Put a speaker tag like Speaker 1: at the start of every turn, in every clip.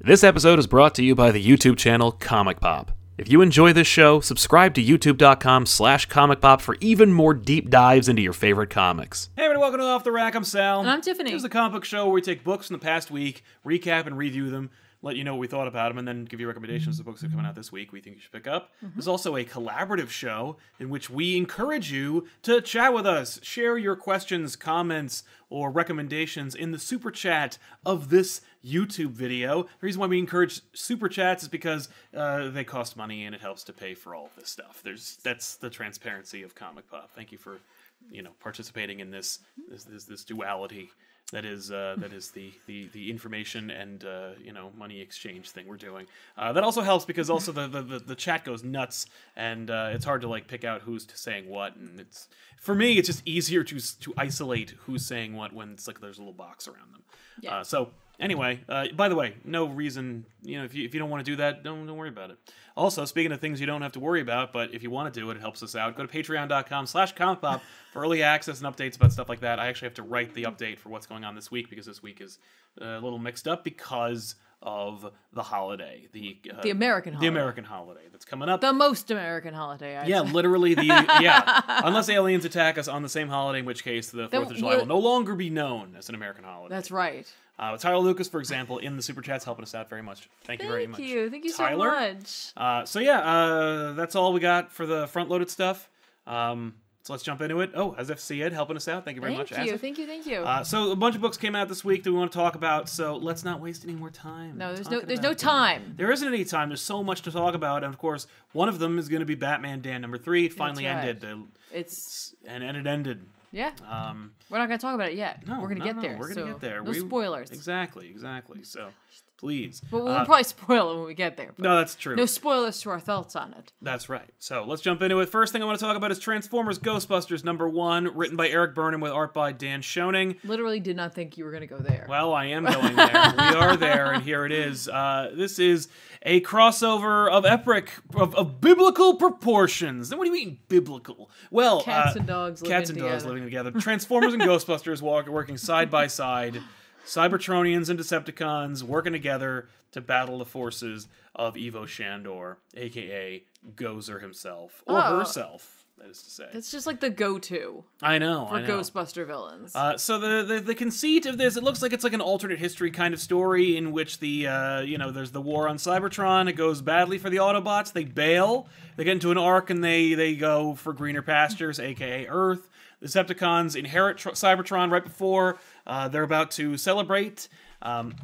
Speaker 1: This episode is brought to you by the YouTube channel Comic Pop. If you enjoy this show, subscribe to youtube.com slash comic pop for even more deep dives into your favorite comics. Hey everyone, welcome to Off the Rack. I'm Sal.
Speaker 2: And I'm Tiffany.
Speaker 1: This is the comic book show where we take books from the past week, recap and review them, let you know what we thought about them, and then give you recommendations of books that are coming out this week we think you should pick up. There's also a collaborative show in which we encourage you to chat with us. Share your questions, comments, or recommendations in the super chat of this YouTube video. The reason why we encourage super chats is because uh, they cost money and it helps to pay for all of this stuff. There's that's the transparency of Comic Pop. Thank you for you know participating in this this this, this duality that is uh, that is the, the the information and uh, you know money exchange thing we're doing. Uh, that also helps because also the the, the, the chat goes nuts and uh, it's hard to like pick out who's saying what and it's for me it's just easier to s- to isolate who's saying what when it's like there's a little box around them.
Speaker 2: Yeah.
Speaker 1: Uh, so anyway, uh, by the way, no reason you know if you if you don't want to do that, don't don't worry about it. Also, speaking of things you don't have to worry about, but if you want to do it, it helps us out. Go to patreon.com slash comic pop for early access and updates about stuff like that. I actually have to write the update for what's going on this week because this week is uh, a little mixed up because of the holiday. The uh,
Speaker 2: The American
Speaker 1: The
Speaker 2: holiday.
Speaker 1: American holiday that's coming up.
Speaker 2: the most American holiday. I'd
Speaker 1: yeah,
Speaker 2: say.
Speaker 1: literally the yeah. Unless aliens attack us on the same holiday, in which case the Fourth of July
Speaker 2: wha-
Speaker 1: will no longer be known as an American holiday.
Speaker 2: that's right.
Speaker 1: Uh, Tyler Lucas, for example, in the super chats, helping us out very much. Thank you very
Speaker 2: Thank
Speaker 1: much.
Speaker 2: you, thank you
Speaker 1: Tyler?
Speaker 2: so much.
Speaker 1: Uh, so yeah, uh, that's all we got for the front-loaded stuff. Um, so let's jump into it. Oh, Azef Syed helping us out. Thank you very
Speaker 2: Thank
Speaker 1: much,
Speaker 2: you,
Speaker 1: Azef.
Speaker 2: thank you, thank you.
Speaker 1: Uh, so a bunch of books came out this week that we want to talk about. So let's not waste any more time.
Speaker 2: no, there's no,
Speaker 1: talking
Speaker 2: there's no
Speaker 1: about them.
Speaker 2: time.
Speaker 1: There isn't any time. There's so much to talk about, and of course, one of them is going to be Batman Dan number three. It finally
Speaker 2: right.
Speaker 1: ended, The-
Speaker 2: It's
Speaker 1: and and it ended.
Speaker 2: yeah.
Speaker 1: Um,
Speaker 2: We're not gonna talk about it yet.
Speaker 1: no,
Speaker 2: we're gonna
Speaker 1: no,
Speaker 2: get
Speaker 1: no,
Speaker 2: there.
Speaker 1: We're gonna
Speaker 2: so
Speaker 1: get there.
Speaker 2: No
Speaker 1: We-
Speaker 2: spoilers.
Speaker 1: Exactly, exactly. So please.
Speaker 2: But we'll
Speaker 1: Uh,
Speaker 2: probably spoil it when we get there. but
Speaker 1: no, that's true.
Speaker 2: no spoilers to our thoughts on it.
Speaker 1: That's right. So let's jump into it. First thing I want to talk about is Transformers Ghostbusters number one, written by Eric Burnham with art by Dan Schoening.
Speaker 2: Literally, did not think you were gonna go there.
Speaker 1: Well, I am going there. we are there, and here it is. Uh, this is a crossover of epic, of, of biblical proportions. And what do you mean biblical? Well,
Speaker 2: Cats
Speaker 1: uh,
Speaker 2: and dogs
Speaker 1: cats and
Speaker 2: living
Speaker 1: dogs
Speaker 2: together.
Speaker 1: living together. Transformers and Ghostbusters walk, working side by side. Cybertronians and Decepticons working together to battle the forces of Evo Shandor, aka Gozer himself or
Speaker 2: Oh.
Speaker 1: herself. That is to say,
Speaker 2: It's just like the go-to
Speaker 1: I know.
Speaker 2: for
Speaker 1: I know.
Speaker 2: Ghostbuster villains.
Speaker 1: Uh, so the, the the conceit of this, it looks like it's like an alternate history kind of story in which the uh, you know there's the war on Cybertron. It goes badly for the Autobots. They bail. They get into an arc and they they go for greener pastures, aka Earth. The Decepticons inherit tr- Cybertron right before uh, they're about to celebrate. Um,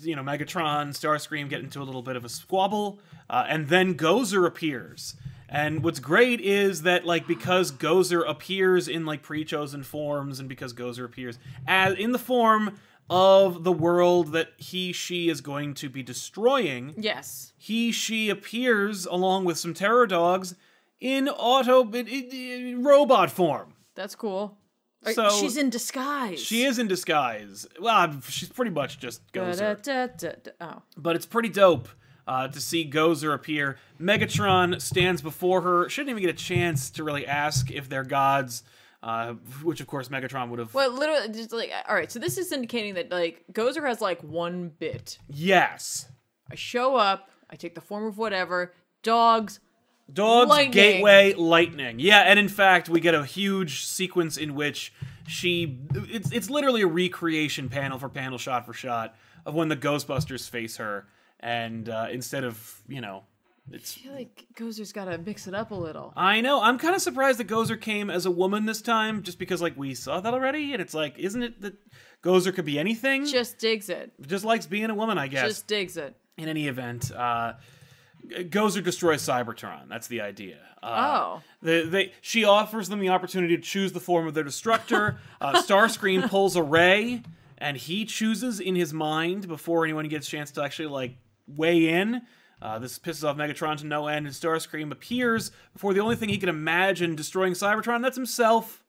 Speaker 1: you know, Megatron, Starscream get into a little bit of a squabble, uh, and then Gozer appears. And what's great is that like because Gozer appears in like pre-chosen forms, and because Gozer appears as in the form of the world that he she is going to be destroying,
Speaker 2: yes.
Speaker 1: he she appears along with some terror dogs in auto in- in- in robot form.
Speaker 2: That's cool. Or-
Speaker 1: So-
Speaker 2: she's in disguise.
Speaker 1: She is in disguise. Well, she's pretty much just Gozer.
Speaker 2: Da-da-da-da-da. Oh.
Speaker 1: but it's pretty dope uh, to see Gozer appear. Megatron stands before her. Shouldn't even get a chance to really ask if they're gods, uh, which of course Megatron would have.
Speaker 2: But literally, just like, all right, so this is indicating that, like, Gozer has, like, one bit.
Speaker 1: Yes,
Speaker 2: I show up, I take the form of whatever, dogs.
Speaker 1: dogs,
Speaker 2: Lightning.
Speaker 1: gateway, lightning. Yeah, and in fact, we get a huge sequence in which she. It's it's literally a recreation, panel for panel, shot for shot, of when the Ghostbusters face her, and uh, instead of you know, it's Uh,
Speaker 2: I feel like Gozer's gotta mix it up a little.
Speaker 1: I know. I'm kind of surprised that Gozer came as a woman this time, just because like we saw that already, and it's like, isn't it that Gozer could be anything? Just,
Speaker 2: Just digs it.
Speaker 1: likes being a woman, I guess.
Speaker 2: Just digs it.
Speaker 1: In any event, uh, Gozer destroys Cybertron. That's the idea. Uh,
Speaker 2: Oh.
Speaker 1: They, they, she offers them the opportunity to choose the form of their destructor. uh, Starscream pulls a ray, and he chooses in his mind before anyone gets a chance to actually like weigh in. Uh, this pisses off Megatron to no end, and Starscream appears before the only thing he can imagine destroying Cybertron. and That's himself.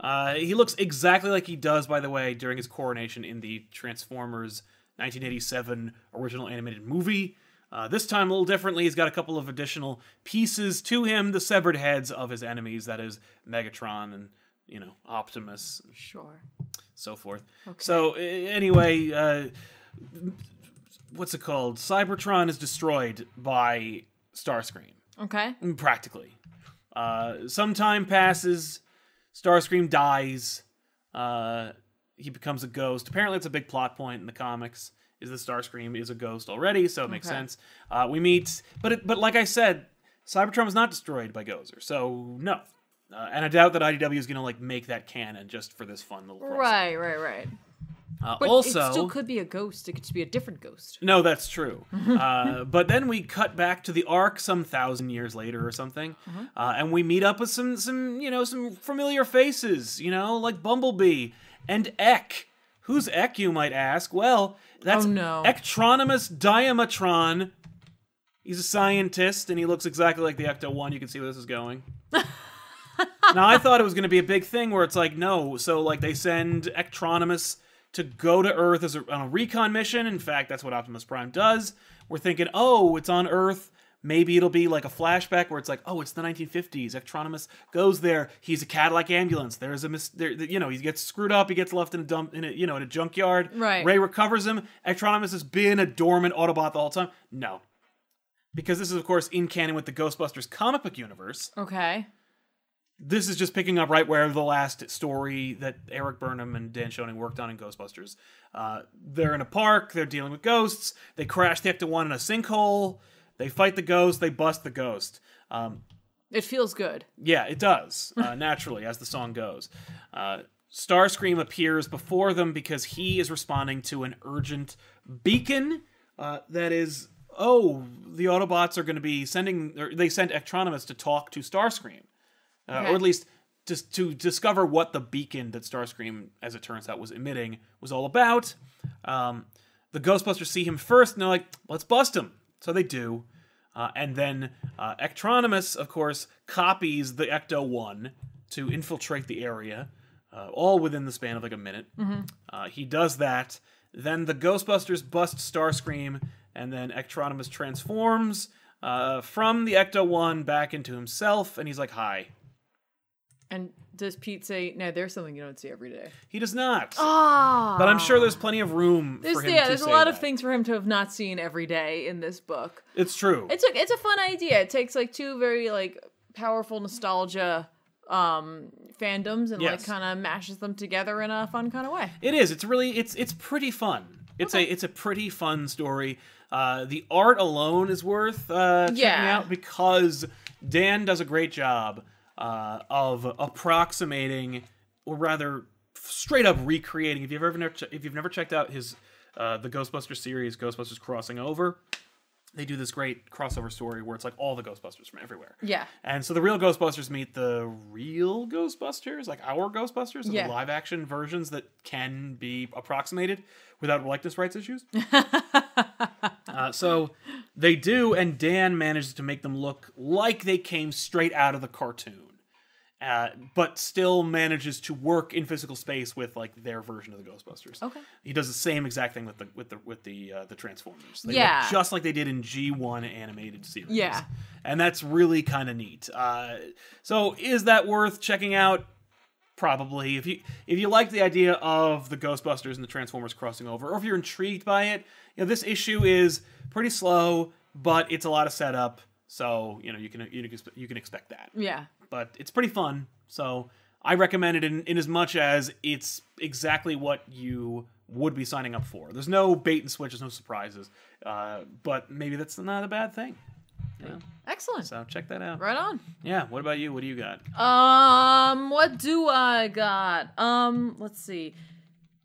Speaker 1: Uh, he looks exactly like he does, by the way, during his coronation in the Transformers 1987 original animated movie. Uh, this time, a little differently, he's got a couple of additional pieces to him the severed heads of his enemies, that is, Megatron and, you know, Optimus
Speaker 2: Sure.
Speaker 1: so forth. So uh, anyway, uh, what's it called? Cybertron is destroyed by Starscream,
Speaker 2: Okay.
Speaker 1: mm, practically. Uh, some time passes. Starscream dies. Uh, he becomes a ghost. Apparently, it's a big plot point in the comics. Is that Starscream is a ghost already? So it makes
Speaker 2: Okay.
Speaker 1: sense. Uh, we meet, but it, but like I said, Cybertron was not destroyed by Gozer, so no. Uh, and I doubt that IDW is going to like make that canon just for this fun little crossover.
Speaker 2: Right, right, right.
Speaker 1: Uh,
Speaker 2: But
Speaker 1: also,
Speaker 2: it still could be a ghost. It could just be a different ghost.
Speaker 1: No, that's true. uh, but then we cut back to the Ark some thousand years later or something,
Speaker 2: Uh-huh.
Speaker 1: uh, and we meet up with some some you know some familiar faces, you know, like Bumblebee and Ek. Who's Ek, you might ask? Well, that's
Speaker 2: Oh, no.
Speaker 1: Ektronimus Diamatron. He's a scientist, and he looks exactly like the Ecto One. You can see where this is going. now I thought it was going to be a big thing where it's like no, so like they send Ectronimus to go to Earth as a, on a recon mission. In fact, that's what Optimus Prime does. We're thinking, oh, it's on Earth. Maybe it'll be like a flashback where it's like, oh, it's the 1950s. Ectronimus goes there. He's a Cadillac ambulance. There's a mis- there, you know, he gets screwed up. He gets left in a dump in a you know in a junkyard.
Speaker 2: Right.
Speaker 1: Ray recovers him. Ectronimus has been a dormant Autobot the whole time. No. Because this is, of course, in canon with the Ghostbusters comic book universe
Speaker 2: Okay.
Speaker 1: this is just picking up right where the last story that Eric Burnham and Dan Schoening worked on in Ghostbusters. Uh, they're in a park. They're dealing with ghosts. They crash the Ecto One in a sinkhole. They fight the ghost. They bust the ghost. Um,
Speaker 2: It feels good.
Speaker 1: yeah, it does uh, naturally, as the song goes. Uh, Starscream appears before them because he is responding to an urgent beacon uh, that is, oh, the Autobots are going to be sending. Or they sent Ectronimus to talk to Starscream, uh,
Speaker 2: Okay.
Speaker 1: or at least to to discover what the beacon that Starscream, as it turns out, was emitting was all about. Um, the Ghostbusters see him first, and they're like, "Let's bust him." So they do. Uh, and then uh, Ectronimus, of course, copies the Ecto 1 to infiltrate the area, uh, all within the span of like a minute.
Speaker 2: Mm-hmm.
Speaker 1: Uh, he does that. Then the Ghostbusters bust Starscream, and then Ectronimus transforms uh, from the Ecto 1 back into himself, and he's like, Hi.
Speaker 2: And does Pete say, "No, there's something you don't see every day"?
Speaker 1: He does not.
Speaker 2: Ah.
Speaker 1: But I'm sure there's plenty of room
Speaker 2: There's,
Speaker 1: for him
Speaker 2: yeah,
Speaker 1: to
Speaker 2: there's a
Speaker 1: say
Speaker 2: lot of
Speaker 1: that.
Speaker 2: things for him to have not seen every day in this book.
Speaker 1: It's true.
Speaker 2: It's a it's a fun idea. It takes like two very like powerful nostalgia um fandoms and
Speaker 1: Yes.
Speaker 2: like kind of mashes them together in a fun kind of way.
Speaker 1: It is. It's really. It's it's pretty fun. It's a it's a pretty fun story. Uh, the art alone is worth uh, checking
Speaker 2: Yeah.
Speaker 1: out because Dan does a great job uh, of approximating, or rather, straight up recreating. If you've ever never che- if you've never checked out his uh, the Ghostbusters series, Ghostbusters Crossing Over, they do this great crossover story where it's like all the Ghostbusters from everywhere.
Speaker 2: Yeah.
Speaker 1: And so the real Ghostbusters meet the real Ghostbusters, like our Ghostbusters, and
Speaker 2: Yeah.
Speaker 1: the live action versions that can be approximated without likeness rights issues. uh, so they do, and Dan manages to make them look like they came straight out of the cartoon, uh, but still manages to work in physical space with like their version of the Ghostbusters.
Speaker 2: Okay.
Speaker 1: He does the same exact thing with the with the with the uh, the Transformers. They look
Speaker 2: Yeah.
Speaker 1: just like they did in G one animated series.
Speaker 2: Yeah.
Speaker 1: and that's really kind of neat. Uh, so is that worth checking out? Probably. If you if you like the idea of the Ghostbusters and the Transformers crossing over, or if you're intrigued by it, you know this issue is pretty slow, but it's a lot of setup. So you know you can you can you can expect that
Speaker 2: Yeah.
Speaker 1: but it's pretty fun. So I recommend it in, in as much as it's exactly what you would be signing up for. There's no bait and switch, there's no surprises, uh, but maybe that's not a bad thing. you know?
Speaker 2: Excellent.
Speaker 1: So check that out.
Speaker 2: Right on.
Speaker 1: Yeah. What about you? What do you got?
Speaker 2: Um, what do I got? Um, let's see.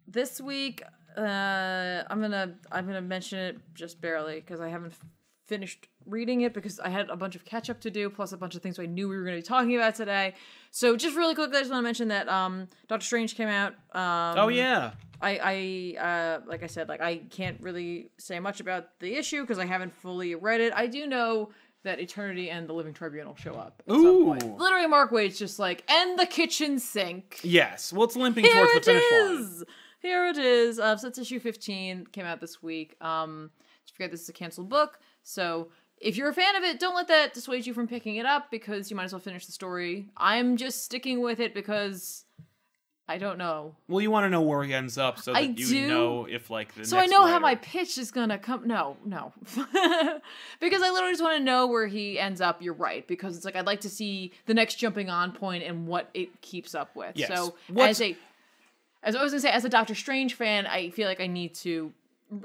Speaker 2: This week, uh, I'm gonna I'm gonna mention it just barely because I haven't f- finished reading it because I had a bunch of catch up to do plus a bunch of things I knew we were gonna be talking about today. So just really quickly, I just want to mention that um, Doctor Strange came out. Um,
Speaker 1: oh yeah.
Speaker 2: I, I uh, like I said, like I can't really say much about the issue because I haven't fully read it. I do know that Eternity and the Living Tribunal show up. At Some
Speaker 1: Ooh.
Speaker 2: point. Literally, Mark Wade's just like, and the kitchen sink.
Speaker 1: Yes. Well, it's limping
Speaker 2: Here
Speaker 1: towards the
Speaker 2: it
Speaker 1: finish line.
Speaker 2: is. Here it is. Uh, so it's issue 15. Came out this week. Um, don't forget this is a canceled book. So if you're a fan of it, don't let that dissuade you from picking it up because you might as well finish the story. I'm just sticking with it because I don't know.
Speaker 1: Well, you want to know where he ends up so that
Speaker 2: I
Speaker 1: you
Speaker 2: do.
Speaker 1: know if like the
Speaker 2: So I
Speaker 1: next
Speaker 2: know how my
Speaker 1: writer-
Speaker 2: pitch is gonna come. No, no, because I literally just want to know where he ends up. You're right, because it's like I'd like to see the next jumping on point and what it keeps up with.
Speaker 1: Yes.
Speaker 2: So
Speaker 1: What's-
Speaker 2: as a, as I was gonna say, as a Doctor Strange fan, I feel like I need to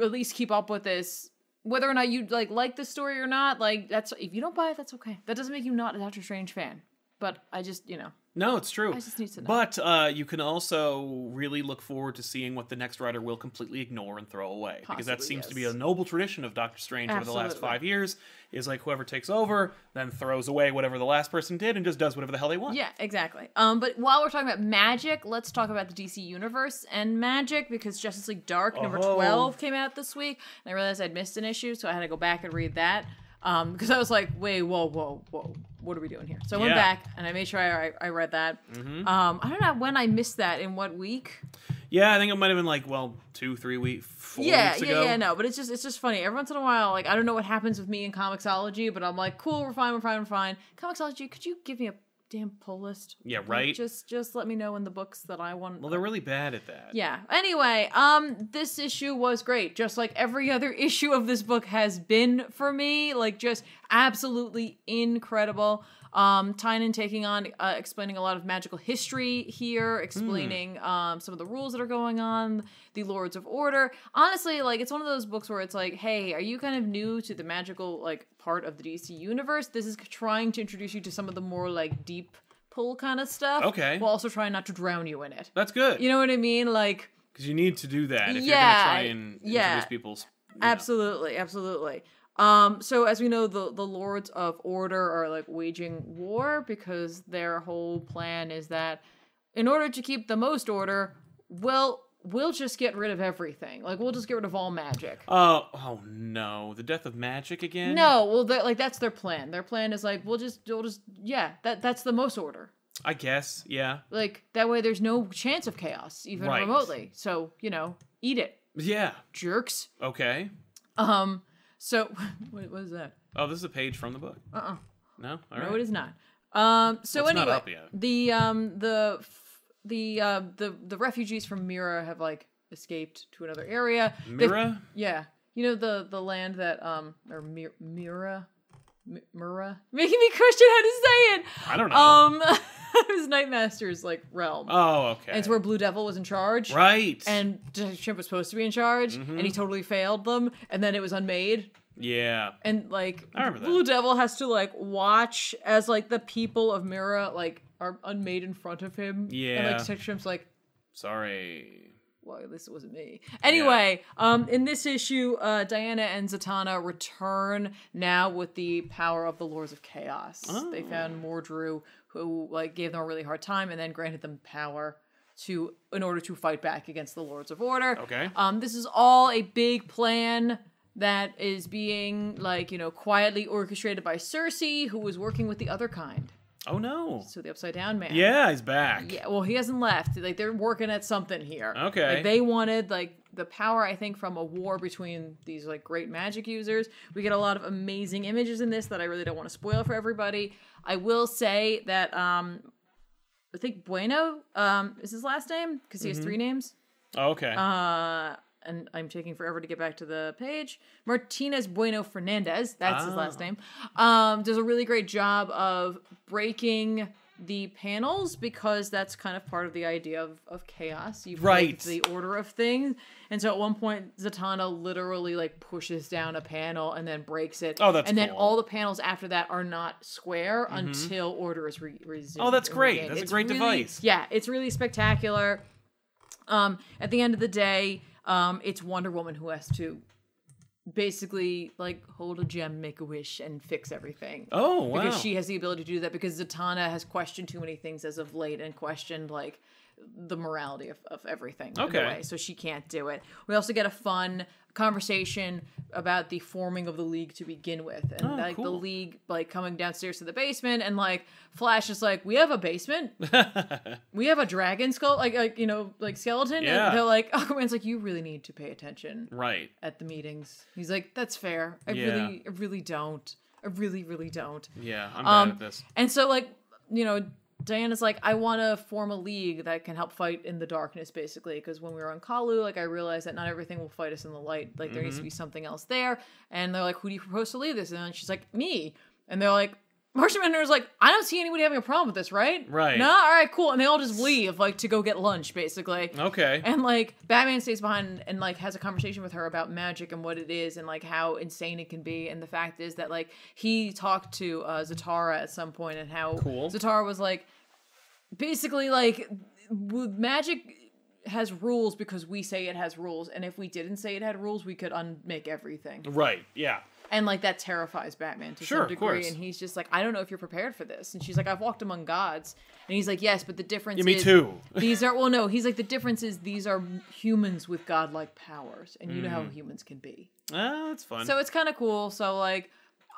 Speaker 2: at least keep up with this, whether or not you like like the story or not. Like that's if you don't buy it, that's okay. That doesn't make you not a Doctor Strange fan. But I just you know
Speaker 1: No, it's true.
Speaker 2: I just need to know.
Speaker 1: But uh, you can also really look forward to seeing what the next writer will completely ignore and throw away, because that
Speaker 2: Possibly,
Speaker 1: seems to be
Speaker 2: yes.
Speaker 1: a noble tradition of Doctor Strange over the last
Speaker 2: Absolutely.
Speaker 1: five years. Is like whoever takes over then throws away whatever the last person did and just does whatever the hell they want.
Speaker 2: Yeah, exactly. Um, but while we're talking about magic, let's talk about the DC universe and magic because Justice League Dark number
Speaker 1: Oh.
Speaker 2: twelve came out this week, and I realized I'd missed an issue, so I had to go back and read that. Um, because I was like, wait, whoa, whoa, whoa, what are we doing here? So I went
Speaker 1: Yeah. Mm-hmm.
Speaker 2: back and I made sure I, I read that. Um, I don't know when I missed that in what week.
Speaker 1: Yeah, I think it might have been like well two, three weeks, four
Speaker 2: yeah,
Speaker 1: weeks
Speaker 2: yeah,
Speaker 1: ago.
Speaker 2: yeah, no, but it's just it's just funny. Every once in a while, like I don't know what happens with me in comicsology, but I'm like, cool, we're fine, we're fine, we're fine. Comicsology, could you give me a damn pull list?
Speaker 1: Yeah,
Speaker 2: Like,
Speaker 1: right?
Speaker 2: just just let me know when the books that I want.
Speaker 1: Well, they're really bad at that.
Speaker 2: yeah. Anyway, um, this issue was great, just like every other issue of this book has been for me. Like, just absolutely incredible. Um, Tynan taking on, uh, explaining a lot of magical history here, explaining
Speaker 1: Hmm.
Speaker 2: um, some of the rules that are going on, the Lords of Order. Honestly, like, it's one of those books where it's like, hey, are you kind of new to the magical, like, part of the DC universe? This is trying to introduce you to some of the more, like, deep pull kind of stuff.
Speaker 1: Okay.
Speaker 2: While also trying not to drown you in it.
Speaker 1: That's good.
Speaker 2: You know what I mean? Like,
Speaker 1: Because you need to do that if you're
Speaker 2: Yeah,
Speaker 1: going to try and
Speaker 2: yeah.
Speaker 1: introduce people. you know.
Speaker 2: absolutely, absolutely. Um, so as we know, the the Lords of Order are like waging war because their whole plan is that in order to keep the most order, well, we'll just get rid of everything. Like we'll just get rid of all magic.
Speaker 1: Uh, oh no, the death of magic again?
Speaker 2: No, well, they're- like that's their plan. Their plan is like we'll just we'll just yeah, that that's the most order.
Speaker 1: I guess, yeah.
Speaker 2: Like that way, there's no chance of chaos even
Speaker 1: Right.
Speaker 2: remotely. So you know, eat it,
Speaker 1: Yeah,
Speaker 2: jerks.
Speaker 1: okay.
Speaker 2: Um. So what, what is that?
Speaker 1: Oh, this is a page from the book.
Speaker 2: Uh. uh
Speaker 1: No, all right.
Speaker 2: No, it is not. Um. So
Speaker 1: Well, it's not
Speaker 2: anyway,
Speaker 1: up yet.
Speaker 2: the um the f- the uh, the the refugees from Mira have like escaped to another area. They've-
Speaker 1: Mira?
Speaker 2: yeah. You know the the land that um or Mir- Mira. Mi- Mira, making me question how to say it.
Speaker 1: I don't know.
Speaker 2: Um, it was Nightmaster's like realm,
Speaker 1: oh, okay.
Speaker 2: and it's where Blue Devil was in charge,
Speaker 1: right. Mm-hmm.
Speaker 2: and Detective Chimp was supposed to be in charge, and he totally failed them, and then it was unmade,
Speaker 1: yeah.
Speaker 2: and like
Speaker 1: I remember that.
Speaker 2: Blue Devil has to like watch as like the people of Mira like are unmade in front of him. and
Speaker 1: Yeah.
Speaker 2: like Detective Shrimp's like,
Speaker 1: Sorry.
Speaker 2: well, at least it wasn't me. Anyway, um, in this issue, uh, Diana and Zatanna return now with the power of the Lords of Chaos. They
Speaker 1: Oh.
Speaker 2: found Mordru, who like gave them a really hard time, and then granted them power to in order to fight back against the Lords of Order.
Speaker 1: Okay.
Speaker 2: Um, this is all a big plan that is being like you know quietly orchestrated by Cersei, who was working with the other kind,
Speaker 1: Oh no.
Speaker 2: so the Upside Down Man.
Speaker 1: Yeah, he's back.
Speaker 2: Yeah, well, he hasn't left. Like they're working at something here.
Speaker 1: Okay.
Speaker 2: Like they wanted like the power, I think, from a war between these like great magic users. We get a lot of amazing images in this that I really don't want to spoil for everybody. I will say that um, I think Bueno um is his last name because he has
Speaker 1: Mm-hmm.
Speaker 2: three names.
Speaker 1: Oh, okay.
Speaker 2: Uh, and I'm taking forever to get back to the page. Martinez Bueno Fernandez, that's his
Speaker 1: Ah.
Speaker 2: last name, um, does a really great job of breaking the panels because that's kind of part of the idea of, of chaos. You break
Speaker 1: Right.
Speaker 2: the order of things. And so at one point, Zatanna literally like pushes down a panel and then breaks it.
Speaker 1: Oh, that's
Speaker 2: And then
Speaker 1: cool. Mm-hmm.
Speaker 2: all the panels after that are not square until order is re- resumed.
Speaker 1: Oh, that's
Speaker 2: and
Speaker 1: great.
Speaker 2: regained.
Speaker 1: That's a
Speaker 2: It's
Speaker 1: great
Speaker 2: really-
Speaker 1: device.
Speaker 2: Yeah, it's really spectacular. Um, at the end of the day, um, it's Wonder Woman who has to basically like hold a gem, make a wish, and fix everything.
Speaker 1: oh wow.
Speaker 2: Because she has the ability to do that because Zatanna has questioned too many things as of late and questioned like the morality of, of everything. in a
Speaker 1: Okay.
Speaker 2: way, so she can't do it. We also get a fun conversation about the forming of the league to begin with. And
Speaker 1: Oh,
Speaker 2: like the
Speaker 1: cool.
Speaker 2: league like coming downstairs to the basement and like Flash is like, We have a basement we have a dragon skull, like like you know, like skeleton.
Speaker 1: Yeah.
Speaker 2: And they're like, Aquaman's like, you really need to pay attention
Speaker 1: right.
Speaker 2: at the meetings. He's like, that's fair. I
Speaker 1: Yeah.
Speaker 2: really, I really don't. I really, really don't.
Speaker 1: Yeah, I'm
Speaker 2: Um,
Speaker 1: bad at this.
Speaker 2: And so like, you know, Diana's like, I want to form a league that can help fight in the darkness, basically. Because when we were on Kalu, like I realized that not everything will fight us in the light. Like there needs to be something else there. And they're like, Who do you propose to lead this? And then she's like, Me. And they're like, Martian Manhunter's like, I don't see anybody having a problem with this, right?
Speaker 1: Right.
Speaker 2: No, all right, cool. And they all just leave, like to go get lunch, basically.
Speaker 1: Okay.
Speaker 2: And like Batman stays behind and like has a conversation with her about magic and what it is and like how insane it can be. And the fact is that like he talked to uh, Zatara at some point and how
Speaker 1: Cool.
Speaker 2: Zatara was like basically like w- magic has rules because we say it has rules and if we didn't say it had rules we could unmake everything
Speaker 1: right. Yeah.
Speaker 2: and like that terrifies Batman to
Speaker 1: Sure,
Speaker 2: some
Speaker 1: of
Speaker 2: degree
Speaker 1: course.
Speaker 2: and he's just like I don't know if you're prepared for this and she's like I've walked among gods and he's like yes but the difference
Speaker 1: Yeah, me
Speaker 2: is
Speaker 1: too. Ah,
Speaker 2: these are well, no. He's like the difference is these are humans with godlike powers, and you know how
Speaker 1: Mm.
Speaker 2: humans can be.
Speaker 1: Ah, that's fun.
Speaker 2: So it's kind of cool. So like,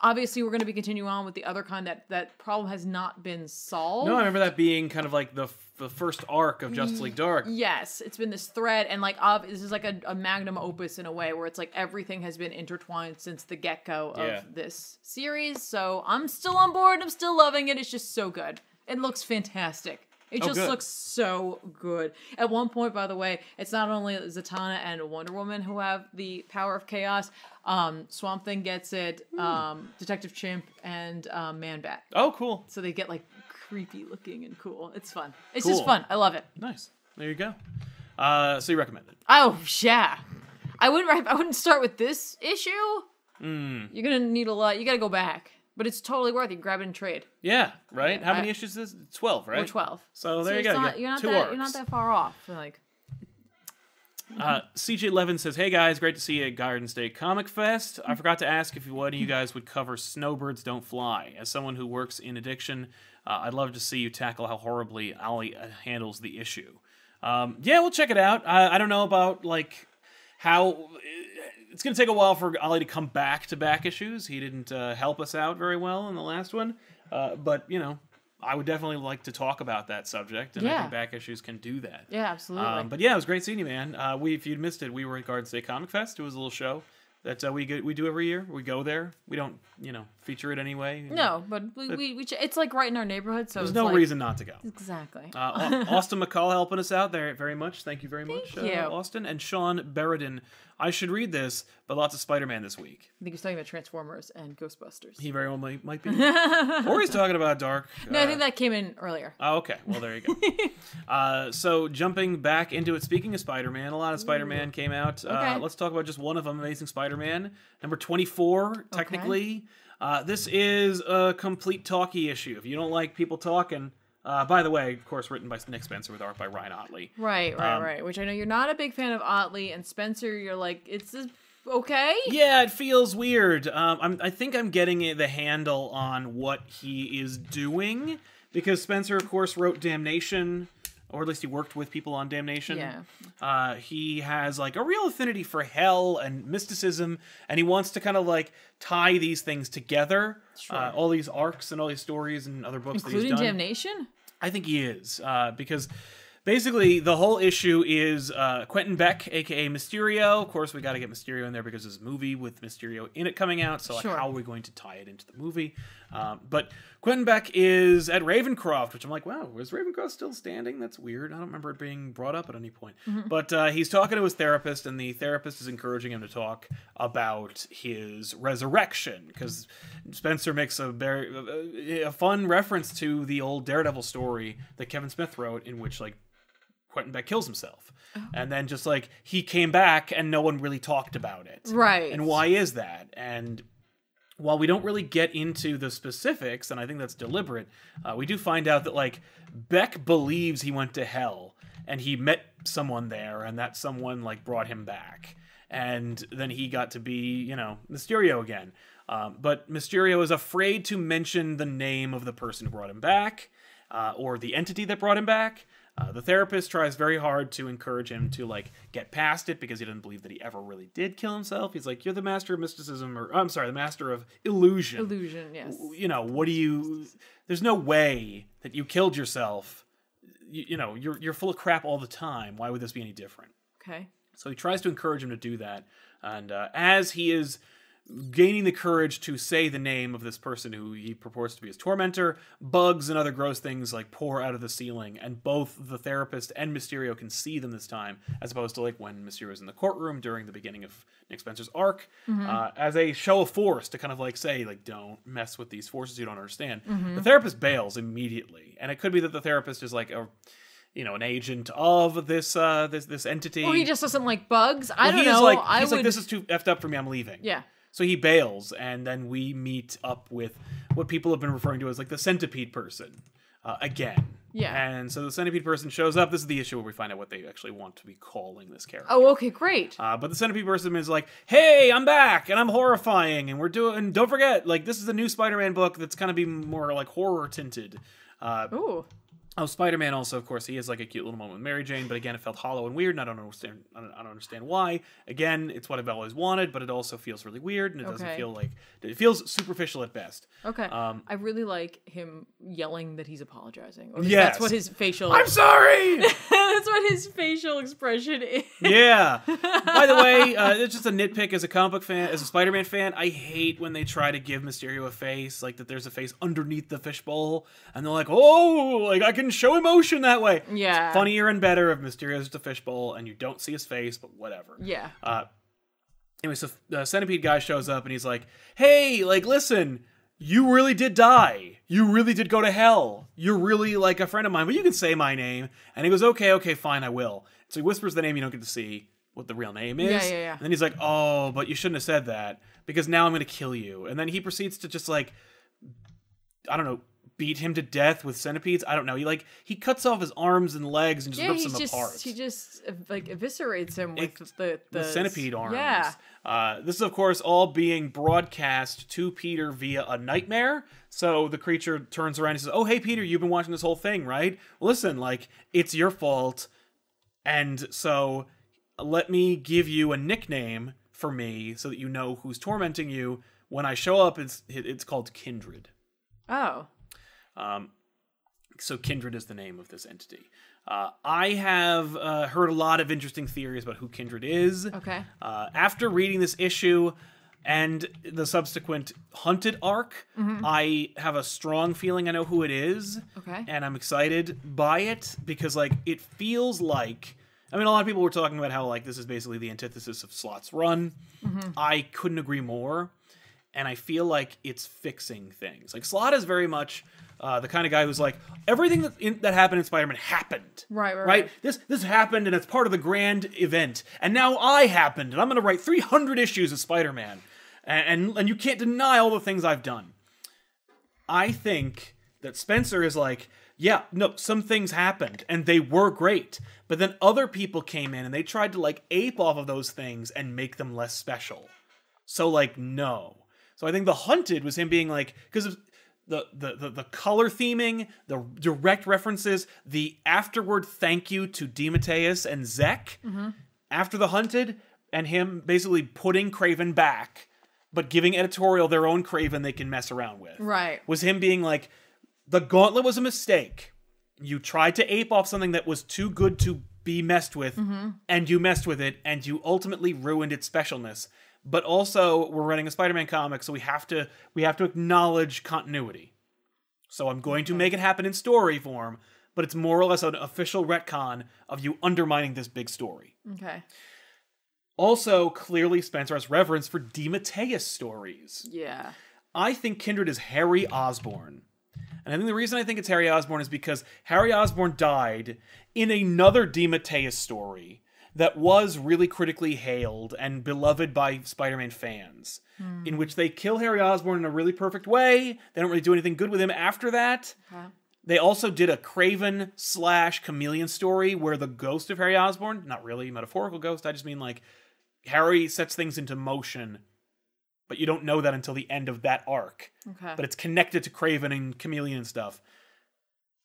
Speaker 2: obviously, we're going to be continuing on with the other kind that that problem has not been solved.
Speaker 1: no, I remember that being kind of like the the first arc of Justice League Dark.
Speaker 2: Yes, it's been this thread, and like, ob- this is like a, a magnum opus in a way, where it's like everything has been intertwined since the get go of
Speaker 1: Yeah.
Speaker 2: this series. So I'm still on board. I'm still loving it. It's just so good. It looks fantastic. It
Speaker 1: Oh,
Speaker 2: just
Speaker 1: good.
Speaker 2: looks so good. At one point, by the way, it's not only Zatanna and Wonder Woman who have the power of chaos. Um, Swamp Thing gets it.
Speaker 1: Hmm.
Speaker 2: Um, Detective Chimp and um, Man Bat.
Speaker 1: Oh, cool.
Speaker 2: So they get like creepy looking and cool. It's fun. It's
Speaker 1: Cool.
Speaker 2: just fun. I love it.
Speaker 1: Nice. There you go. Uh, so you recommend it?
Speaker 2: Oh yeah, I wouldn't. rec- I wouldn't start with this issue.
Speaker 1: Hmm.
Speaker 2: You're gonna need a lot. You gotta go back, but it's totally worth it. Grab it and trade.
Speaker 1: Yeah. Right.
Speaker 2: Yeah,
Speaker 1: How many
Speaker 2: I-
Speaker 1: issues is this? twelve? Right.
Speaker 2: Or twelve.
Speaker 1: So there you
Speaker 2: it's
Speaker 1: go. You
Speaker 2: Not,
Speaker 1: got
Speaker 2: you're not
Speaker 1: two
Speaker 2: that.
Speaker 1: arcs.
Speaker 2: You're not that far off. Like
Speaker 1: Uh, CJ Levin says, "Hey guys, great to see you at Garden State Comic Fest. I forgot to ask if one of you guys would cover Snowbirds Don't Fly. As someone who works in addiction, uh, I'd love to see you tackle how horribly Ali uh, handles the issue. Um, yeah, we'll check it out. I, I don't know about like how uh, it's going to take a while for Ali to come back to back issues. He didn't uh, help us out very well in the last one, uh, but you know." I would definitely like to talk about that subject, and I
Speaker 2: Yeah.
Speaker 1: think back issues can do that.
Speaker 2: yeah, absolutely.
Speaker 1: Um, but yeah, it was great seeing you, man. Uh, we, if you'd missed it, we were at Garden State Comic Fest. It was a little show that uh, we get, we do every year. We go there. We don't, you know, feature it anyway.
Speaker 2: no, but we, we, we ch- it's like right in our neighborhood. So
Speaker 1: there's
Speaker 2: it's
Speaker 1: no
Speaker 2: like-
Speaker 1: reason not to go.
Speaker 2: Exactly.
Speaker 1: Uh, Au- Austin McCall helping us out there very much. Thank you very much,
Speaker 2: Thank you.
Speaker 1: Uh, Austin and Sean Berridin. I should read this, but lots of Spider-Man this week.
Speaker 2: I think he's talking about Transformers and Ghostbusters.
Speaker 1: He very well might, might be, or he's talking about Dark.
Speaker 2: no,
Speaker 1: uh,
Speaker 2: I think that came in earlier.
Speaker 1: Oh, okay. Well, there you go. uh, so jumping back into it, speaking of Spider-Man, a lot of Spider-Man came out. Uh,
Speaker 2: Okay.
Speaker 1: let's talk about just one of them, Amazing Spider-Man, number 24, technically. Uh, this is a complete talkie issue. If you don't like people talking, uh, by the way, of course, written by Nick Spencer with art by Ryan Otley.
Speaker 2: Right, right,
Speaker 1: um,
Speaker 2: right. Which I know you're not a big fan of Otley and Spencer. You're like, it's just okay.
Speaker 1: Yeah, it feels weird. Um, I'm, I think I'm getting the handle on what he is doing because Spencer, of course, wrote Damnation, or at least he worked with people on Damnation.
Speaker 2: Yeah.
Speaker 1: Uh, he has like a real affinity for hell and mysticism, and he wants to kind of like tie these things together. Uh, all these arcs and all these stories and other books, that he's
Speaker 2: Including
Speaker 1: done.
Speaker 2: Damnation.
Speaker 1: I think he is, uh, because basically the whole issue is uh, Quentin Beck, aka Mysterio. Of course, we got to get Mysterio in there because there's a movie with Mysterio in it coming out. So, like,
Speaker 2: Sure.
Speaker 1: how are we going to tie it into the movie? Um, but Quentin Beck is at Ravencroft, which I'm like, wow, is Ravencroft still standing? That's weird. I don't remember it being brought up at any point. But uh, he's talking to his therapist, and the therapist is encouraging him to talk about his resurrection because Spencer makes a very a fun reference to the old Daredevil story that Kevin Smith wrote, in which like Quentin Beck kills himself. And then just like he came back and no one really talked about it.
Speaker 2: Right.
Speaker 1: And why is that? And while we don't really get into the specifics, and I think that's deliberate, uh, we do find out that like Beck believes he went to hell and he met someone there, and that someone like brought him back, and then he got to be you know Mysterio again. Um, but Mysterio is afraid to mention the name of the person who brought him back, uh, or the entity that brought him back. Uh, the therapist tries very hard to encourage him to like get past it because he doesn't believe that he ever really did kill himself. He's like, "You're the master of mysticism, or I'm sorry, the master of illusion.
Speaker 2: Illusion. Yes.
Speaker 1: You know, what do you? There's no way that you killed yourself. You, you know, you're you're full of crap all the time. Why would this be any different?"
Speaker 2: Okay.
Speaker 1: So he tries to encourage him to do that. And uh, as he is gaining the courage to say the name of this person who he purports to be his tormentor, bugs and other gross things like pour out of the ceiling, and both the therapist and Mysterio can see them this time, as opposed to like when Mysterio's in the courtroom during the beginning of Nick Spencer's arc,
Speaker 2: Mm-hmm.
Speaker 1: uh, as a show of force to kind of like say like don't mess with these forces you don't understand.
Speaker 2: Mm-hmm.
Speaker 1: The therapist bails immediately, and it could be that the therapist is like a you know an agent of this uh this this entity.
Speaker 2: Well, he just doesn't like bugs. I
Speaker 1: Well,
Speaker 2: don't
Speaker 1: he's
Speaker 2: know.
Speaker 1: Like,
Speaker 2: I
Speaker 1: he's
Speaker 2: would.
Speaker 1: like, this is too effed up for me. I'm leaving.
Speaker 2: yeah.
Speaker 1: So he bails, and then we meet up with what people have been referring to as like the centipede person uh, again.
Speaker 2: Yeah.
Speaker 1: And so the centipede person shows up. This is the issue where we find out what they actually want to be calling this character.
Speaker 2: Oh, okay, great.
Speaker 1: Uh, but the centipede person is like, "Hey, I'm back, and I'm horrifying, and we're doing. Don't forget, like this is the new Spider-Man book that's gonna be more like horror tinted. Uh,
Speaker 2: Ooh.
Speaker 1: oh, Spider-Man also, of course, he has like a cute little moment with Mary Jane, but again, it felt hollow and weird, and I don't understand. I don't, I don't understand why. Again, it's what I've always wanted, but it also feels really weird, and it doesn't
Speaker 2: Okay.
Speaker 1: feel like it feels superficial at best.
Speaker 2: Okay.
Speaker 1: Um,
Speaker 2: I really like him yelling that he's apologizing. Or
Speaker 1: Yes.
Speaker 2: That's what his facial.
Speaker 1: I'm sorry.
Speaker 2: that's what his facial expression is.
Speaker 1: yeah. By the way, uh, it's just a nitpick as a comic book fan, as a Spider-Man fan. I hate when they try to give Mysterio a face, like that there's a face underneath the fishbowl, and they're like, "Oh, like I can show emotion that way."
Speaker 2: Yeah.
Speaker 1: Funnier and better if Mysterio's just a fishbowl and you don't see his face, but whatever.
Speaker 2: Yeah.
Speaker 1: Uh, anyway, so the centipede guy shows up and he's like, "Hey, like, listen, you really did die. You really did go to hell. You're really like a friend of mine, but you can say my name." And he goes, "Okay, okay, fine, I will." So he whispers the name. You don't get to see what the real name is.
Speaker 2: Yeah, yeah, yeah.
Speaker 1: And then he's like, "Oh, but you shouldn't have said that because now I'm going to kill you." And then he proceeds to just like, I don't know. Beat him to death with centipedes. I don't know. He like he cuts off his arms and legs and just
Speaker 2: Yeah.
Speaker 1: rips
Speaker 2: He
Speaker 1: them
Speaker 2: just
Speaker 1: apart
Speaker 2: he just uh, like eviscerates him with the the
Speaker 1: the centipede arms.
Speaker 2: Yeah.
Speaker 1: Uh, this is, of course, all being broadcast to Peter via a nightmare. So the creature turns around and says, Oh, hey, Peter, you've been watching this whole thing, right? Listen, like, it's your fault. And so let me give you a nickname for me so that you know who's tormenting you. When I show up, it's, it's called Kindred.
Speaker 2: Oh.
Speaker 1: Um, so Kindred is the name of this entity. Uh, I have uh, heard a lot of interesting theories about who Kindred is.
Speaker 2: Okay.
Speaker 1: Uh, after reading this issue and the subsequent Hunted arc, I have a strong feeling I know who it is.
Speaker 2: Okay.
Speaker 1: And I'm excited by it because, like, it feels like. I mean, a lot of people were talking about how, like, this is basically the antithesis of Slot's run. I couldn't agree more. And I feel like it's fixing things. Like, Slot is very much. Uh, the kind of guy who's like everything that in, that happened in Spider-Man happened,
Speaker 2: Right, right,
Speaker 1: right?
Speaker 2: right.
Speaker 1: This this happened, and it's part of the grand event. And now I happened, and I'm going to write 300 issues of Spider-Man, and, and and you can't deny all the things I've done. I think that Spencer is like, yeah, no, some things happened and they were great, but then other people came in and they tried to like ape off of those things and make them less special. So like, no. So I think the hunted was him being like, because the, the the the color theming, the direct references, the afterward thank you to Demetrius and Zek after the hunted, and him basically putting Craven back, but giving editorial their own Craven they can mess around with
Speaker 2: Right.
Speaker 1: was him being like, the gauntlet was a mistake. You tried to ape off something that was too good to be messed with, and you messed with it, and you ultimately ruined its specialness. But also, we're running a Spider-Man comic, so we have to we have to acknowledge continuity. So I'm going to make it happen in story form, but it's more or less an official retcon of you undermining this big story.
Speaker 2: Okay.
Speaker 1: Also, clearly Spencer has reverence for DeMatteis stories.
Speaker 2: Yeah.
Speaker 1: I think Kindred is Harry Osborne. And I think the reason I think it's Harry Osborne is because Harry Osborne died in another DeMatteis story that was really critically hailed and beloved by Spider-Man fans, in which they kill Harry Osborne in a really perfect way. They don't really do anything good with him after that.
Speaker 2: Huh?
Speaker 1: They also did a Craven slash Chameleon story where the ghost of Harry Osborn, not really metaphorical ghost, I just mean like Harry sets things into motion, but you don't know that until the end of that arc.
Speaker 2: Okay.
Speaker 1: But it's connected to Craven and Chameleon and stuff.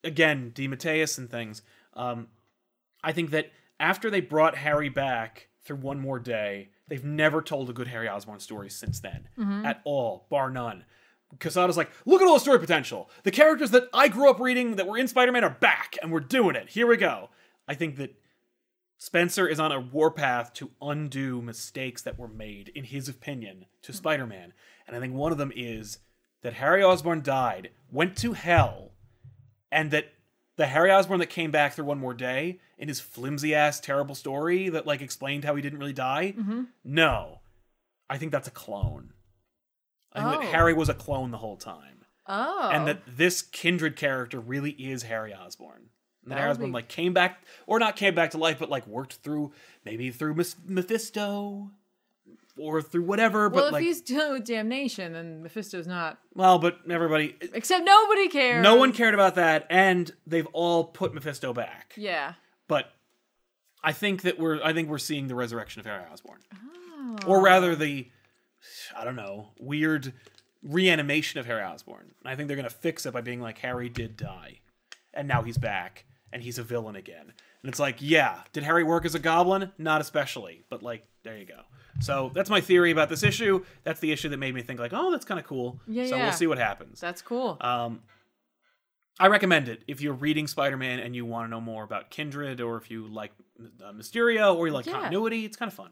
Speaker 1: Again, DeMatteis and things. Um, I think that after they brought Harry back through one more day, they've never told a good Harry Osborn story since then at all, bar none. Casada's like, look at all the story potential. The characters that I grew up reading that were in Spider Man are back, and we're doing it. Here we go. I think that Spencer is on a warpath to undo mistakes that were made, in his opinion, to Spider Man. And I think one of them is that Harry Osborn died, went to hell, and that the Harry Osborn that came back through One More Day in his flimsy ass, terrible story that like explained how he didn't really die. No, I think that's a clone. I think
Speaker 2: Oh.
Speaker 1: that Harry was a clone the whole time
Speaker 2: Oh.
Speaker 1: and that this kindred character really is Harry Osborn. And that
Speaker 2: That
Speaker 1: Harry
Speaker 2: would
Speaker 1: Osborn
Speaker 2: be-
Speaker 1: like came back, or not came back to life, but like worked through maybe through Mis- Mephisto or through whatever.
Speaker 2: well,
Speaker 1: but
Speaker 2: if
Speaker 1: like,
Speaker 2: he's done with damnation, then Mephisto's not.
Speaker 1: well, but everybody,
Speaker 2: Except nobody cares.
Speaker 1: no one cared about that, and they've all put Mephisto back.
Speaker 2: Yeah.
Speaker 1: But I think that we're, I think we're seeing the resurrection of Harry Osborn,
Speaker 2: Ah.
Speaker 1: or rather the, I don't know, weird reanimation of Harry Osborn. And I think they're gonna fix it by being like Harry did die. and now he's back and he's a villain again. And it's like, yeah, did Harry work as a goblin? Not especially, but like, there you go. So that's my theory about this issue. That's the issue that made me think like, oh, that's kind of cool.
Speaker 2: Yeah,
Speaker 1: so
Speaker 2: yeah.
Speaker 1: we'll see what happens.
Speaker 2: That's cool.
Speaker 1: Um, I recommend it if you're reading Spider-Man and you want to know more about Kindred, or if you like uh, Mysterio, or you like
Speaker 2: Yeah.
Speaker 1: continuity. It's kind of fun.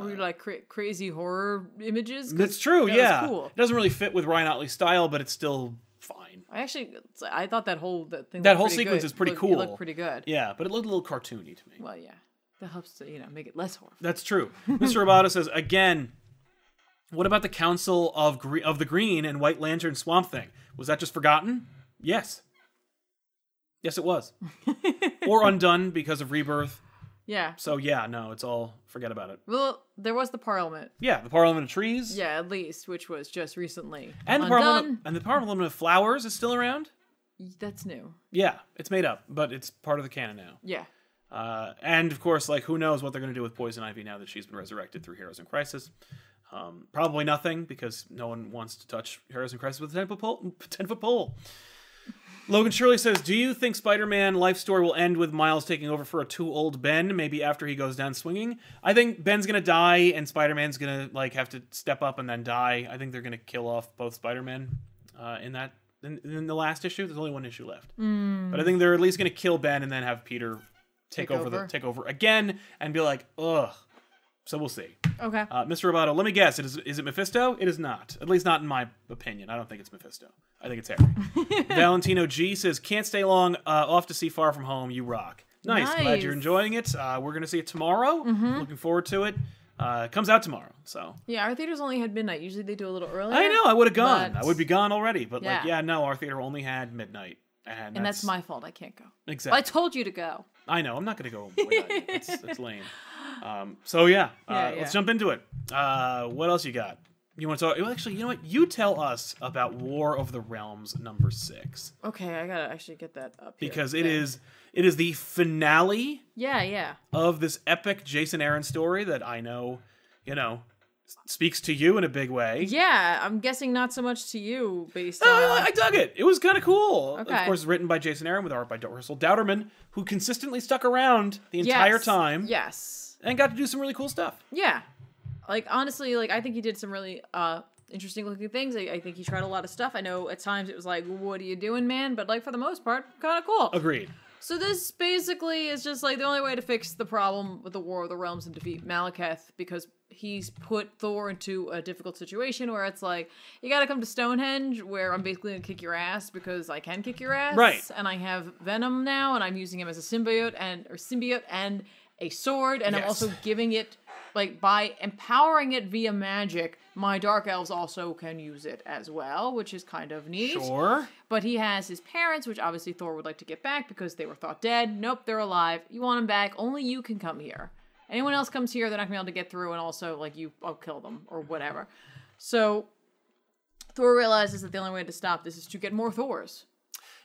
Speaker 2: Were you like cra- crazy horror images? 'Cause
Speaker 1: That's true.
Speaker 2: that was
Speaker 1: yeah,
Speaker 2: cool.
Speaker 1: it doesn't really fit with Ryan Otley's style, but it's still fine.
Speaker 2: I actually, I thought that whole that thing.
Speaker 1: That
Speaker 2: looked
Speaker 1: whole
Speaker 2: pretty
Speaker 1: sequence
Speaker 2: good.
Speaker 1: is pretty
Speaker 2: Looked- It
Speaker 1: cool.
Speaker 2: looked pretty good.
Speaker 1: Yeah, but it looked a little cartoony to me.
Speaker 2: Well, yeah, that helps to you know make it less horror.
Speaker 1: That's true. Mr. Roboto says again. What about the Council of Gre- of the Green and White Lantern Swamp Thing? Was that just forgotten? Yes. Yes, it was. or undone because of rebirth.
Speaker 2: Yeah.
Speaker 1: So yeah, no, it's all forget about it.
Speaker 2: Well, there was the Parliament.
Speaker 1: Yeah, the Parliament of Trees.
Speaker 2: Yeah, at least, which was just recently
Speaker 1: And the Parliament
Speaker 2: undone.
Speaker 1: of, and the Parliament of Flowers is still around.
Speaker 2: That's new.
Speaker 1: Yeah, it's made up, but it's part of the canon now.
Speaker 2: Yeah.
Speaker 1: Uh, and of course, like who knows what they're going to do with Poison Ivy now that she's been resurrected through Heroes in Crisis? Um, probably nothing because no one wants to touch Heroes in Crisis with a ten foot pole. Ten foot pole. Logan Shirley says, "Do you think Spider-Man life story will end with Miles taking over for a too old Ben? Maybe after he goes down swinging. I think Ben's gonna die, and Spider-Man's gonna like have to step up and then die. I think they're gonna kill off both Spider-Men uh, in that in, in the last issue. There's only one issue left, but I think they're at least gonna kill Ben and then have Peter take,
Speaker 2: Hmm. Take
Speaker 1: over, the
Speaker 2: over.
Speaker 1: take over again and be like, ugh. So we'll see.
Speaker 2: Okay.
Speaker 1: Uh, Mr. Roboto, let me guess. It is, is it Mephisto? It is not. At least not in my opinion. I don't think it's Mephisto. I think it's Harry. Valentino G says, can't stay long. Uh, off to see Far From Home. You rock. Nice. Glad you're
Speaker 2: Nice. Mm-hmm.
Speaker 1: enjoying it. Uh, we're going to see it tomorrow. Looking forward to it. Uh, it comes out tomorrow. So
Speaker 2: yeah, our theaters only had midnight. Usually they do a little earlier.
Speaker 1: I know I would have gone.
Speaker 2: But-
Speaker 1: I would be gone already. But like,
Speaker 2: Yeah.
Speaker 1: yeah, no, our theater only had midnight. And,
Speaker 2: And that's, my fault. I can't go.
Speaker 1: exactly.
Speaker 2: I told you to go.
Speaker 1: I know. I'm not going to go. Way back. that's, that's lame. Um, so yeah, uh,
Speaker 2: Yeah, yeah.
Speaker 1: let's jump into it. Uh, what else you got? You want to talk? well, Actually, you know what? You tell us about War of the Realms number six
Speaker 2: Okay, I gotta actually get that up here.
Speaker 1: because it
Speaker 2: Yeah.
Speaker 1: is it is the finale
Speaker 2: Yeah, yeah.
Speaker 1: of this epic Jason Aaron story that I know, you know, s- speaks to you in a big way.
Speaker 2: Yeah, I'm guessing not so much to you based
Speaker 1: No,
Speaker 2: on.
Speaker 1: I, I dug it. It was kind of cool. Of
Speaker 2: Okay.
Speaker 1: course, written by Jason Aaron with art by Russell Dowderman, who consistently stuck around the entire
Speaker 2: Yes,
Speaker 1: time
Speaker 2: Yes.
Speaker 1: and got to do some really cool stuff.
Speaker 2: Yeah. Like honestly, like I think he did some really uh interesting looking things. I, I think he tried a lot of stuff. I know at times it was like, "What are you doing, man?" But like for the most part, kind of cool.
Speaker 1: Agreed.
Speaker 2: So this basically is just like the only way to fix the problem with the War of the Realms and defeat Malekith because he's put Thor into a difficult situation where it's like you got to come to Stonehenge where I'm basically gonna kick your ass because I can kick your ass,
Speaker 1: Right.
Speaker 2: And I have Venom now, and I'm using him as a symbiote and or symbiote and a sword, and I'm
Speaker 1: Yes.
Speaker 2: also giving it like by empowering it via magic. My dark elves also can use it as well, which is kind of neat.
Speaker 1: Sure.
Speaker 2: But he has his parents, which obviously Thor would like to get back because they were thought dead. Nope, they're alive. You want them back. Only you can come here. Anyone else comes here, they're not gonna be able to get through, and also like you, I'll kill them or whatever. So Thor realizes that the only way to stop this is to get more Thors,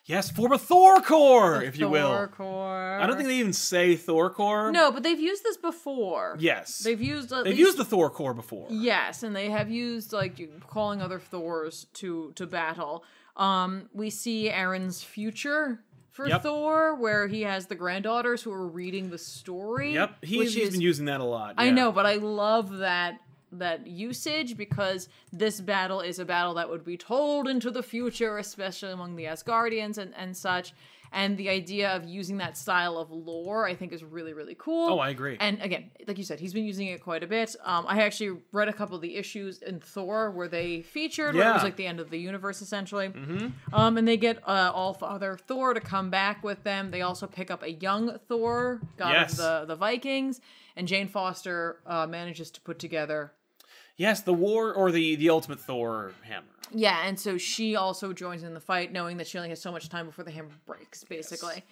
Speaker 1: Yes, form a Thor core, if you will.
Speaker 2: Thorcore.
Speaker 1: I don't think they even say Thor core.
Speaker 2: no, but they've used this before.
Speaker 1: Yes. They've,
Speaker 2: they've used at least-
Speaker 1: used the Thor core before.
Speaker 2: Yes, and they have used like you- calling other Thors to to battle. Um, we see Aaron's future for
Speaker 1: Yep.
Speaker 2: Thor, where he has the granddaughters who are reading the story.
Speaker 1: Yep. He,
Speaker 2: which
Speaker 1: he's
Speaker 2: is-
Speaker 1: been using that a lot.
Speaker 2: I
Speaker 1: yeah.
Speaker 2: know, but I love that that usage because this battle is a battle that would be told into the future, especially among the Asgardians and, and such. and the idea of using that style of lore i think is really really cool
Speaker 1: Oh, I agree.
Speaker 2: and again like you said he's been using it quite a bit um, i actually read a couple of the issues in thor where they featured where it
Speaker 1: Yeah.
Speaker 2: was
Speaker 1: Mm-hmm.
Speaker 2: like the end of the universe essentially um, and they get uh, all father thor to come back with them they also pick up a young thor god
Speaker 1: Yes.
Speaker 2: of the, the vikings and jane foster uh, manages to put together
Speaker 1: yes, the war or the the ultimate Thor hammer.
Speaker 2: Yeah, and so she also joins in the fight, knowing that she only has so much time before the hammer breaks, basically.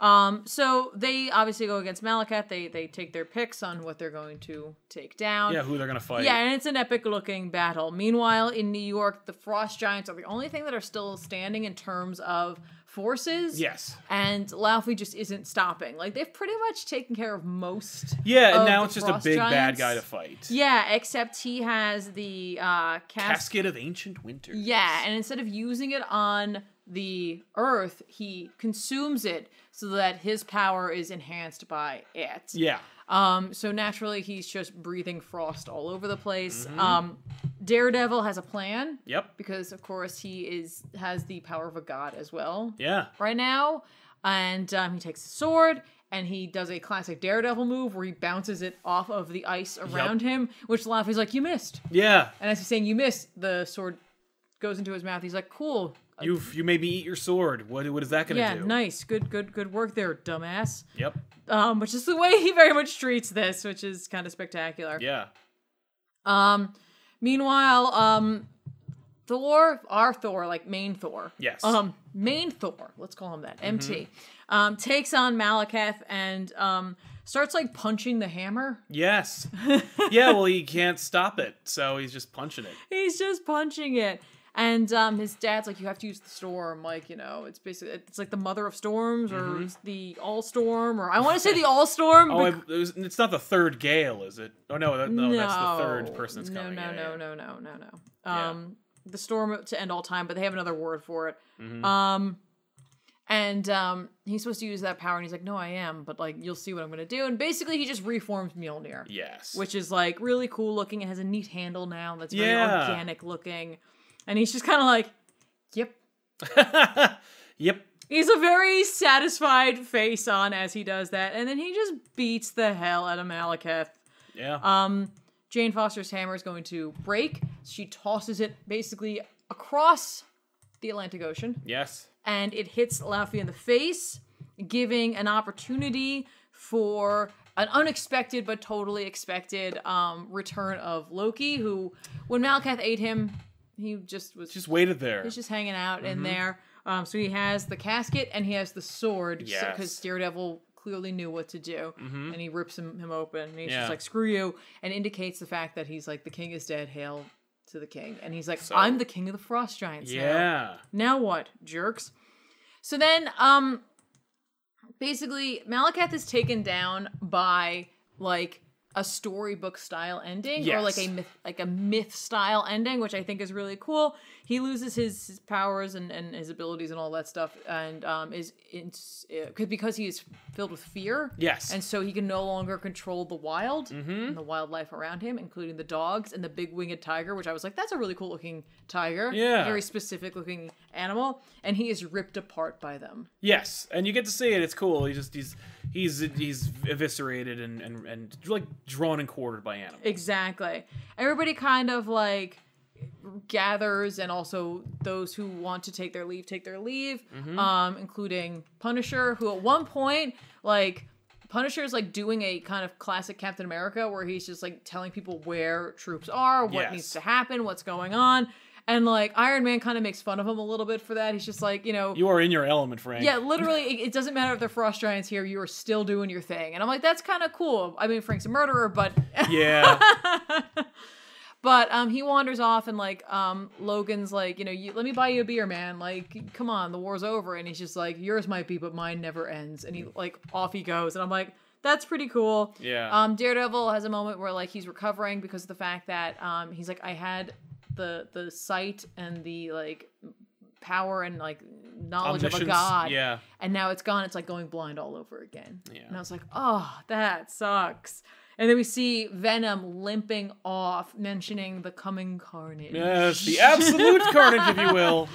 Speaker 2: Um, so they obviously go against Malakat. They they take their picks on what they're going to take down.
Speaker 1: Yeah, who they're gonna fight?
Speaker 2: Yeah, and it's an epic looking battle. Meanwhile, in New York, the Frost Giants are the only thing that are still standing in terms of forces.
Speaker 1: Yes.
Speaker 2: And Laufey just isn't stopping. Like they've pretty much taken care of most.
Speaker 1: Yeah,
Speaker 2: of
Speaker 1: and now
Speaker 2: the
Speaker 1: it's just a
Speaker 2: Frost
Speaker 1: big bad
Speaker 2: Giants.
Speaker 1: guy to fight.
Speaker 2: Yeah, except he has the uh, cast
Speaker 1: Casket of Ancient Winter.
Speaker 2: Yeah, and instead of using it on the earth, he consumes it so that his power is enhanced by it.
Speaker 1: Yeah.
Speaker 2: Um, so naturally, he's just breathing frost all over the place.
Speaker 1: Mm-hmm.
Speaker 2: Um, Daredevil has a plan
Speaker 1: Yep.
Speaker 2: because, of course, he is has the power of a god as well
Speaker 1: Yeah.
Speaker 2: right now, and um, he takes a sword. And he does a classic Daredevil move where he bounces it off of the ice around him, which Laffy's like, "You missed."
Speaker 1: Yeah.
Speaker 2: And as he's saying, "You missed," the sword goes into his mouth. He's like, "Cool,
Speaker 1: You've you made me eat your sword. What what is that gonna
Speaker 2: yeah,
Speaker 1: do?
Speaker 2: nice, good, good, good work there, dumbass."
Speaker 1: Yep.
Speaker 2: Um, which is the way he very much treats this, which is kind of spectacular.
Speaker 1: Yeah.
Speaker 2: Um, meanwhile, um, Thor, our Thor, like main Thor.
Speaker 1: Yes. Mm-hmm.
Speaker 2: Um, main Thor, let's call him that, MT, um, takes on Malekith and um starts like punching the hammer.
Speaker 1: Yes. yeah, well he can't stop it, so he's just punching it.
Speaker 2: He's just punching it. And um, his dad's like, you have to use the storm, like you know, it's basically it's like the mother of storms, or it's the all storm, or I want to say the all storm.
Speaker 1: Mm-hmm. Oh, I, it was, it's not the third Gale, is it? Oh no, that, no, that's the third person that's
Speaker 2: no,
Speaker 1: coming.
Speaker 2: No,
Speaker 1: yeah,
Speaker 2: no,
Speaker 1: yeah.
Speaker 2: no, no, no, no.
Speaker 1: Yeah.
Speaker 2: Um, the storm to end all time, but they have another word for it.
Speaker 1: Mm-hmm.
Speaker 2: Um, and um, he's supposed to use that power, and he's like, "No, I am," but like, you'll see what I'm gonna do. And basically, he just reforms Mjolnir,
Speaker 1: Yes.
Speaker 2: which is like really cool looking. It has a neat handle now that's very
Speaker 1: Yeah.
Speaker 2: organic looking, and he's just kind of like, "Yep."
Speaker 1: yep.
Speaker 2: He's a very satisfied face on as he does that, and then he just beats the hell out of Malekith.
Speaker 1: Yeah.
Speaker 2: Um, Jane Foster's hammer is going to break. She tosses it basically across the Atlantic Ocean,
Speaker 1: yes.
Speaker 2: and it hits Laffy in the face, giving an opportunity for an unexpected but totally expected um, return of Loki, who, when Malekith ate him, he just was
Speaker 1: Just waited there. Mm-hmm.
Speaker 2: He's just hanging out in there. Um, so he has the casket and he has the sword because
Speaker 1: Yes. Mm-hmm.
Speaker 2: Daredevil clearly knew what to do, and he rips him, him open. And he's
Speaker 1: Yeah.
Speaker 2: just like, "Screw you!" and indicates the fact that he's like, "The king is dead. Hail to the king!" And he's like,
Speaker 1: So-
Speaker 2: "I'm the king of the Frost Giants." now."
Speaker 1: yeah.
Speaker 2: Now what, jerks? So then, um, basically, Malakath is taken down by like a storybook style ending, or like
Speaker 1: Yes.
Speaker 2: a myth, like a myth style ending, which I think is really cool. He loses his, his powers and, and his abilities and all that stuff, and um, is in, uh, because he is filled with fear.
Speaker 1: Yes. Mm-hmm.
Speaker 2: And so he can no longer control the wild and the wildlife around him, including the dogs and the big winged tiger, which I was like, that's a really cool looking tiger.
Speaker 1: Yeah.
Speaker 2: Very specific looking animal. And he is ripped apart by them.
Speaker 1: Yes, and you get to see it. It's cool. He just he's he's he's eviscerated and and and like drawn and quartered by animals.
Speaker 2: Exactly. Everybody kind of like gathers, and also those who want to take their leave take their leave, um, including Punisher, who at one point, like, Punisher is like doing a kind of classic Captain America where he's just like telling people where troops are, what
Speaker 1: Yes.
Speaker 2: needs to happen, what's going on. And like Iron Man kind of makes fun of him a little bit for that. He's just like, you know,
Speaker 1: You are in your element, Frank.
Speaker 2: yeah, literally, it, it doesn't matter if they're frost giants here. You are still doing your thing, and I'm like, that's kind of cool. I mean, Frank's a murderer, but
Speaker 1: Yeah.
Speaker 2: but um, he wanders off, and like um, Logan's like, you know, you, let me buy you a beer, man. Like, come on, the war's over, and he's just like, yours might be, but mine never ends. And he like off he goes, and I'm like, that's pretty cool.
Speaker 1: Yeah.
Speaker 2: Um, Daredevil has a moment where like he's recovering because of the fact that um, he's like, I had the the sight and the like power and like knowledge of a
Speaker 1: Omniscience,
Speaker 2: god
Speaker 1: Yeah.
Speaker 2: and now it's gone. It's like going blind all over again.
Speaker 1: Yeah.
Speaker 2: And I was like, oh, that sucks. And then we see Venom limping off, mentioning the coming carnage,
Speaker 1: Yes, the absolute carnage, if you will.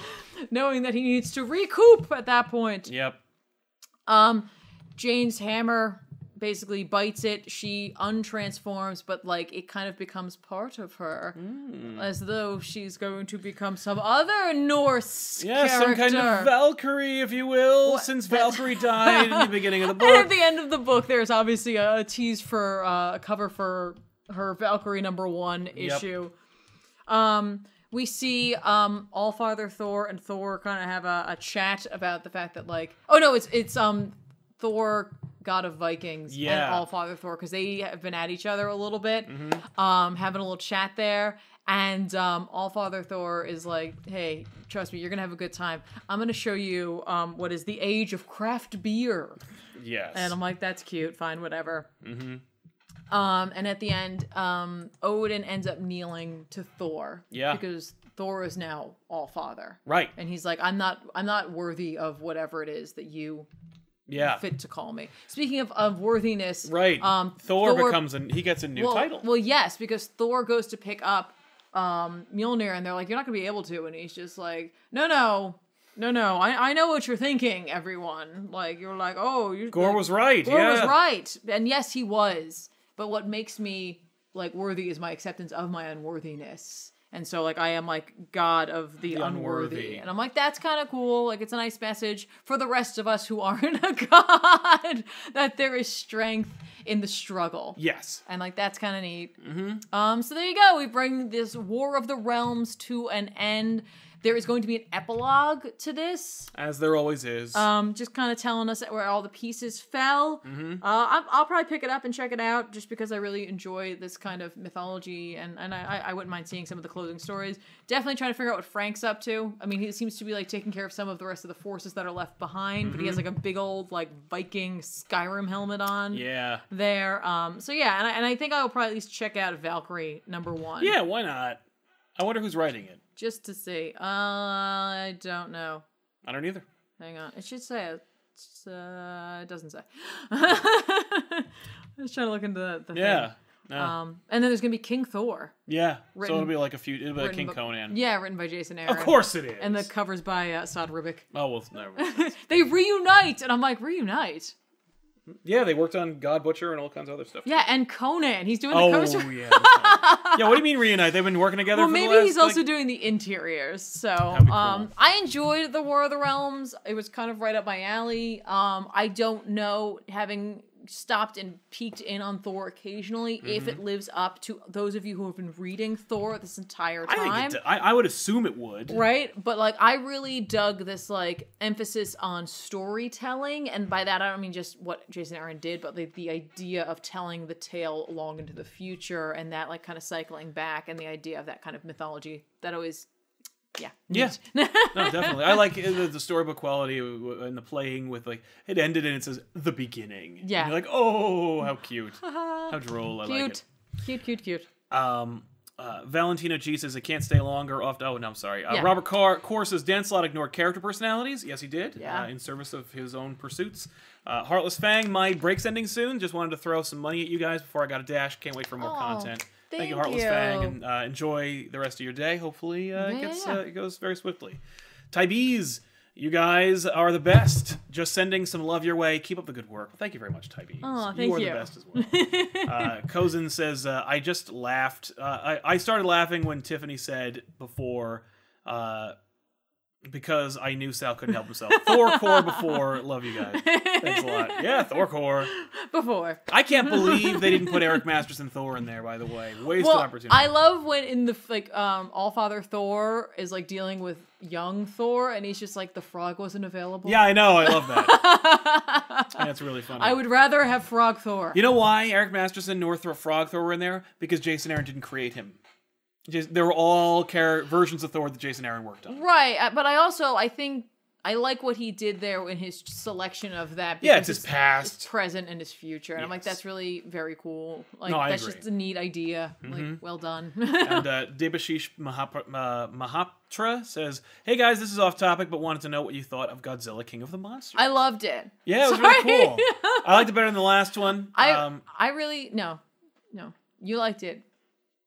Speaker 2: knowing that he needs to recoup at that point.
Speaker 1: Yep.
Speaker 2: Um, Jane's hammer basically bites it. She untransforms, but like it kind of becomes part of her,
Speaker 1: Mm.
Speaker 2: as though she's going to become some other Norse
Speaker 1: Yeah, some kind
Speaker 2: character.
Speaker 1: of Valkyrie, if you will,
Speaker 2: What-
Speaker 1: since
Speaker 2: that-
Speaker 1: Valkyrie died in the beginning of the
Speaker 2: and at
Speaker 1: book.
Speaker 2: the end of the book, there's obviously a, a tease for uh, a cover for her Valkyrie number one
Speaker 1: Yep.
Speaker 2: issue. Um, we see um, Allfather Thor and Thor kind of have a, a chat about the fact that like, oh no, it's it's um Thor, God of Vikings,
Speaker 1: Yeah.
Speaker 2: and Allfather Thor because they have been at each other a little bit,
Speaker 1: Mm-hmm.
Speaker 2: um, having a little chat there. And um, Allfather Thor is like, "Hey, trust me, you're gonna have a good time. I'm gonna show you um, what is the age of craft beer."
Speaker 1: Yes.
Speaker 2: And I'm like, that's cute. Fine, whatever. Mm-hmm. Um, and at the end, um, Odin ends up kneeling to Thor.
Speaker 1: Yeah.
Speaker 2: Because Thor is now all father.
Speaker 1: right.
Speaker 2: And he's like, I'm not, I'm not worthy of whatever it is that you
Speaker 1: Yeah.
Speaker 2: fit to call me. Speaking of, of worthiness,
Speaker 1: Right.
Speaker 2: Um,
Speaker 1: Thor, becomes an he gets a new
Speaker 2: well,
Speaker 1: title.
Speaker 2: Well, yes, because Thor goes to pick up um, Mjolnir, and they're like, "You're not gonna be able to," and he's just like, "No, no." No, no, I, I know what you're thinking, everyone. Like you're like, oh, you
Speaker 1: Gore
Speaker 2: like-
Speaker 1: was right.
Speaker 2: Gore
Speaker 1: yeah.
Speaker 2: was right. And yes, he was. But what makes me like worthy is my acceptance of my unworthiness. And so like I am like God of the,
Speaker 1: The
Speaker 2: unworthy.
Speaker 1: unworthy.
Speaker 2: And I'm like, that's kind of cool. Like it's a nice message for the rest of us who aren't a God that there is strength in the struggle.
Speaker 1: Yes.
Speaker 2: And like that's kind of neat. Mm-hmm. Um, so there you go. We bring this War of the Realms to an end. There is going to be an epilogue to this
Speaker 1: As there always is.
Speaker 2: um, just kind of telling us where all the pieces fell.
Speaker 1: Mm-hmm.
Speaker 2: Uh, I'll, I'll probably pick it up and check it out just because I really enjoy this kind of mythology and, and I, I- I wouldn't mind seeing some of the closing stories. Definitely trying to figure out what Frank's up to. I mean, he seems to be like taking care of some of the rest of the forces that are left behind, but
Speaker 1: Mm-hmm.
Speaker 2: he has like a big old like Viking Skyrim helmet on
Speaker 1: yeah.
Speaker 2: there. Um, so yeah, and I, and I think I'll probably at least check out Valkyrie number one.
Speaker 1: Yeah, why not? I wonder who's writing it.
Speaker 2: Just to see. Uh, I don't know.
Speaker 1: I don't either.
Speaker 2: Hang on. It should say. it. It's, uh, it doesn't say. I was trying to look into the, the
Speaker 1: Yeah. No.
Speaker 2: thing. Um, and then there's gonna be King Thor.
Speaker 1: yeah. So
Speaker 2: written-
Speaker 1: it'll be like a few it'll be like
Speaker 2: written
Speaker 1: King
Speaker 2: by-
Speaker 1: Conan.
Speaker 2: Yeah, written by Jason Aaron.
Speaker 1: Of course it is.
Speaker 2: And the covers by uh, Sod Rubik.
Speaker 1: Oh well no.
Speaker 2: they reunite, and I'm like, reunite.
Speaker 1: Yeah, they worked on God Butcher and all kinds of other stuff.
Speaker 2: Yeah, and Conan. He's doing the
Speaker 1: Oh
Speaker 2: covers.
Speaker 1: yeah.
Speaker 2: For-
Speaker 1: that's right. yeah, what do you mean reunite? They've been working together
Speaker 2: well,
Speaker 1: for
Speaker 2: maybe
Speaker 1: the last,
Speaker 2: he's also
Speaker 1: like-
Speaker 2: doing the interiors. So,
Speaker 1: be cool.
Speaker 2: um, I enjoyed the War of the Realms. It was kind of right up my alley. Um, I don't know, having stopped and peeked in on Thor occasionally,
Speaker 1: Mm-hmm.
Speaker 2: if it lives up to those of you who have been reading Thor this entire time
Speaker 1: I think it, I, I would assume it would.
Speaker 2: right but like i really dug this like emphasis on storytelling and by that i don't mean just what jason aaron did but like the idea of telling the tale long into the future and that like kind of cycling back and the idea of that kind of mythology that always yeah
Speaker 1: Yeah. no, definitely. I like uh, the, the storybook quality and the playing with like it ended and it says the beginning. And
Speaker 2: Yeah.
Speaker 1: you're like, "Oh, how cute." how droll. I like it.
Speaker 2: cute cute cute cute
Speaker 1: Um, uh, Valentino G says, I can't stay longer. Off to, oh, no, I'm sorry. Uh,
Speaker 2: Yeah.
Speaker 1: Robert Carr, Carr says, Dan Slott ignored character personalities. Yes, he did.
Speaker 2: Yeah.
Speaker 1: Uh, in service of his own pursuits. Uh, Heartless Fang, my break's ending soon. Just wanted to throw some money at you guys before I got a dash. Can't wait for more
Speaker 2: Aw,
Speaker 1: content.
Speaker 2: thank
Speaker 1: you, Heartless
Speaker 2: you.
Speaker 1: Fang, and uh, enjoy the rest of your day. Hopefully, uh, it,
Speaker 2: Yeah,
Speaker 1: gets,
Speaker 2: yeah,
Speaker 1: uh,
Speaker 2: yeah.
Speaker 1: it goes very swiftly. Tybees, you guys are the best. Just sending some love your way. Keep up the good work. Thank you very much, Tybees.
Speaker 2: Aw,
Speaker 1: you
Speaker 2: thank
Speaker 1: are the
Speaker 2: you.
Speaker 1: best as well. Uh, Cozen says, uh, I just laughed. Uh, I, I started laughing when Tiffany said before, uh, because I knew Sal couldn't help himself. Thor core before. Love you guys. Thanks a lot. Yeah, Thor core.
Speaker 2: before
Speaker 1: I can't believe they didn't put Eric Masterson Thor in there, by the way. Wasted
Speaker 2: well,
Speaker 1: opportunity.
Speaker 2: I love when in the like um All Father Thor is like dealing with young Thor and he's just like the frog wasn't available.
Speaker 1: yeah, I know. I love that. That's really funny.
Speaker 2: I would rather have Frog Thor.
Speaker 1: You know why Eric Masterson, Northrop Frog Thor were in there? Because Jason Aaron didn't create him. Just, they were all char- versions of Thor that Jason Aaron worked on.
Speaker 2: Right, uh, but I also I think I like what he did there in his selection of that.
Speaker 1: Yeah, it's
Speaker 2: because
Speaker 1: his past.
Speaker 2: present, and his future, and I'm like,
Speaker 1: Yes.
Speaker 2: that's really very cool. Like
Speaker 1: No, I
Speaker 2: that's
Speaker 1: agree. Mm-hmm.
Speaker 2: just a neat idea. Like, well done.
Speaker 1: and uh, Debashish Mahap- uh, Mahaptra says, "Hey guys, this is off topic, but wanted to know what you thought of Godzilla King of the Monsters."
Speaker 2: I loved it.
Speaker 1: yeah, it was really cool. I liked it better than the last one.
Speaker 2: I
Speaker 1: um,
Speaker 2: I really no, no. You liked it,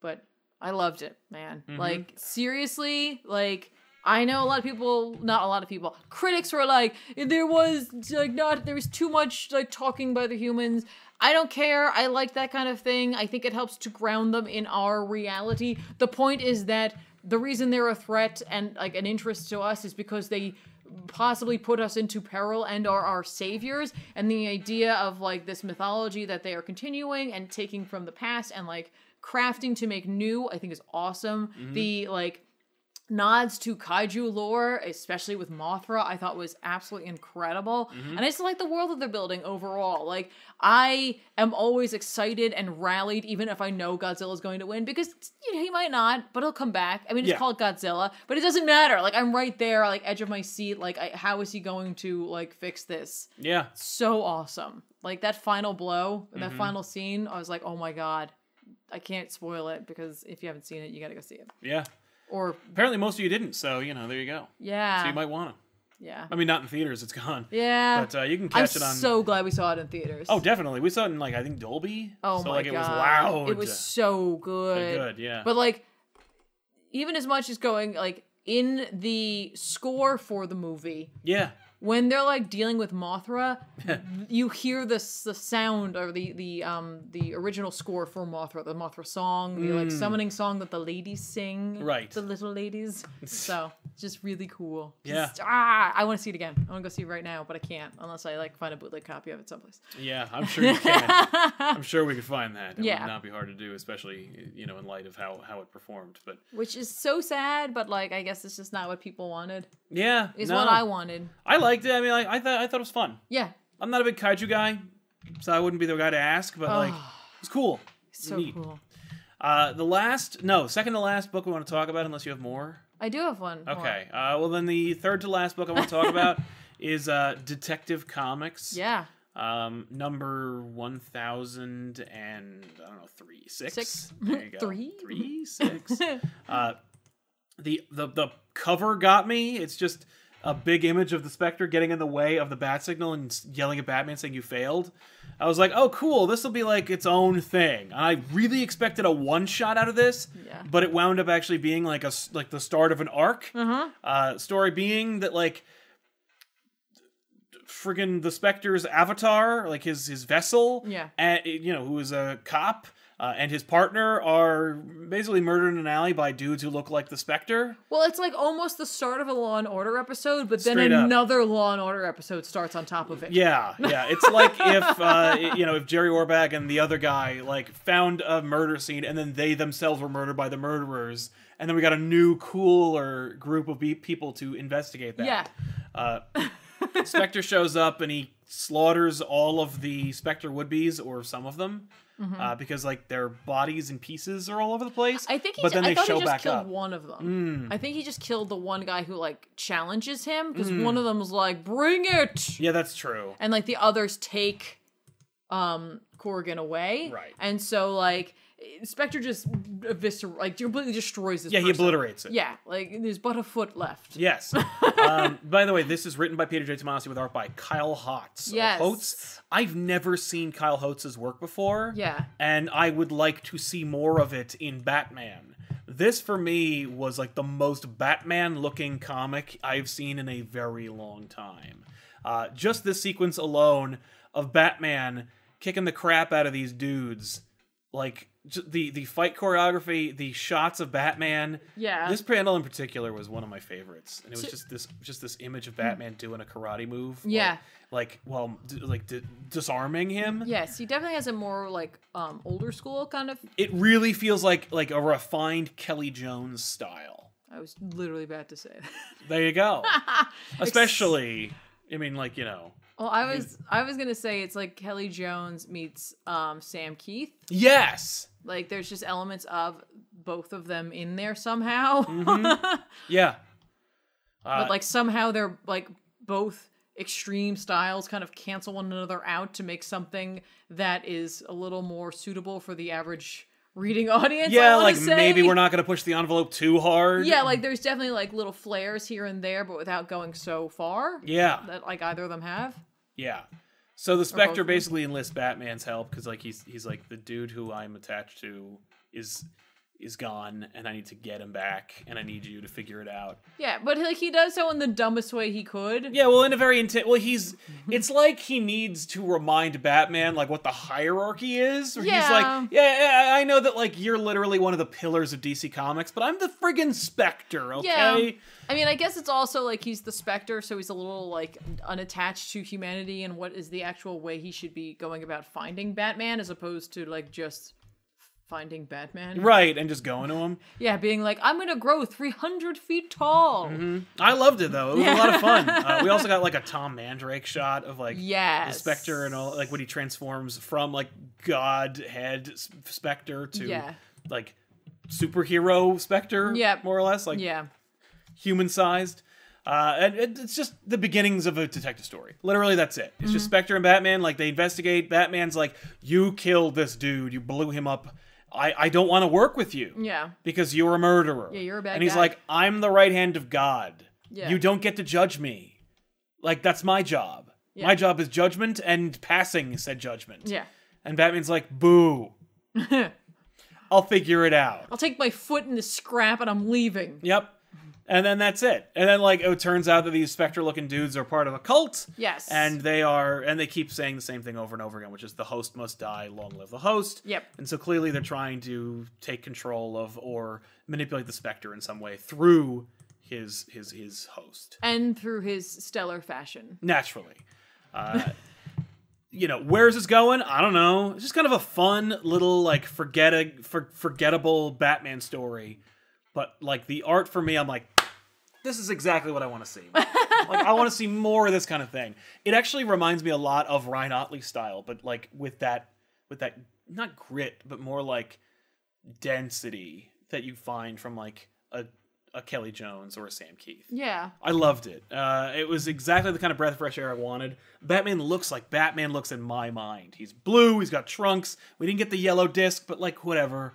Speaker 2: but I loved it, man. Like seriously, like I know a lot of people, not a lot of people, critics were like, there was like not, there was too much like talking by the humans. I don't care. I like that kind of thing. I think it helps to ground them in our reality. The point is that the reason they're a threat and like an interest to us is because they possibly put us into peril and are our saviors and the idea of like this mythology that they are continuing and taking from the past and like crafting to make new i think is awesome the like nods to kaiju lore especially with mothra i thought was absolutely incredible and i just like the world that they're building overall like i am always excited and rallied even if i know godzilla's going to win because you know, he might not but he'll come back i mean it's
Speaker 1: Yeah.
Speaker 2: called Godzilla, but it doesn't matter. Like I'm right there, like edge of my seat. Like I, how is he going to like fix this?
Speaker 1: Yeah.
Speaker 2: So awesome! Like that final blow, that
Speaker 1: Mm-hmm.
Speaker 2: final scene. I was like, oh my god, I can't spoil it because if you haven't seen it, you got to go see it.
Speaker 1: Yeah.
Speaker 2: Or
Speaker 1: Apparently, most of you didn't, so you know, there you go.
Speaker 2: yeah,
Speaker 1: So you might want to.
Speaker 2: yeah,
Speaker 1: I mean, not in theaters; it's gone.
Speaker 2: yeah.
Speaker 1: But uh, you can
Speaker 2: I'm
Speaker 1: catch it on.
Speaker 2: so glad we saw it in theaters.
Speaker 1: oh, definitely. We saw it in like I think Dolby.
Speaker 2: Oh
Speaker 1: so,
Speaker 2: my
Speaker 1: like,
Speaker 2: god,
Speaker 1: It was loud.
Speaker 2: It was so
Speaker 1: But
Speaker 2: good.
Speaker 1: good. Yeah.
Speaker 2: But like, even as much as going like in the score for the movie,
Speaker 1: yeah.
Speaker 2: when they're like dealing with Mothra, you hear the s- the sound or the the um the original score for Mothra, the Mothra song, the like summoning song that the ladies sing,
Speaker 1: Mm. Right.
Speaker 2: The little ladies. So just really cool.
Speaker 1: Yeah.
Speaker 2: Just- ah, I want to see it again. I want to go see it right now, but I can't unless I like find a bootleg copy of it someplace.
Speaker 1: Yeah. I'm sure you can. I'm sure we could find that. It
Speaker 2: Yeah.
Speaker 1: would not be hard to do, especially you know in light of how how it performed. But
Speaker 2: Which is so sad, but like I guess it's just not what people wanted.
Speaker 1: yeah,
Speaker 2: It's
Speaker 1: no.
Speaker 2: what I wanted.
Speaker 1: I liked it. I mean, I, I thought I thought it was fun.
Speaker 2: Yeah.
Speaker 1: I'm not a big kaiju guy, so I wouldn't be the guy to ask. But like, it's cool.
Speaker 2: Ah, So
Speaker 1: Neat.
Speaker 2: cool.
Speaker 1: Uh, the last, no, second to last book we want to talk about, unless you have more.
Speaker 2: I do have one. more.
Speaker 1: Okay. Uh, well, then the third to last book I want to talk about is uh, Detective Comics.
Speaker 2: Yeah.
Speaker 1: Um, number one thousand and I don't know three six.
Speaker 2: Six.
Speaker 1: There you go.
Speaker 2: Three?
Speaker 1: Three six. uh, the the the cover got me. It's just a big image of the Spectre getting in the way of the bat signal and s- yelling at Batman saying you failed. I was like, oh cool, this will be like its own thing. And I really expected a one shot out of this,
Speaker 2: Yeah.
Speaker 1: but it wound up actually being like a s- like the start of an arc. Uh-huh. Uh, story being that like friggin' the Spectre's avatar, like his his vessel,
Speaker 2: Yeah.
Speaker 1: and you know who is a cop. Uh, and his partner are basically murdered in an alley by dudes who look like the Spectre.
Speaker 2: Well, it's like almost the start of a Law and Order episode, but then
Speaker 1: Straight up.
Speaker 2: another Law and Order episode starts on top of it.
Speaker 1: Yeah, yeah. It's like if uh, i- you know if Jerry Orbach and the other guy like found a murder scene, and then they themselves were murdered by the murderers, and then we got a new cooler group of be- people to investigate that.
Speaker 2: Yeah.
Speaker 1: Uh, Spectre shows up and he slaughters all of the Spectre would-be's or some of them. Uh, because like their bodies and pieces are all over the place.
Speaker 2: Mm-hmm. I think he,
Speaker 1: but then
Speaker 2: I
Speaker 1: they
Speaker 2: thought
Speaker 1: show
Speaker 2: he just
Speaker 1: back
Speaker 2: killed
Speaker 1: up. Mm.
Speaker 2: one of them. I think he just killed the one guy who like challenges him because one of them was like, "Bring it,"
Speaker 1: Mm. Yeah, that's true.
Speaker 2: and like the others take um Corrigan away.
Speaker 1: Right.
Speaker 2: And so like Spectre just eviscer- like completely destroys this.
Speaker 1: Yeah, he
Speaker 2: person.
Speaker 1: obliterates it.
Speaker 2: Yeah, like there's but a foot left.
Speaker 1: Yes. um, by the way, this is written by Peter J. Tomasi with art by Kyle Hotz. or
Speaker 2: Yes.
Speaker 1: Hotz. I've never seen Kyle Hotz's work before.
Speaker 2: Yeah.
Speaker 1: And I would like to see more of it in Batman. This for me was like the most Batman looking comic I've seen in a very long time. Uh, just this sequence alone of Batman kicking the crap out of these dudes. Like j- the the fight choreography, the shots of Batman,
Speaker 2: Yeah.
Speaker 1: this panel in particular was one of my favorites, and it was just this just this image of Batman doing a karate move. like-
Speaker 2: Yeah.
Speaker 1: Like, well, d- like d- disarming him.
Speaker 2: Yes, he definitely has a more like um older school kind of
Speaker 1: It really feels like like a refined Kelly Jones style.
Speaker 2: I was literally about to say that.
Speaker 1: There you go. Especially, I mean, like you know.
Speaker 2: Well, I was I was gonna say it's like Kelly Jones meets um, Sam Keith.
Speaker 1: Yes.
Speaker 2: Like there's just elements of both of them in there somehow,
Speaker 1: Mm-hmm. Yeah. Uh,
Speaker 2: but like somehow they're like both extreme styles kind of cancel one another out to make something that is a little more suitable for the average reading audience. I
Speaker 1: Yeah,
Speaker 2: wanna
Speaker 1: like
Speaker 2: say.
Speaker 1: maybe we're not gonna push the envelope too hard.
Speaker 2: Yeah, like there's definitely like little flares here and there, but without going so far
Speaker 1: Yeah.
Speaker 2: that like either of them have.
Speaker 1: Yeah. So the Spectre
Speaker 2: of them.
Speaker 1: basically enlists Batman's help because like he's he's like the dude who I'm attached to is is gone and I need to get him back and I need you to figure it out.
Speaker 2: Yeah, but like he does so in the dumbest way he could.
Speaker 1: Yeah, well, in a very intense. Well, he's. It's like he needs to remind Batman like what the hierarchy is. Where He's
Speaker 2: Yeah.
Speaker 1: like, yeah, yeah, I know that like you're literally one of the pillars of DC Comics, but I'm the friggin' Spectre. Okay.
Speaker 2: I mean, I guess it's also like he's the specter, so he's a little like unattached to humanity and what is the actual way he should be going about finding Batman as opposed to like just finding Batman.
Speaker 1: Right, and just going to him.
Speaker 2: Yeah, being like, I'm gonna grow 300 feet tall.
Speaker 1: I loved it though; it was a lot of fun. Uh, we also got like a Tom Mandrake shot of like the
Speaker 2: Yes.
Speaker 1: Spectre and all, like when he transforms from like Godhead s- Spectre to
Speaker 2: Yeah.
Speaker 1: like superhero Spectre,
Speaker 2: Yep.
Speaker 1: more or less, like
Speaker 2: Yeah.
Speaker 1: human sized. Uh, and it, it's just the beginnings of a detective story. Literally, that's it. It's just
Speaker 2: Mm-hmm.
Speaker 1: Spectre and Batman. Like they investigate. Batman's like, "You killed this dude. You blew him up. I, I don't want to work with you
Speaker 2: Yeah.
Speaker 1: because you're a murderer."
Speaker 2: Yeah, you're a bad
Speaker 1: And he's
Speaker 2: guy.
Speaker 1: like, "I'm the right hand of God.
Speaker 2: Yeah.
Speaker 1: You don't get to judge me. Like that's my job. My job is judgment and passing said judgment."
Speaker 2: Yeah.
Speaker 1: And Batman's like, "Boo. I'll figure it out."
Speaker 2: I'll take my foot in the scrap and I'm leaving.
Speaker 1: Yep. And then that's it. And then like it turns out that these specter looking dudes are part of a cult.
Speaker 2: Yes.
Speaker 1: And they are and they keep saying the same thing over and over again, which is the host must die, long live the host.
Speaker 2: Yep.
Speaker 1: And so clearly they're trying to take control of or manipulate the specter in some way through his his his host.
Speaker 2: And through his stellar fashion.
Speaker 1: Naturally. Uh You know where's this going? I don't know. It's just kind of a fun little like forget for, forgettable Batman story, but like the art for me, I'm like, this is exactly what I want to see. like I want to see more of this kind of thing. It actually reminds me a lot of Ryan Otley style, but like with that with that not grit, but more like density that you find from like a a Kelly Jones or a Sam Keith.
Speaker 2: Yeah.
Speaker 1: I loved it. Uh, it was exactly the kind of breath of fresh air I wanted. Batman looks like Batman looks in my mind. He's blue. He's got trunks. We didn't get the yellow disc, but like whatever.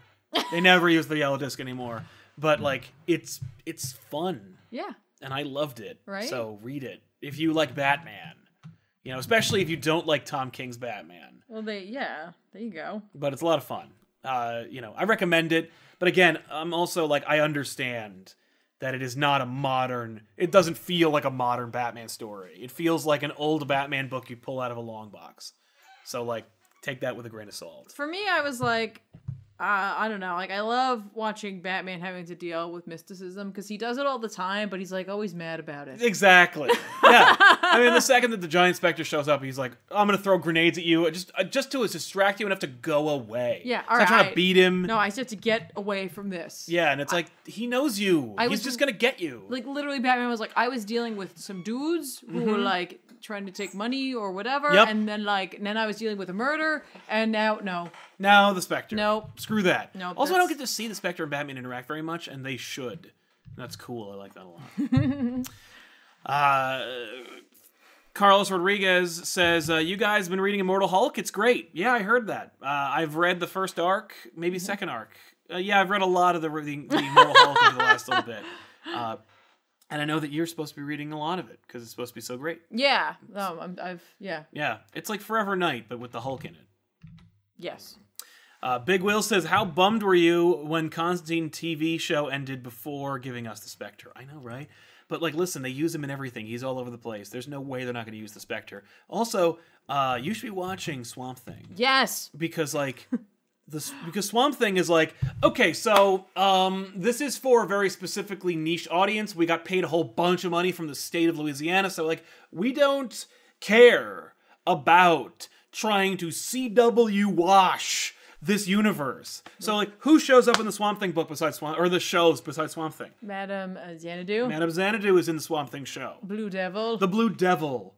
Speaker 1: They never use the yellow disc anymore. But like it's it's fun,
Speaker 2: Yeah.
Speaker 1: and I loved it.
Speaker 2: Right?
Speaker 1: So read it if you like Batman. You know, especially if you don't like Tom King's Batman.
Speaker 2: Well, they, yeah. There you go.
Speaker 1: But it's a lot of fun. Uh, you know, I recommend it. But again, I'm also like I understand that it is not a modern. It doesn't feel like a modern Batman story. It feels like an old Batman book you pull out of a long box. So like, take that with a grain of salt.
Speaker 2: for me, I was like, uh, I don't know. Like, I love watching Batman having to deal with mysticism because he does it all the time, but he's like always mad about it.
Speaker 1: Exactly. Yeah. I mean, the second that the giant specter shows up, he's like, "I'm gonna throw grenades at you, just uh, just to distract you enough to go away."
Speaker 2: Yeah,
Speaker 1: Stop trying to
Speaker 2: alright.
Speaker 1: beat him.
Speaker 2: No, I just have to get away from this.
Speaker 1: Yeah, and it's like he knows you.
Speaker 2: I
Speaker 1: he's
Speaker 2: was-
Speaker 1: just gonna get you.
Speaker 2: Like, literally, Batman was like, I was dealing with some dudes who were
Speaker 1: Mm-hmm.
Speaker 2: like trying to take money or whatever,
Speaker 1: Yep.
Speaker 2: and then like, and then I was dealing with a murder, and now no,
Speaker 1: Now the Spectre.
Speaker 2: Nope.
Speaker 1: Screw that.
Speaker 2: Nope,
Speaker 1: Also, I don't
Speaker 2: that's-
Speaker 1: get to see the Spectre and Batman interact very much, and they should. That's cool. I like that a lot. uh, Carlos Rodriguez says, uh, "You guys been reading Immortal Hulk? It's great. Yeah, I heard that. Uh, I've read the first arc, maybe
Speaker 2: Mm-hmm.
Speaker 1: second arc. Uh, yeah, I've read a lot of the, the, the Immortal Hulk over the last little bit." Uh, and I know that you're supposed to be reading a lot of it because it's supposed to be so great.
Speaker 2: yeah, no, I'm, I've yeah,
Speaker 1: Yeah, it's like Forever Night, but with the Hulk in it.
Speaker 2: yes,
Speaker 1: Uh, Big Will says, "How bummed were you when Constantine TV show ended before giving us the Spectre?" I know, right? But like, listen, they use him in everything. He's all over the place. There's no way they're not going to use the Spectre. Also, uh, you should be watching Swamp Thing
Speaker 2: yes,
Speaker 1: because like. This, because Swamp Thing is like okay, so um, this is for a very specifically niche audience. We got paid a whole bunch of money from the state of Louisiana, so like we don't care about trying to CW wash this universe. So like, who shows up in the Swamp Thing book besides Swamp or the shows besides Swamp Thing?
Speaker 2: Madam uh, Xanadu,
Speaker 1: Madame Xanadu is in the Swamp Thing show.
Speaker 2: Blue Devil,
Speaker 1: The Blue Devil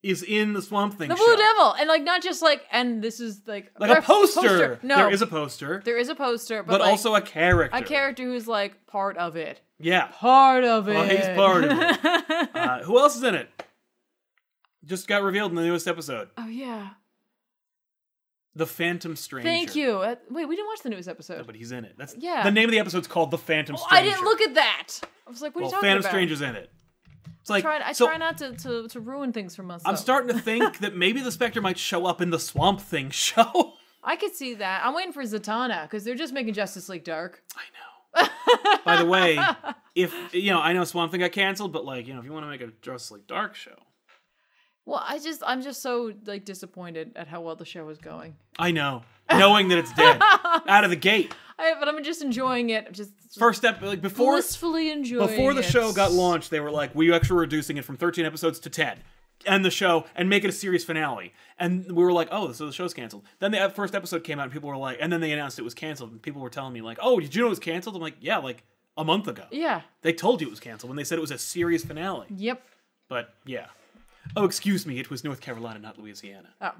Speaker 1: is in the Swamp Thing.
Speaker 2: The
Speaker 1: show.
Speaker 2: Blue Devil, and like not just like, and this is like
Speaker 1: like a
Speaker 2: ref-
Speaker 1: poster.
Speaker 2: No,
Speaker 1: There is a poster.
Speaker 2: there is a poster, but,
Speaker 1: but
Speaker 2: like,
Speaker 1: also a character.
Speaker 2: a character who's like part of it,
Speaker 1: Yeah.
Speaker 2: part of it.
Speaker 1: Well, Oh, he's part of it. Uh, who else is in it? Just got revealed in the newest episode.
Speaker 2: oh yeah,
Speaker 1: The Phantom Stranger.
Speaker 2: thank you. Uh, wait, we didn't watch the newest
Speaker 1: No,
Speaker 2: episode.
Speaker 1: but he's in it. That's
Speaker 2: Yeah.
Speaker 1: The name of the episode's called The Phantom
Speaker 2: Oh,
Speaker 1: Stranger.
Speaker 2: I didn't look at that. I was like, what are
Speaker 1: Well,
Speaker 2: you talking
Speaker 1: Phantom
Speaker 2: about?
Speaker 1: Stranger's in it. It's
Speaker 2: I
Speaker 1: like
Speaker 2: try, I
Speaker 1: so
Speaker 2: try not to, to, to ruin things for myself.
Speaker 1: I'm starting to think that maybe the Spectre might show up in the Swamp Thing show.
Speaker 2: I could see that. I'm waiting for Zatanna because they're just making Justice League dark.
Speaker 1: I know. By the way, if you know, I know Swamp Thing got canceled, but like, you know, if you want to make a Justice League Dark show,
Speaker 2: Well, I just I'm just so like disappointed at how well the show is going.
Speaker 1: I know, knowing that it's dead out of the gate,
Speaker 2: I, but I'm just enjoying it. I'm just, just
Speaker 1: first step, like before
Speaker 2: blissfully enjoying.
Speaker 1: before the
Speaker 2: it.
Speaker 1: show got launched, they were like, we actually were reducing it from 13 episodes to 10. End the show and make it a series finale. And we were like, oh, so the show's canceled. Then the first episode came out and people were like, and then they announced it was canceled. And people were telling me, like, oh, did you know it was canceled? I'm like, yeah, like a month ago.
Speaker 2: Yeah.
Speaker 1: They told you it was canceled when they said it was a series finale.
Speaker 2: Yep.
Speaker 1: But yeah. Oh, excuse me, it was North Carolina, not Louisiana.
Speaker 2: Oh.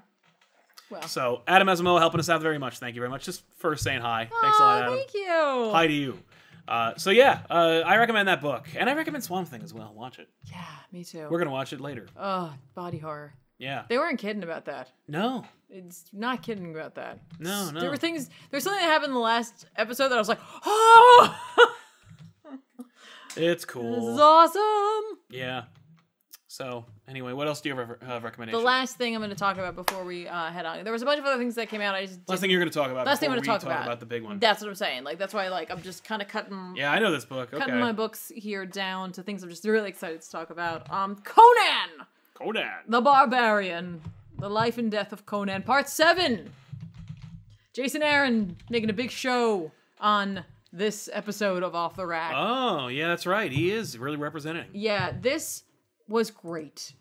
Speaker 2: Well.
Speaker 1: So Adam Asamoah helping us out very much. Thank you very much. Just for saying hi. Thanks a lot,
Speaker 2: Aw,
Speaker 1: Adam.
Speaker 2: Thank you.
Speaker 1: Hi to you. Uh, so yeah, uh, I recommend that book, and I recommend Swamp Thing as well. Watch it.
Speaker 2: Yeah, me too.
Speaker 1: We're gonna watch it later.
Speaker 2: oh, body horror.
Speaker 1: Yeah.
Speaker 2: They weren't kidding about that.
Speaker 1: No.
Speaker 2: It's not kidding about that.
Speaker 1: No, no.
Speaker 2: There were things. There's something that happened in the last episode that I was like, oh,
Speaker 1: It's
Speaker 2: this is
Speaker 1: cool.
Speaker 2: awesome.
Speaker 1: Yeah. So anyway, what else do you have re- have recommendation?
Speaker 2: The last thing I'm going to talk about before we uh, head on. There was a bunch of other things that came out. I just
Speaker 1: Last
Speaker 2: didn't-
Speaker 1: thing you're gonna talk about.
Speaker 2: Last thing I'm
Speaker 1: before
Speaker 2: gonna
Speaker 1: we
Speaker 2: talk about.
Speaker 1: the big one.
Speaker 2: That's what I'm saying. Like that's why like I'm just kind of cutting
Speaker 1: yeah, I know this book. Okay.
Speaker 2: cutting my books here down to things I'm just really excited to talk about. Um, Conan
Speaker 1: Conan.
Speaker 2: the Barbarian, the life and death of Conan, part seven. Jason Aaron making a big show on this episode of Off the Rack.
Speaker 1: Oh yeah, that's right. He is really representing.
Speaker 2: Yeah, this was great.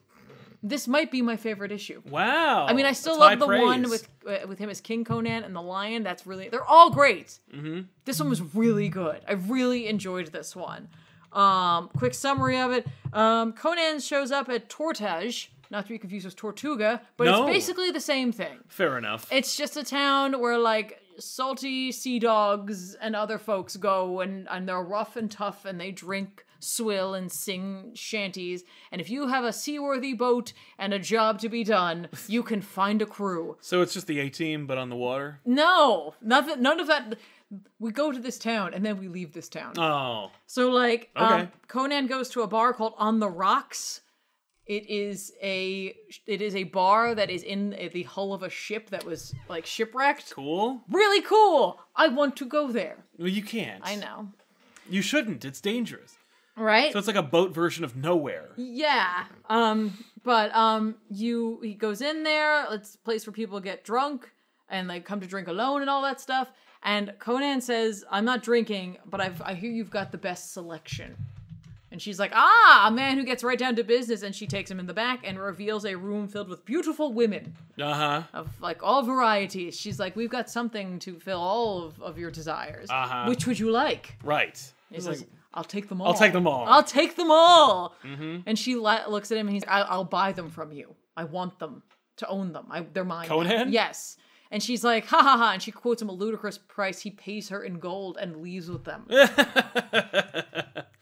Speaker 2: This might be my favorite issue.
Speaker 1: Wow.
Speaker 2: I mean, I still
Speaker 1: That's high
Speaker 2: love the one
Speaker 1: praise.
Speaker 2: with uh, with him as King Conan and the Lion. That's really they're all great. Mm-hmm. This one was really good. I really enjoyed this one. Um, quick summary of it: um, Conan shows up at Tortage, not to be confused with Tortuga, but
Speaker 1: No.
Speaker 2: it's basically the same thing.
Speaker 1: Fair enough.
Speaker 2: It's just a town where like salty sea dogs and other folks go and, and they're rough and tough and they drink, swill, and sing shanties. And if you have a seaworthy boat and a job to be done, you can find a crew.
Speaker 1: So it's just the A team, but on the water.
Speaker 2: No, nothing, none of that. We go to this town and then we leave this town.
Speaker 1: Oh.
Speaker 2: So like um,
Speaker 1: Okay.
Speaker 2: Conan goes to a bar called On the Rocks. It is a it is a bar that is in the hull of a ship that was like shipwrecked
Speaker 1: Cool.
Speaker 2: really cool. I want to go there.
Speaker 1: Well, you can't.
Speaker 2: I know.
Speaker 1: You shouldn't. It's dangerous.
Speaker 2: Right?
Speaker 1: So it's like a boat version of nowhere.
Speaker 2: yeah. Um but um you he goes in there, it's a place where people get drunk and like come to drink alone and all that stuff. And Conan says, "I'm not drinking, but I've I hear you've got the best selection." And she's like, "Ah, a man who gets right down to business." And she takes him in the back and reveals a room filled with beautiful women.
Speaker 1: Uh huh.
Speaker 2: of like all varieties. She's like, we've got something to fill all of, of your desires.
Speaker 1: Uh-huh.
Speaker 2: Which would you like?
Speaker 1: Right.
Speaker 2: He
Speaker 1: It's
Speaker 2: says,
Speaker 1: like,
Speaker 2: I'll take them all.
Speaker 1: take them all."
Speaker 2: I'll take them all. And she li- looks at him and he's, I- I'll buy them from you. I want them to own them. I- they're mine. now."
Speaker 1: Conan?
Speaker 2: Yes. And she's like, ha ha ha. And she quotes him a ludicrous price. He pays her in gold and leaves with them.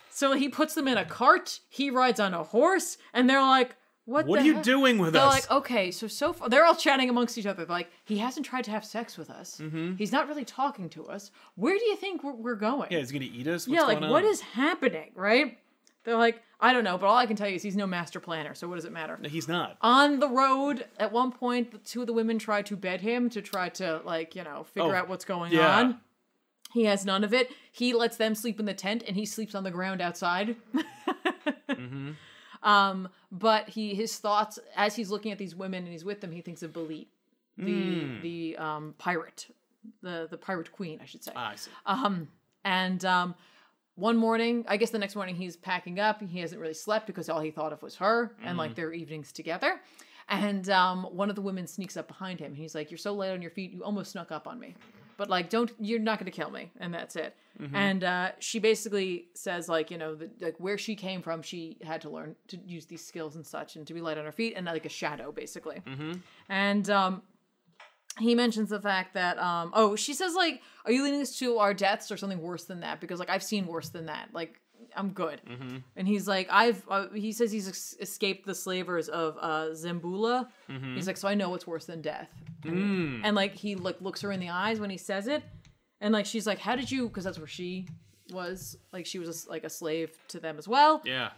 Speaker 2: so he puts them in a cart. He rides on a horse. And they're like, what,
Speaker 1: what
Speaker 2: the
Speaker 1: are you
Speaker 2: heck?"
Speaker 1: doing with
Speaker 2: They're
Speaker 1: us?
Speaker 2: like, oh okay, so so far they're all chatting amongst each other. They're like, he hasn't tried to have sex with us. He's not really talking to us. Where do you think we're, we're going?
Speaker 1: yeah, he's gonna eat us. What's
Speaker 2: Yeah, like
Speaker 1: going on?
Speaker 2: what is happening, right? They're like, I don't know, but all I can tell you is he's no master planner. So what does it matter?
Speaker 1: He's not.
Speaker 2: On the road, at one point, the two of the women try to bed him to try to like you know figure
Speaker 1: Oh,
Speaker 2: out what's going
Speaker 1: yeah.
Speaker 2: on. He has none of it. He lets them sleep in the tent, and he sleeps on the ground outside.
Speaker 1: Mm-hmm.
Speaker 2: Um, but he his thoughts as he's looking at these women and he's with them, he thinks of Belit, the
Speaker 1: Hmm.
Speaker 2: the um pirate, the the pirate queen, I should say.
Speaker 1: Ah, I see.
Speaker 2: And um, one morning, I guess the next morning, he's packing up. He hasn't really slept because all he thought of was her and like their evenings together. And um, one of the women sneaks up behind him. He's like, "You're so light on your feet. You almost snuck up on me, but like, don't. You're not going to kill me." And that's it. And uh, she basically says, like, you know, that like where she came from, she had to learn to use these skills and such, and to be light on her feet, and like a shadow, basically. And um, he mentions the fact that um oh she says like are you leading us to our deaths or something worse than that because like i've seen worse than that like i'm good and he's like i've uh, he says he's ex- escaped the slavers of uh zambula he's like so i know what's worse than death and, and, like he like looks her in the eyes when he says it and like she's like how did you because that's where she was like she was a s like a slave to them as well
Speaker 1: yeah.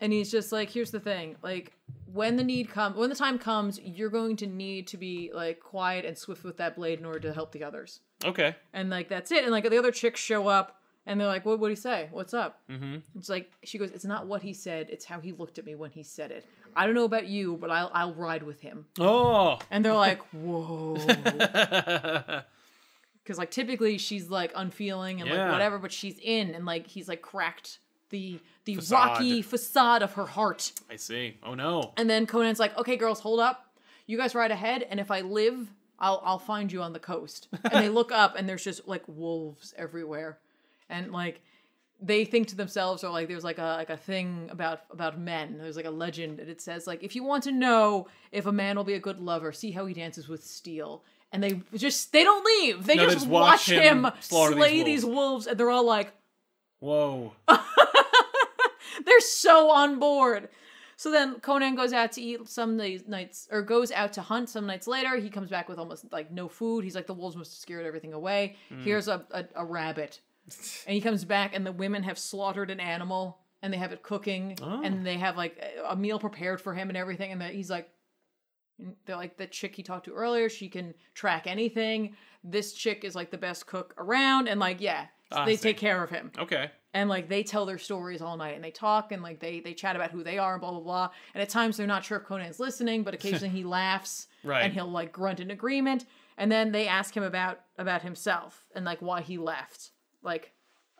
Speaker 2: and he's just like here's the thing like when the need comes when the time comes you're going to need to be like quiet and swift with that blade in order to help the others
Speaker 1: Okay.
Speaker 2: and like that's it and like the other chicks show up and they're like what would he say what's up
Speaker 1: Mm-hmm.
Speaker 2: it's like she goes it's not what he said it's how he looked at me when he said it i don't know about you but i'll i'll ride with him
Speaker 1: Oh.
Speaker 2: and they're like whoa
Speaker 1: yeah.
Speaker 2: because like typically she's like unfeeling and
Speaker 1: Yeah.
Speaker 2: like whatever but she's in and like he's like cracked the the
Speaker 1: Facade.
Speaker 2: rocky facade of her heart
Speaker 1: I see. Oh no.
Speaker 2: And then Conan's like, "Okay, girls, hold up. You guys ride ahead, and if I live, I'll I'll find you on the coast." And they look up, and there's just like wolves everywhere, and like they think to themselves, or like there's like a like a thing about about men. There's like a legend, and it says like if you want to know if a man will be a good lover, see how he dances with steel. And they just they don't leave. They
Speaker 1: No,
Speaker 2: just, watch, him,
Speaker 1: slaughter these
Speaker 2: slay
Speaker 1: wolves.
Speaker 2: these wolves, and they're all like,
Speaker 1: Whoa.
Speaker 2: They're so on board. So then Conan goes out to eat some nights- nights, or goes out to hunt some nights later. He comes back with almost like no food. He's like, the wolves must have scared everything away.
Speaker 1: Mm.
Speaker 2: Here's a, a, a rabbit. And he comes back, and the women have slaughtered an animal and they have it cooking
Speaker 1: Oh.
Speaker 2: and they have like a- a meal prepared for him and everything. And they're- he's like, "Mm, they're like the chick he talked to earlier. She can track anything. This chick is like the best cook around. And like, yeah,
Speaker 1: Ah, I
Speaker 2: they
Speaker 1: see.
Speaker 2: take care of him
Speaker 1: Okay.
Speaker 2: and like they tell their stories all night and they talk and like they they chat about who they are and blah blah blah and at times they're not sure if conan's listening but occasionally he laughs
Speaker 1: Right.
Speaker 2: and he'll like grunt in agreement and then they ask him about about himself and like why he left like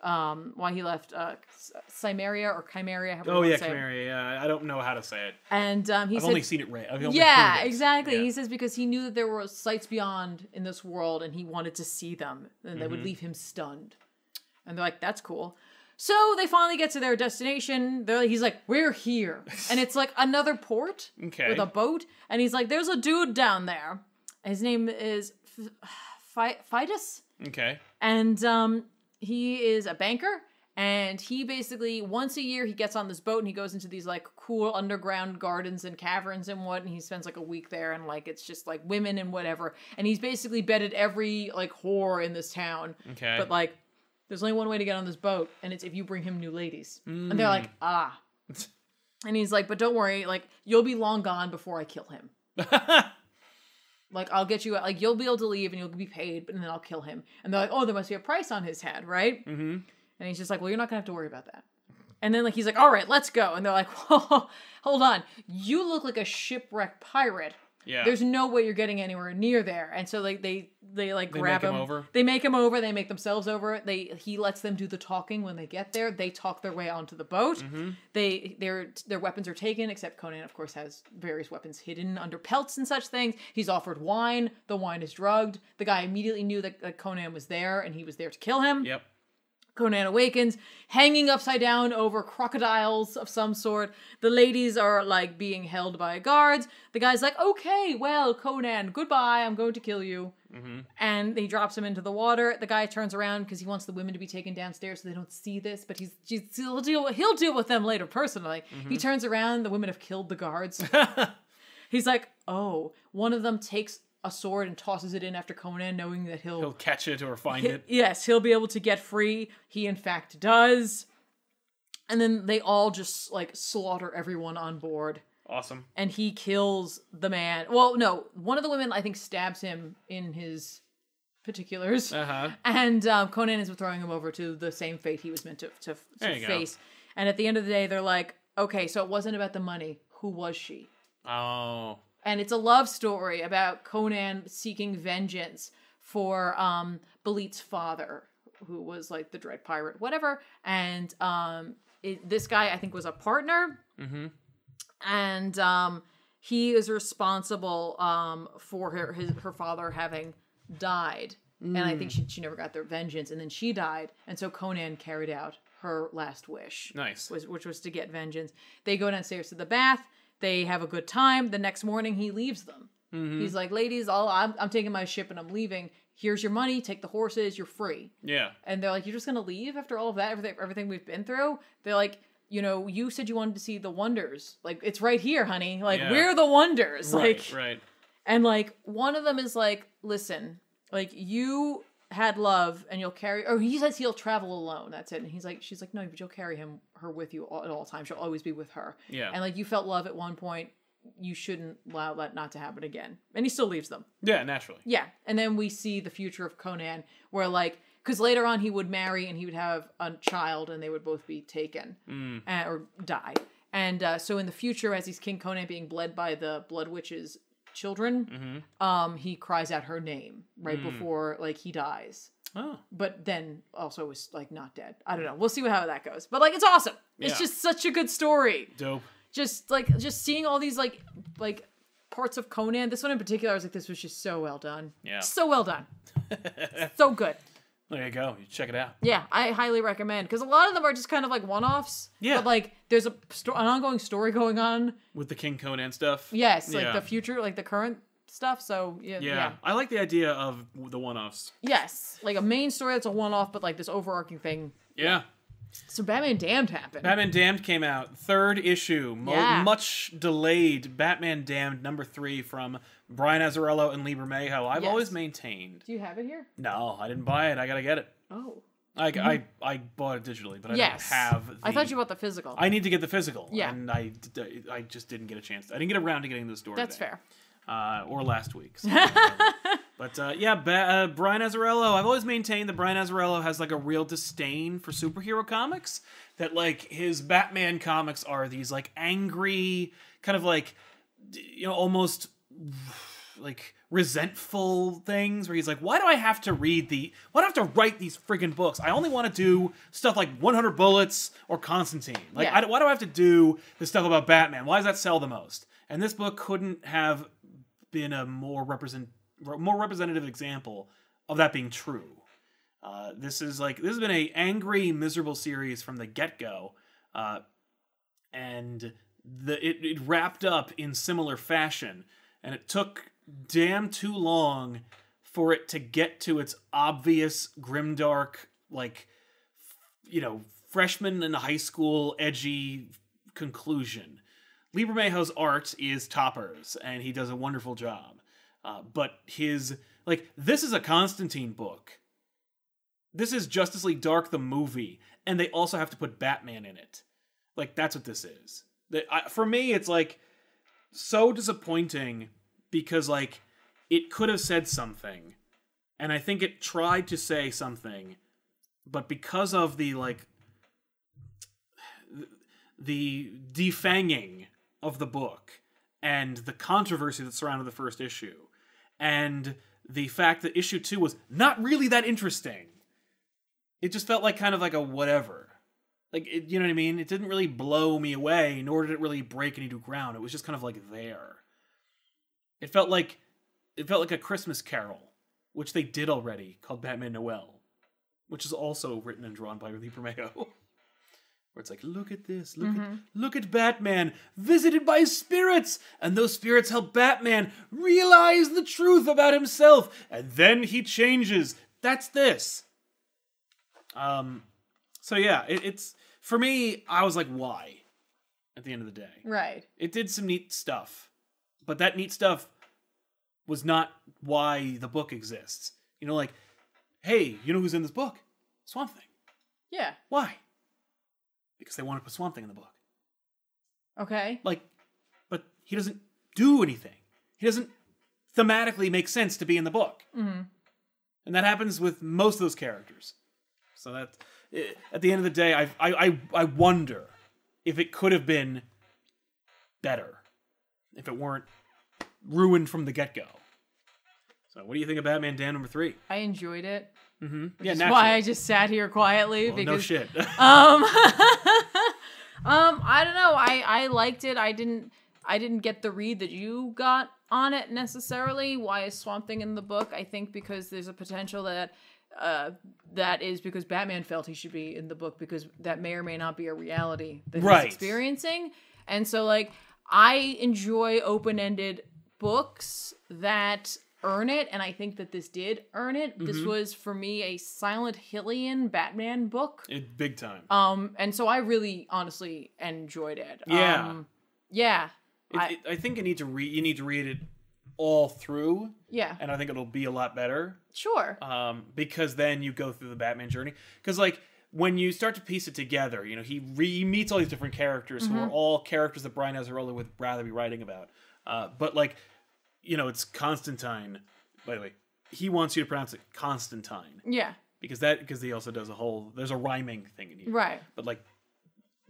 Speaker 2: um why he left uh C- Cimmeria or Chimeria however you
Speaker 1: Oh
Speaker 2: wanna
Speaker 1: yeah,
Speaker 2: say it.
Speaker 1: Chimera. Yeah, I don't know how to say it.
Speaker 2: and um he
Speaker 1: I've
Speaker 2: said
Speaker 1: only seen it. Ra- I've only
Speaker 2: yeah
Speaker 1: heard it.
Speaker 2: exactly
Speaker 1: Yeah.
Speaker 2: he says because he knew that there were sights beyond in this world and he wanted to see them and they would leave him stunned and they're like that's cool so they finally get to their destination they're like, he's like we're here and it's like another port
Speaker 1: Okay.
Speaker 2: with a boat and he's like there's a dude down there his name is F- Fidus
Speaker 1: Okay.
Speaker 2: and um, he is a banker and he basically once a year he gets on this boat and he goes into these like cool underground gardens and caverns and what and he spends like a week there and like it's just like women and whatever and he's basically bedded every like whore in this town
Speaker 1: Okay.
Speaker 2: but like there's only one way to get on this boat and it's if you bring him new ladies and they're like ah and he's like but don't worry like you'll be long gone before i kill him like I'll get you like you'll be able to leave and you'll be paid, but then I'll kill him. And they're like, oh, there must be a price on his head, right? Mm-hmm. And he's just like, well, you're not gonna have to worry about that. And then like he's like, all right, let's go. And they're like, Whoa, hold on, you look like a shipwrecked pirate.
Speaker 1: yeah.
Speaker 2: There's no way you're getting anywhere near there. And so like they they like
Speaker 1: They
Speaker 2: grab
Speaker 1: make
Speaker 2: him.
Speaker 1: him over?
Speaker 2: They make him over. They make themselves over. They he lets them do the talking when they get there. They talk their way onto the boat.
Speaker 1: Mm-hmm.
Speaker 2: They their their weapons are taken. Except Conan, of course, has various weapons hidden under pelts and such things. He's offered wine. The wine is drugged. The guy immediately knew that, that Conan was there, and he was there to kill him.
Speaker 1: Yep.
Speaker 2: Conan awakens, hanging upside down over crocodiles of some sort. The ladies are like being held by guards. The guy's like, okay, well, Conan, goodbye, I'm going to kill you. And he drops him into the water. The guy turns around because he wants the women to be taken downstairs so they don't see this, but he's, he's he'll, deal, he'll deal with them later personally. He turns around, the women have killed the guards. he's like, oh, one of them takes a sword and tosses it in after Conan, knowing that
Speaker 1: He'll catch it or find it.
Speaker 2: Yes, he'll be able to get free. He, in fact, does. And then they all just like slaughter everyone on board.
Speaker 1: Awesome.
Speaker 2: And he kills the man. Well, no, one of the women, I think, stabs him in his particulars.
Speaker 1: Uh huh.
Speaker 2: And um, Conan is throwing him over to the same fate he was meant to, to,
Speaker 1: There
Speaker 2: to
Speaker 1: you go.
Speaker 2: face. And at the end of the day, they're like, okay, so it wasn't about the money. Who was she?
Speaker 1: Oh.
Speaker 2: and it's a love story about Conan seeking vengeance for um Belit's father, who was like the dread pirate, whatever. And um, it, this guy I think was a partner, and um, he is responsible um for her his, her father having died, and I think she she never got their vengeance, and then she died, and so Conan carried out her last wish
Speaker 1: Nice.
Speaker 2: was which was to get vengeance. They go downstairs to the bath. They have a good time. The next morning, he leaves them.
Speaker 1: Mm-hmm.
Speaker 2: He's like, "Ladies, I'll, I'm, I'm taking my ship and I'm leaving. Here's your money. Take the horses. You're free."
Speaker 1: Yeah.
Speaker 2: And they're like, "You're just gonna leave after all of that, everything, everything we've been through?" They're like, "You know, you said you wanted to see the wonders. Like, it's right here, honey. Like,
Speaker 1: Yeah.
Speaker 2: we're the wonders.
Speaker 1: Right.
Speaker 2: Like,
Speaker 1: right.
Speaker 2: and like one of them is like, listen, like you had love and you'll carry or he says he'll travel alone that's it and he's like she's like no but you'll carry him her with you all, at all times she'll always be with her
Speaker 1: Yeah.
Speaker 2: and like you felt love at one point you shouldn't allow that not to happen again and he still leaves them
Speaker 1: Yeah, naturally.
Speaker 2: yeah and then we see the future of conan where like because later on he would marry and he would have a child and they would both be taken uh, or die and uh, so in the future as he's king conan being bled by the blood witch's children um, he cries out her name right before like he dies
Speaker 1: Oh,
Speaker 2: but then also is like not dead. I don't know. We'll see how that goes. But like it's awesome. It's
Speaker 1: Yeah.
Speaker 2: just such a good story.
Speaker 1: dope.
Speaker 2: Just like just seeing all these like like parts of Conan. This one in particular, I was like, this was just so well done.
Speaker 1: Yeah.
Speaker 2: So well done. so good.
Speaker 1: There you go. You check it out.
Speaker 2: Yeah, I highly recommend because a lot of them are just kind of like one offs.
Speaker 1: Yeah.
Speaker 2: But like there's a sto- an ongoing story going on.
Speaker 1: With the King Conan stuff.
Speaker 2: Yes, like
Speaker 1: Yeah.
Speaker 2: the future, like the current stuff. So yeah,
Speaker 1: Yeah.
Speaker 2: yeah. yeah.
Speaker 1: I like the idea of the one offs.
Speaker 2: Yes, like a main story that's a one off, but like this overarching thing.
Speaker 1: Yeah.
Speaker 2: So Batman Damned happened.
Speaker 1: Batman Damned came out, third issue, mo-
Speaker 2: Yeah.
Speaker 1: much delayed. Batman Damned number three from Brian Azzarello and Lieber Mayhew. I've
Speaker 2: Yes.
Speaker 1: always maintained.
Speaker 2: Do you have it here?
Speaker 1: No, I didn't buy it. I gotta get it.
Speaker 2: Oh.
Speaker 1: I, I, I bought it digitally, but I
Speaker 2: yes.
Speaker 1: don't have. The,
Speaker 2: I thought you bought the physical.
Speaker 1: I need to get the physical.
Speaker 2: Yeah.
Speaker 1: And I, d- I just didn't get a chance. I didn't get around to getting this door.
Speaker 2: That's
Speaker 1: today.
Speaker 2: fair.
Speaker 1: Uh, or last week. so- but uh, yeah, ba- uh, Brian Azzarello. I've always maintained that Brian Azzarello has like a real disdain for superhero comics. That like his Batman comics are these like angry, kind of like d- you know almost like resentful things where he's like, why do I have to read the, why do I have to write these friggin' books? I only want to do stuff like 100 Bullets or Constantine. Like,
Speaker 2: Yeah.
Speaker 1: I, why do I have to do the stuff about Batman? Why does that sell the most? And this book couldn't have been a more represent, more representative example of that being true. Uh, this is like this has been a angry, miserable series from the get go, uh, and the it, it wrapped up in similar fashion, and it took damn too long for it to get to its obvious grimdark like you know freshman in high school edgy conclusion. Lieber Mayhew's art is toppers, and he does a wonderful job. Uh, but his like this is a Constantine book. This is Justice League Dark the movie, and they also have to put Batman in it. Like that's what this is. That I, for me, it's like so disappointing because like it could have said something, and I think it tried to say something, but because of the like the defanging of the book and the controversy that surrounded the first issue and the fact that issue two was not really that interesting it just felt like kind of like a whatever like it, you know what i mean it didn't really blow me away nor did it really break any new ground it was just kind of like there it felt like it felt like a christmas carol which they did already called batman noel which is also written and drawn by Lee Mayo. Where it's like, look at this, look at look at Batman visited by spirits, and those spirits help Batman realize the truth about himself, and then he changes. That's this. Um, so yeah, it, it's for me. I was like, why? At the end of the day,
Speaker 2: Right.
Speaker 1: it did some neat stuff, but that neat stuff was not why the book exists. You know, like, hey, you know who's in this book? Swamp Thing.
Speaker 2: Yeah.
Speaker 1: Why? Because they want to put Swamp Thing in the book.
Speaker 2: Okay.
Speaker 1: Like, but he doesn't do anything. He doesn't thematically make sense to be in the book.
Speaker 2: Mm-hmm.
Speaker 1: And that happens with most of those characters. So that, eh, at the end of the day, I, I, I, I wonder if it could have been better if it weren't ruined from the get go. So, what do you think of Batman Dan number three?
Speaker 2: I enjoyed it.
Speaker 1: Yeah,
Speaker 2: That's
Speaker 1: naturally.
Speaker 2: why I just sat here quietly
Speaker 1: Well,
Speaker 2: because
Speaker 1: no shit.
Speaker 2: um um I don't know. I I liked it. I didn't I didn't get the read that you got on it necessarily. Why is Swamp Thing in the book? I think because there's a potential that uh, that is because Batman felt he should be in the book because that may or may not be a reality that
Speaker 1: Right.
Speaker 2: he's experiencing. And so, like, I enjoy open ended books that earn it, and I think that this did earn it.
Speaker 1: Mm-hmm.
Speaker 2: This was for me a Silent Hillian Batman book.
Speaker 1: it, big time.
Speaker 2: Um, and so I really honestly enjoyed it.
Speaker 1: Yeah.
Speaker 2: Um, yeah.
Speaker 1: It,
Speaker 2: I-
Speaker 1: it- I think you need to read. You need to read it all through,
Speaker 3: Yeah.
Speaker 1: and I think it'll be a lot better
Speaker 3: Sure.
Speaker 1: um, because then you go through the Batman journey. Because like when you start to piece it together, you know he re meets all these different characters who are all characters that Brian Azzarello would rather be writing about. Uh, but like, you know, it's Constantine. By the way, he wants you to pronounce it Constantine
Speaker 3: Yeah.
Speaker 1: because that because he also does a whole there's a rhyming thing in here.
Speaker 3: Right.
Speaker 1: But like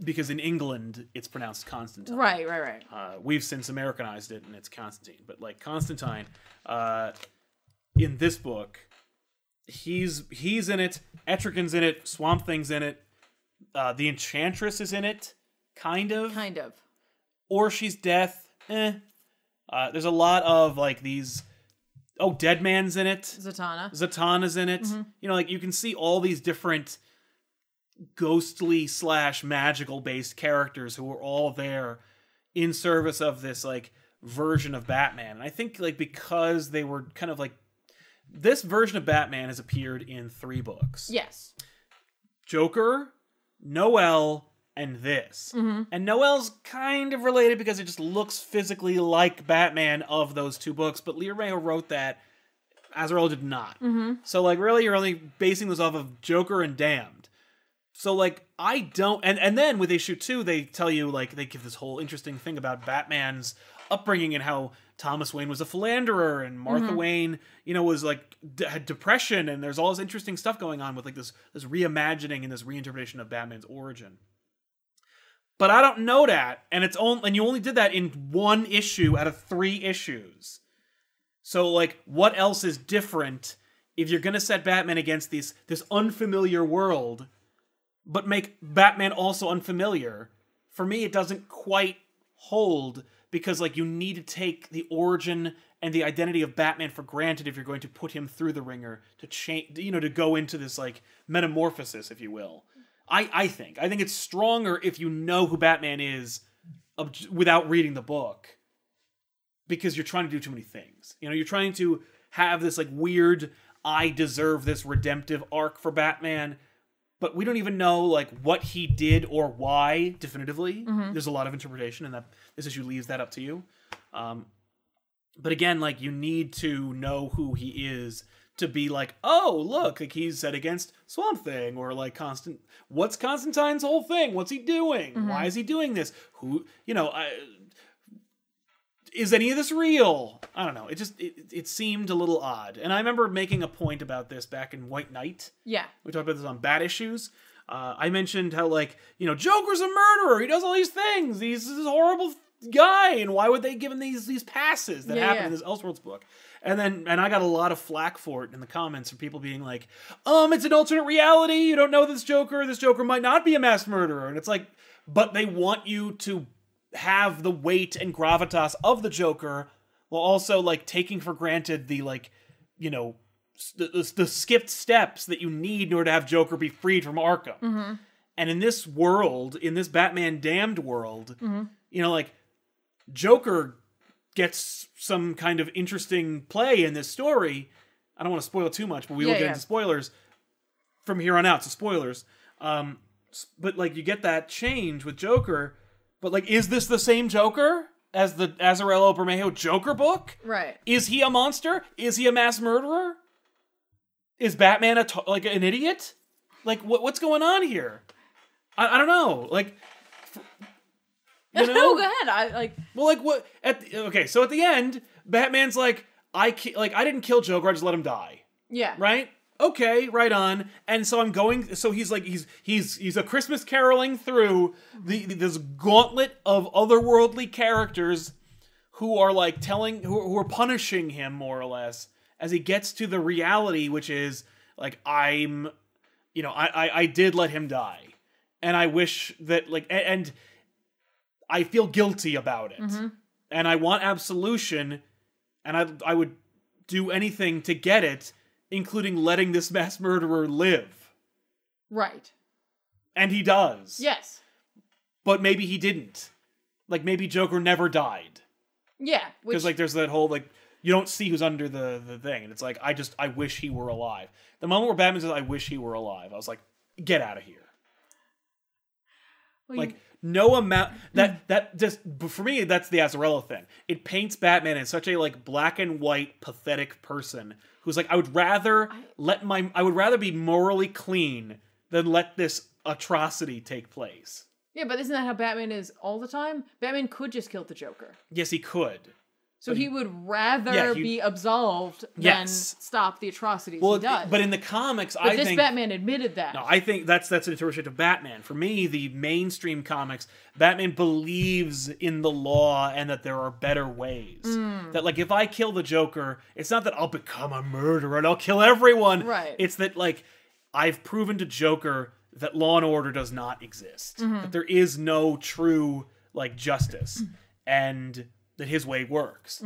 Speaker 1: because in England it's pronounced Constantine.
Speaker 3: Right. Right. Right.
Speaker 1: Uh, we've since Americanized it, and it's Constantine. But like Constantine, uh, in this book, he's he's in it. Etrigan's in it. Swamp Thing's in it. Uh, the Enchantress is in it, kind of,
Speaker 3: Kind of.
Speaker 1: or she's death. Eh. Uh, there's a lot of like these. Oh, Dead Man's in it.
Speaker 3: Zatanna.
Speaker 1: Zatanna's in it. You know, like you can see all these different ghostly slash magical based characters who are all there in service of this like version of Batman. And I think like because they were kind of like this version of Batman has appeared in three books.
Speaker 3: Yes.
Speaker 1: Joker, Noel, and this. And Noel's kind of related because it just looks physically like Batman of those two books, but Leo Rayo wrote that. Azrael did not.
Speaker 2: Mm-hmm.
Speaker 1: So like really you're only basing this off of Joker and Damned. So like I don't and and then with issue 2 they tell you like they give this whole interesting thing about Batman's upbringing and how Thomas Wayne was a philanderer and Martha Wayne, you know, was like d- had depression and there's all this interesting stuff going on with like this this reimagining and this reinterpretation of Batman's origin. But I don't know that and it's only and you only did that in one issue out of 3 issues. So like what else is different if you're going to set Batman against these this unfamiliar world but make Batman also unfamiliar? For me it doesn't quite hold because like you need to take the origin and the identity of Batman for granted if you're going to put him through the ringer to change you know to go into this like metamorphosis if you will. I I think I think it's stronger if you know who Batman is obj- without reading the book because you're trying to do too many things. You know, you're trying to have this like weird I deserve this redemptive arc for Batman, but we don't even know like what he did or why definitively. There's a lot of interpretation and that this issue leaves that up to you. Um but again, like you need to know who he is to be like, oh, look, like he's set against Swamp Thing or like Constant. What's Constantine's whole thing? What's he doing? Why is he doing this? Who, you know, I, is any of this real? I don't know. It just it, it seemed a little odd. And I remember making a point about this back in White Knight.
Speaker 3: Yeah.
Speaker 1: We talked about this on bad issues. Uh, I mentioned how like you know Joker's a murderer. He does all these things. He's this horrible guy, and why would they give him these these passes that
Speaker 3: Yeah,
Speaker 1: happen
Speaker 3: yeah.
Speaker 1: in this Elseworlds book? And then and I got a lot of flack for it in the comments from people being like, um, it's an alternate reality. You don't know this Joker. This Joker might not be a mass murderer. And it's like, but they want you to have the weight and gravitas of the Joker while also like taking for granted the like you know s- the, the, the skipped steps that you need in order to have Joker be freed from Arkham.
Speaker 3: Mm-hmm.
Speaker 1: And in this world, in this Batman damned world,
Speaker 3: Mm-hmm.
Speaker 1: you know, like Joker gets some kind of interesting play in this story. I don't want to spoil too much, but we will
Speaker 3: Yeah,
Speaker 1: get
Speaker 3: yeah.
Speaker 1: into spoilers from here on out. So spoilers. Um, s- but like you get that change with Joker, but like, is this the same Joker as the Azarello Bermejo Joker book?
Speaker 3: Right.
Speaker 1: Is he a monster? Is he a mass murderer? Is Batman a t- like an idiot? Like what what's going on here? I, I don't know. Like
Speaker 3: no,
Speaker 1: you
Speaker 2: Oh,
Speaker 1: know?
Speaker 3: go ahead. I like.
Speaker 1: well, like what at the, okay? So at the end, Batman's like I ki- like I didn't kill Joker. I just let him die.
Speaker 3: Yeah.
Speaker 1: Right? Okay, right on. And so I'm going. So he's like he's he's he's a Christmas caroling through the, the- this gauntlet of otherworldly characters who are like telling who, who are punishing him more or less as he gets to the reality, which is like I'm, you know, I I, I did let him die, and I wish that like a- and, I feel guilty about it, and I want absolution, and I I would do anything to get it, including letting this mass murderer live.
Speaker 3: Right.
Speaker 1: And he does.
Speaker 3: Yes.
Speaker 1: But maybe he didn't. Like maybe Joker never died.
Speaker 3: Yeah. Which
Speaker 1: Because like there's that whole like you don't see who's under the, the thing. And it's like, I just I wish he were alive. The moment where Batman says, I wish he were alive, I was like, get out of here.
Speaker 2: Well,
Speaker 1: like
Speaker 2: you-
Speaker 1: no amount that that just but for me that's the Azarello thing. It paints Batman as such a like black and white pathetic person who's like I would rather let my I would rather be morally clean than let this atrocity take place.
Speaker 2: yeah, but isn't that how Batman is all the time? Batman could just kill the Joker.
Speaker 1: Yes, he could.
Speaker 2: So he would rather
Speaker 1: Yeah, he-
Speaker 2: be absolved than
Speaker 1: Yes.
Speaker 2: stop the atrocities
Speaker 1: Well,
Speaker 2: he does.
Speaker 1: but in the comics,
Speaker 2: But
Speaker 1: I
Speaker 2: this
Speaker 1: think
Speaker 2: Batman admitted that.
Speaker 1: No, I think that's that's an interpretation of Batman. For me, the mainstream comics, Batman believes in the law and that there are better ways. That like if I kill the Joker, it's not that I'll become a murderer and I'll kill everyone.
Speaker 2: Right.
Speaker 1: It's that like I've proven to Joker that law and order does not exist. That there is no true like justice, and that his way works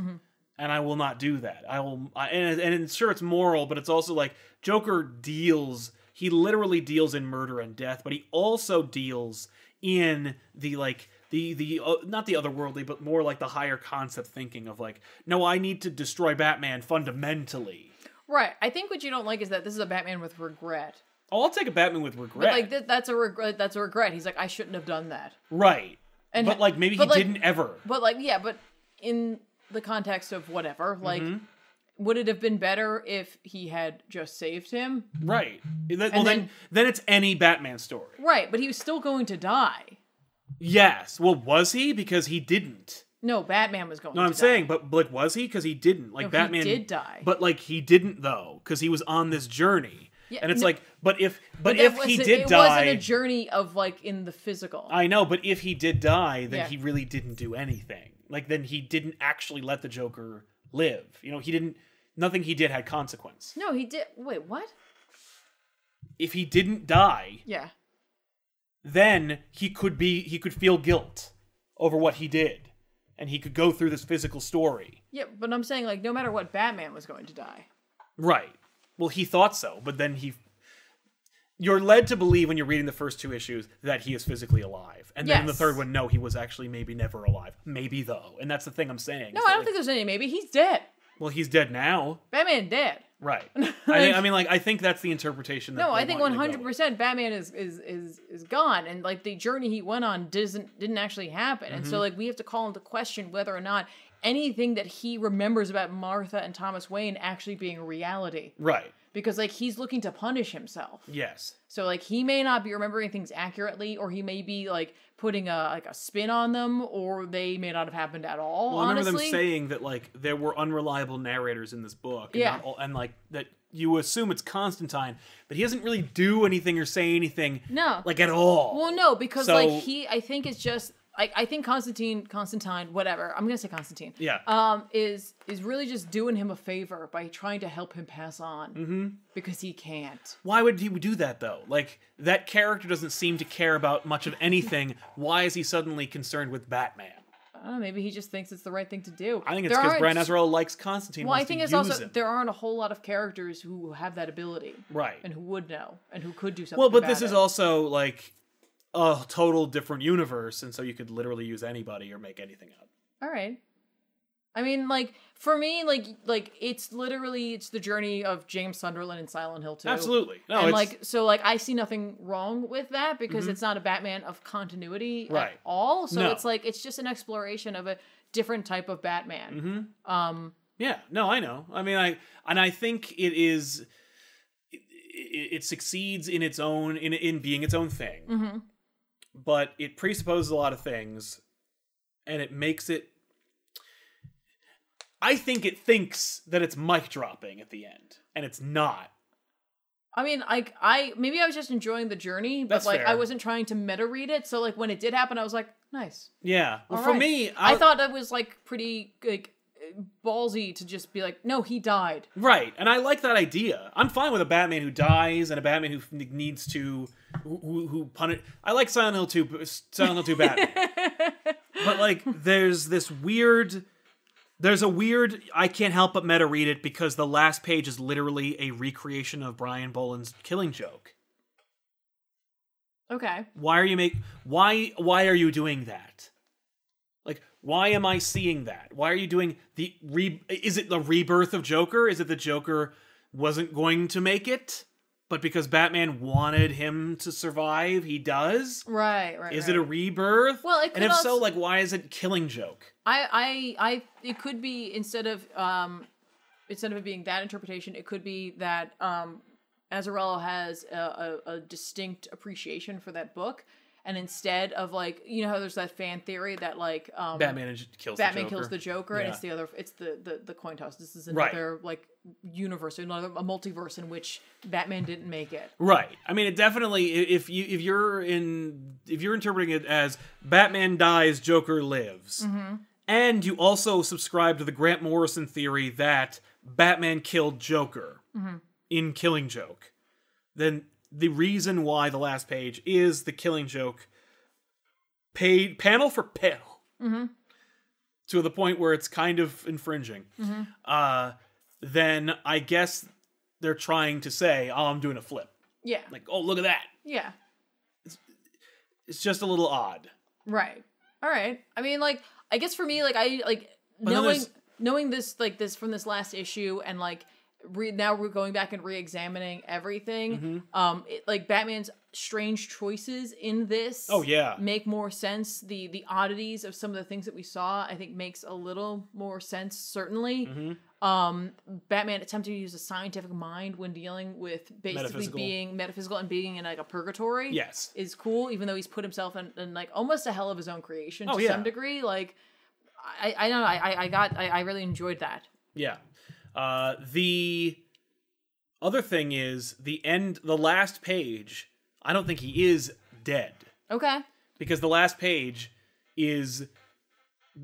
Speaker 1: and I will not do that. I will, I, and and sure it's moral, but it's also like Joker deals. He literally deals in murder and death, but he also deals in the like the the uh, not the otherworldly, but more like the higher concept thinking of like, no, I need to destroy Batman fundamentally.
Speaker 2: right. I think what you don't like is that this is a Batman with regret.
Speaker 1: Oh, I'll take a Batman with regret,
Speaker 2: But like th- that's a regret. That's a regret. He's like, I shouldn't have done that.
Speaker 1: right?
Speaker 2: And
Speaker 1: but like maybe
Speaker 2: but,
Speaker 1: he
Speaker 2: like-
Speaker 1: didn't ever.
Speaker 2: But like, yeah, but in the context of whatever, like,
Speaker 1: Mm-hmm.
Speaker 2: would it have been better if he had just saved him?
Speaker 1: Right. Then- well, then
Speaker 2: then-
Speaker 1: then it's any Batman story.
Speaker 2: Right, but he was still going to die.
Speaker 1: Yes. Well, was he? Because he didn't.
Speaker 2: No, Batman was going.
Speaker 1: No,
Speaker 2: to
Speaker 1: I'm
Speaker 2: die.
Speaker 1: saying, but like, was he? Because he didn't. Like
Speaker 2: No, he
Speaker 1: Batman
Speaker 2: did die.
Speaker 1: but like he didn't though, because he was on this journey.
Speaker 2: Yeah,
Speaker 1: and it's
Speaker 2: no-
Speaker 1: like, but if, but,
Speaker 2: That
Speaker 1: if he
Speaker 2: wasn't-
Speaker 1: did
Speaker 2: it
Speaker 1: die,
Speaker 2: wasn't a journey of like in the physical.
Speaker 1: I know. But if he did die, then
Speaker 2: Yeah.
Speaker 1: he really didn't do anything. Like then he didn't actually let the Joker live. You know, he didn't. Nothing he did had consequence.
Speaker 2: no, he did. Wait, what?
Speaker 1: If he didn't die,
Speaker 2: Yeah.
Speaker 1: then he could be he could feel guilt over what he did, and he could go through this physical story.
Speaker 2: Yeah, but I'm saying like no matter what, Batman was going to die.
Speaker 1: Right. Well, he thought so, but then he. You're led to believe when you're reading the first two issues that he is physically alive, and then in the
Speaker 2: Yes.
Speaker 1: third one, no, he was actually maybe never alive. Maybe though, and that's the thing I'm saying.
Speaker 2: No,
Speaker 1: is that,
Speaker 2: I don't
Speaker 1: like,
Speaker 2: think there's any maybe. He's dead.
Speaker 1: Well, he's dead now,
Speaker 2: Batman dead.
Speaker 1: right? I, think, I mean, like, I think that's the interpretation. That
Speaker 2: No,
Speaker 1: they
Speaker 2: I think
Speaker 1: want you
Speaker 2: one
Speaker 1: to go
Speaker 2: hundred
Speaker 1: with.
Speaker 2: percent Batman is, is is is gone, and like the journey he went on doesn't didn't actually happen, and
Speaker 1: Mm-hmm.
Speaker 2: so like we have to call into question whether or not anything that he remembers about Martha and Thomas Wayne actually being reality,
Speaker 1: Right.
Speaker 2: because like he's looking to punish himself.
Speaker 1: Yes.
Speaker 2: So like he may not be remembering things accurately, or he may be like putting a like a spin on them, or they may not have happened at all.
Speaker 1: Well, I remember
Speaker 2: honestly,
Speaker 1: them saying that like there were unreliable narrators in this book. And
Speaker 2: Yeah.
Speaker 1: not all, and like that you assume it's Constantine, but he doesn't really do anything or say anything.
Speaker 2: No.
Speaker 1: Like at all.
Speaker 2: Well, no, because like
Speaker 1: So-
Speaker 2: he, I think it's just like I think Constantine, Constantine, whatever. I'm gonna say Constantine.
Speaker 1: Yeah.
Speaker 2: Um, is is really just doing him a favor by trying to help him pass on mm-hmm. because he can't.
Speaker 1: why would he do that though? Like that character doesn't seem to care about much of anything. Why is he suddenly concerned with Batman?
Speaker 2: I don't know. Uh, Maybe he just thinks it's the right thing to do.
Speaker 1: I think it's
Speaker 2: There
Speaker 1: because
Speaker 2: aren't-
Speaker 1: Brian Azrael likes Constantine.
Speaker 2: Well, I
Speaker 1: wants to
Speaker 2: think it's
Speaker 1: use
Speaker 2: also
Speaker 1: him.
Speaker 2: there aren't a whole lot of characters who have that ability,
Speaker 1: right.
Speaker 2: and who would know, and who could do something.
Speaker 1: Well, but
Speaker 2: about
Speaker 1: this is
Speaker 2: it.
Speaker 1: also like a total different universe, and so you could literally use anybody or make anything up.
Speaker 2: All right. I mean, like for me, like like it's literally it's the journey of James Sunderland and Silent Hill too.
Speaker 1: Absolutely. No,
Speaker 2: and
Speaker 1: it's Mm-hmm.
Speaker 2: like so, like I see nothing wrong with that because it's not a Batman of continuity
Speaker 1: Right.
Speaker 2: at all. So
Speaker 1: No.
Speaker 2: it's like it's just an exploration of a different type of Batman.
Speaker 1: Mm-hmm.
Speaker 2: Um,
Speaker 1: Yeah, no, I know. I mean, I and I think it is. It, it, it succeeds in its own in in being its own thing,
Speaker 2: Mm-hmm.
Speaker 1: but it presupposes a lot of things, and it makes it. I think it thinks that it's mic dropping at the end, and it's not.
Speaker 2: I mean, like I maybe I was just enjoying the journey, but
Speaker 1: That's
Speaker 2: like I
Speaker 1: fair.
Speaker 2: wasn't trying to meta read it. So like when it did happen, I was like, nice.
Speaker 1: Yeah, well,
Speaker 2: All
Speaker 1: for
Speaker 2: right.
Speaker 1: me,
Speaker 2: I,
Speaker 1: I'll-
Speaker 2: thought it was like pretty like ballsy to just be like, no, he died.
Speaker 1: Right, and I like that idea. I'm fine with a Batman who dies and a Batman who f- needs to who who, who punish. I like Silent Hill two, but- Silent Hill two Batman. but like, there's this weird, there's a weird. I can't help but meta read it because the last page is literally a recreation of Brian Boland's Killing Joke.
Speaker 2: Okay.
Speaker 1: Why are you make? Why why are you doing that? Like, why am I seeing that? Why are you doing the re? Is it the rebirth of Joker? Is it the Joker wasn't going to make it? but because Batman wanted him to survive, he does.
Speaker 2: Right, right.
Speaker 1: Is
Speaker 2: right.
Speaker 1: it a rebirth?
Speaker 2: Well, it could
Speaker 1: and if so,
Speaker 2: also-
Speaker 1: like, why is it Killing Joke?
Speaker 2: I, I, I. It could be instead of um, instead of it being that interpretation, it could be that um, Azarello has a, a, a distinct appreciation for that book, and instead of like you know how there's that fan theory that like um,
Speaker 1: Batman and kills
Speaker 2: Batman
Speaker 1: the Joker.
Speaker 2: kills the Joker, and
Speaker 1: Yeah.
Speaker 2: it's the other. It's the the, the coin toss. This is
Speaker 1: Right.
Speaker 2: another like universe, another a multiverse in which Batman didn't make it.
Speaker 1: Right. I mean, it definitely. i- If you if you're in if you're interpreting it as Batman dies, Joker lives, and you also subscribe to the Grant Morrison theory that Batman killed Joker in Killing Joke, then the reason why the last page is the Killing Joke, paid panel for panel, to the point where it's kind of infringing. Uh, then I guess they're trying to say, "Oh, I'm doing a flip."
Speaker 2: Yeah,
Speaker 1: like oh look at that
Speaker 2: yeah.
Speaker 1: it's just a little odd
Speaker 2: Right. All right. I mean, like, I guess for me, like, I like
Speaker 1: then
Speaker 2: knowing
Speaker 1: there's-
Speaker 2: knowing this, like, this from this last issue, and like, re- now we're going back and re-examining everything.
Speaker 1: Mm-hmm.
Speaker 2: Um, it, like Batman's strange choices in this.
Speaker 1: Oh, yeah.
Speaker 2: make more sense. The the oddities of some of the things that we saw, I think, makes a little more sense. Certainly.
Speaker 1: Mm-hmm.
Speaker 2: Um, Batman attempting to use a scientific mind when dealing with basically
Speaker 1: Metaphysical.
Speaker 2: being metaphysical and being in like a purgatory
Speaker 1: yes
Speaker 2: is cool, even though he's put himself in, in like almost a hell of his own creation
Speaker 1: Oh,
Speaker 2: to
Speaker 1: yeah.
Speaker 2: some degree. Like, I, I don't know. I, I- I got, I, I really enjoyed that.
Speaker 1: yeah uh the other thing is the end the last page i don't think he is dead
Speaker 2: Okay.
Speaker 1: because the last page is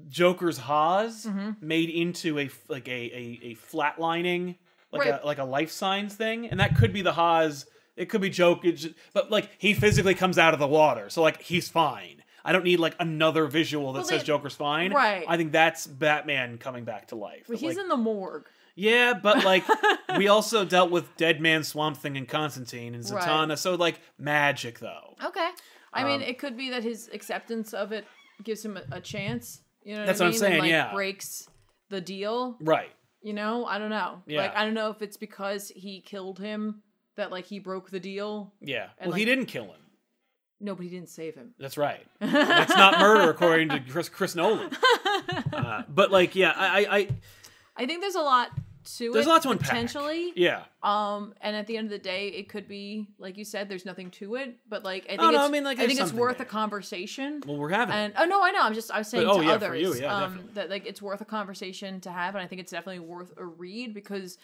Speaker 1: joker's haas
Speaker 2: Mm-hmm.
Speaker 1: made into a f- like a a, a flatlining like
Speaker 2: Right.
Speaker 1: a like a life signs thing and that could be the haas it could be joke it's just- but like he physically comes out of the water so like he's fine i don't need like another visual that
Speaker 2: Well,
Speaker 1: says
Speaker 2: they-
Speaker 1: joker's fine
Speaker 2: Right.
Speaker 1: i think that's batman coming back to life
Speaker 2: But
Speaker 1: That,
Speaker 2: he's
Speaker 1: like-
Speaker 2: in the morgue.
Speaker 1: yeah but like we also dealt with dead man swamp thing and constantine and
Speaker 2: Right.
Speaker 1: zatanna so like magic though
Speaker 2: Okay. I
Speaker 1: Um,
Speaker 2: mean, it could be that his acceptance of it gives him a, a chance. You know,
Speaker 1: That's what
Speaker 2: what, I
Speaker 1: I'm
Speaker 2: mean?
Speaker 1: saying,
Speaker 2: And, like,
Speaker 1: yeah.
Speaker 2: breaks the deal.
Speaker 1: right
Speaker 2: You know, I don't know.
Speaker 1: Yeah.
Speaker 2: Like, I don't know if it's because he killed him that like he broke the deal.
Speaker 1: yeah
Speaker 2: And,
Speaker 1: well he
Speaker 2: like-
Speaker 1: didn't kill him
Speaker 2: No, but he didn't save him.
Speaker 1: That's right. That's not murder, according to Chris, Chris Nolan. Uh, but like, yeah, I, I, I
Speaker 2: I think there's a lot to
Speaker 1: There's
Speaker 2: it.
Speaker 1: a lot to unpack.
Speaker 2: potentially.
Speaker 1: yeah.
Speaker 2: Um, and at the end of the day, it could be like you said, there's nothing to it, but like I think
Speaker 1: no,
Speaker 2: it's,
Speaker 1: I mean, like,
Speaker 2: I think
Speaker 1: there's
Speaker 2: it's worth
Speaker 1: something
Speaker 2: a
Speaker 1: there.
Speaker 2: conversation.
Speaker 1: Well, we're having.
Speaker 2: and
Speaker 1: it.
Speaker 2: oh no, I know. I'm just I was saying
Speaker 1: But- oh,
Speaker 2: to
Speaker 1: yeah, for
Speaker 2: others
Speaker 1: you, yeah,
Speaker 2: um,
Speaker 1: definitely.
Speaker 2: that like it's worth a conversation to have, and I think it's definitely worth a read because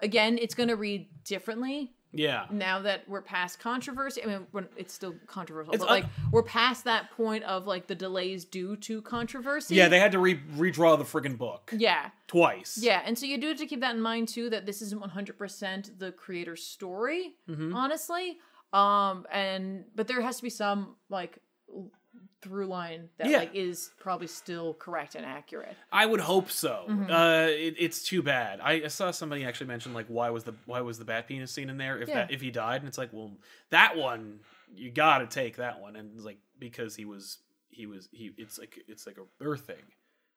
Speaker 2: again, it's going to read differently
Speaker 1: yeah.
Speaker 2: now that we're past controversy. I mean, we're, it's still controversial,
Speaker 1: It's
Speaker 2: but
Speaker 1: un-
Speaker 2: like we're past that point of like the delays due to controversy.
Speaker 1: Yeah, they had to re- redraw the friggin' book
Speaker 2: yeah.
Speaker 1: twice.
Speaker 2: Yeah, and so you do have to keep that in mind too that this isn't 100% the creator's story,
Speaker 1: Mm-hmm.
Speaker 2: honestly. Um and but there has to be some like l- through line that
Speaker 1: Yeah.
Speaker 2: like is probably still correct and accurate.
Speaker 1: I would hope so.
Speaker 2: Mm-hmm.
Speaker 1: Uh, it, it's too bad. I, I saw somebody actually mention like, why was the why was the bat penis scene in there if
Speaker 2: Yeah.
Speaker 1: that if he died? And it's like, well, that one you got to take that one, and it's like because he was he was he. It's like it's like a birth thing.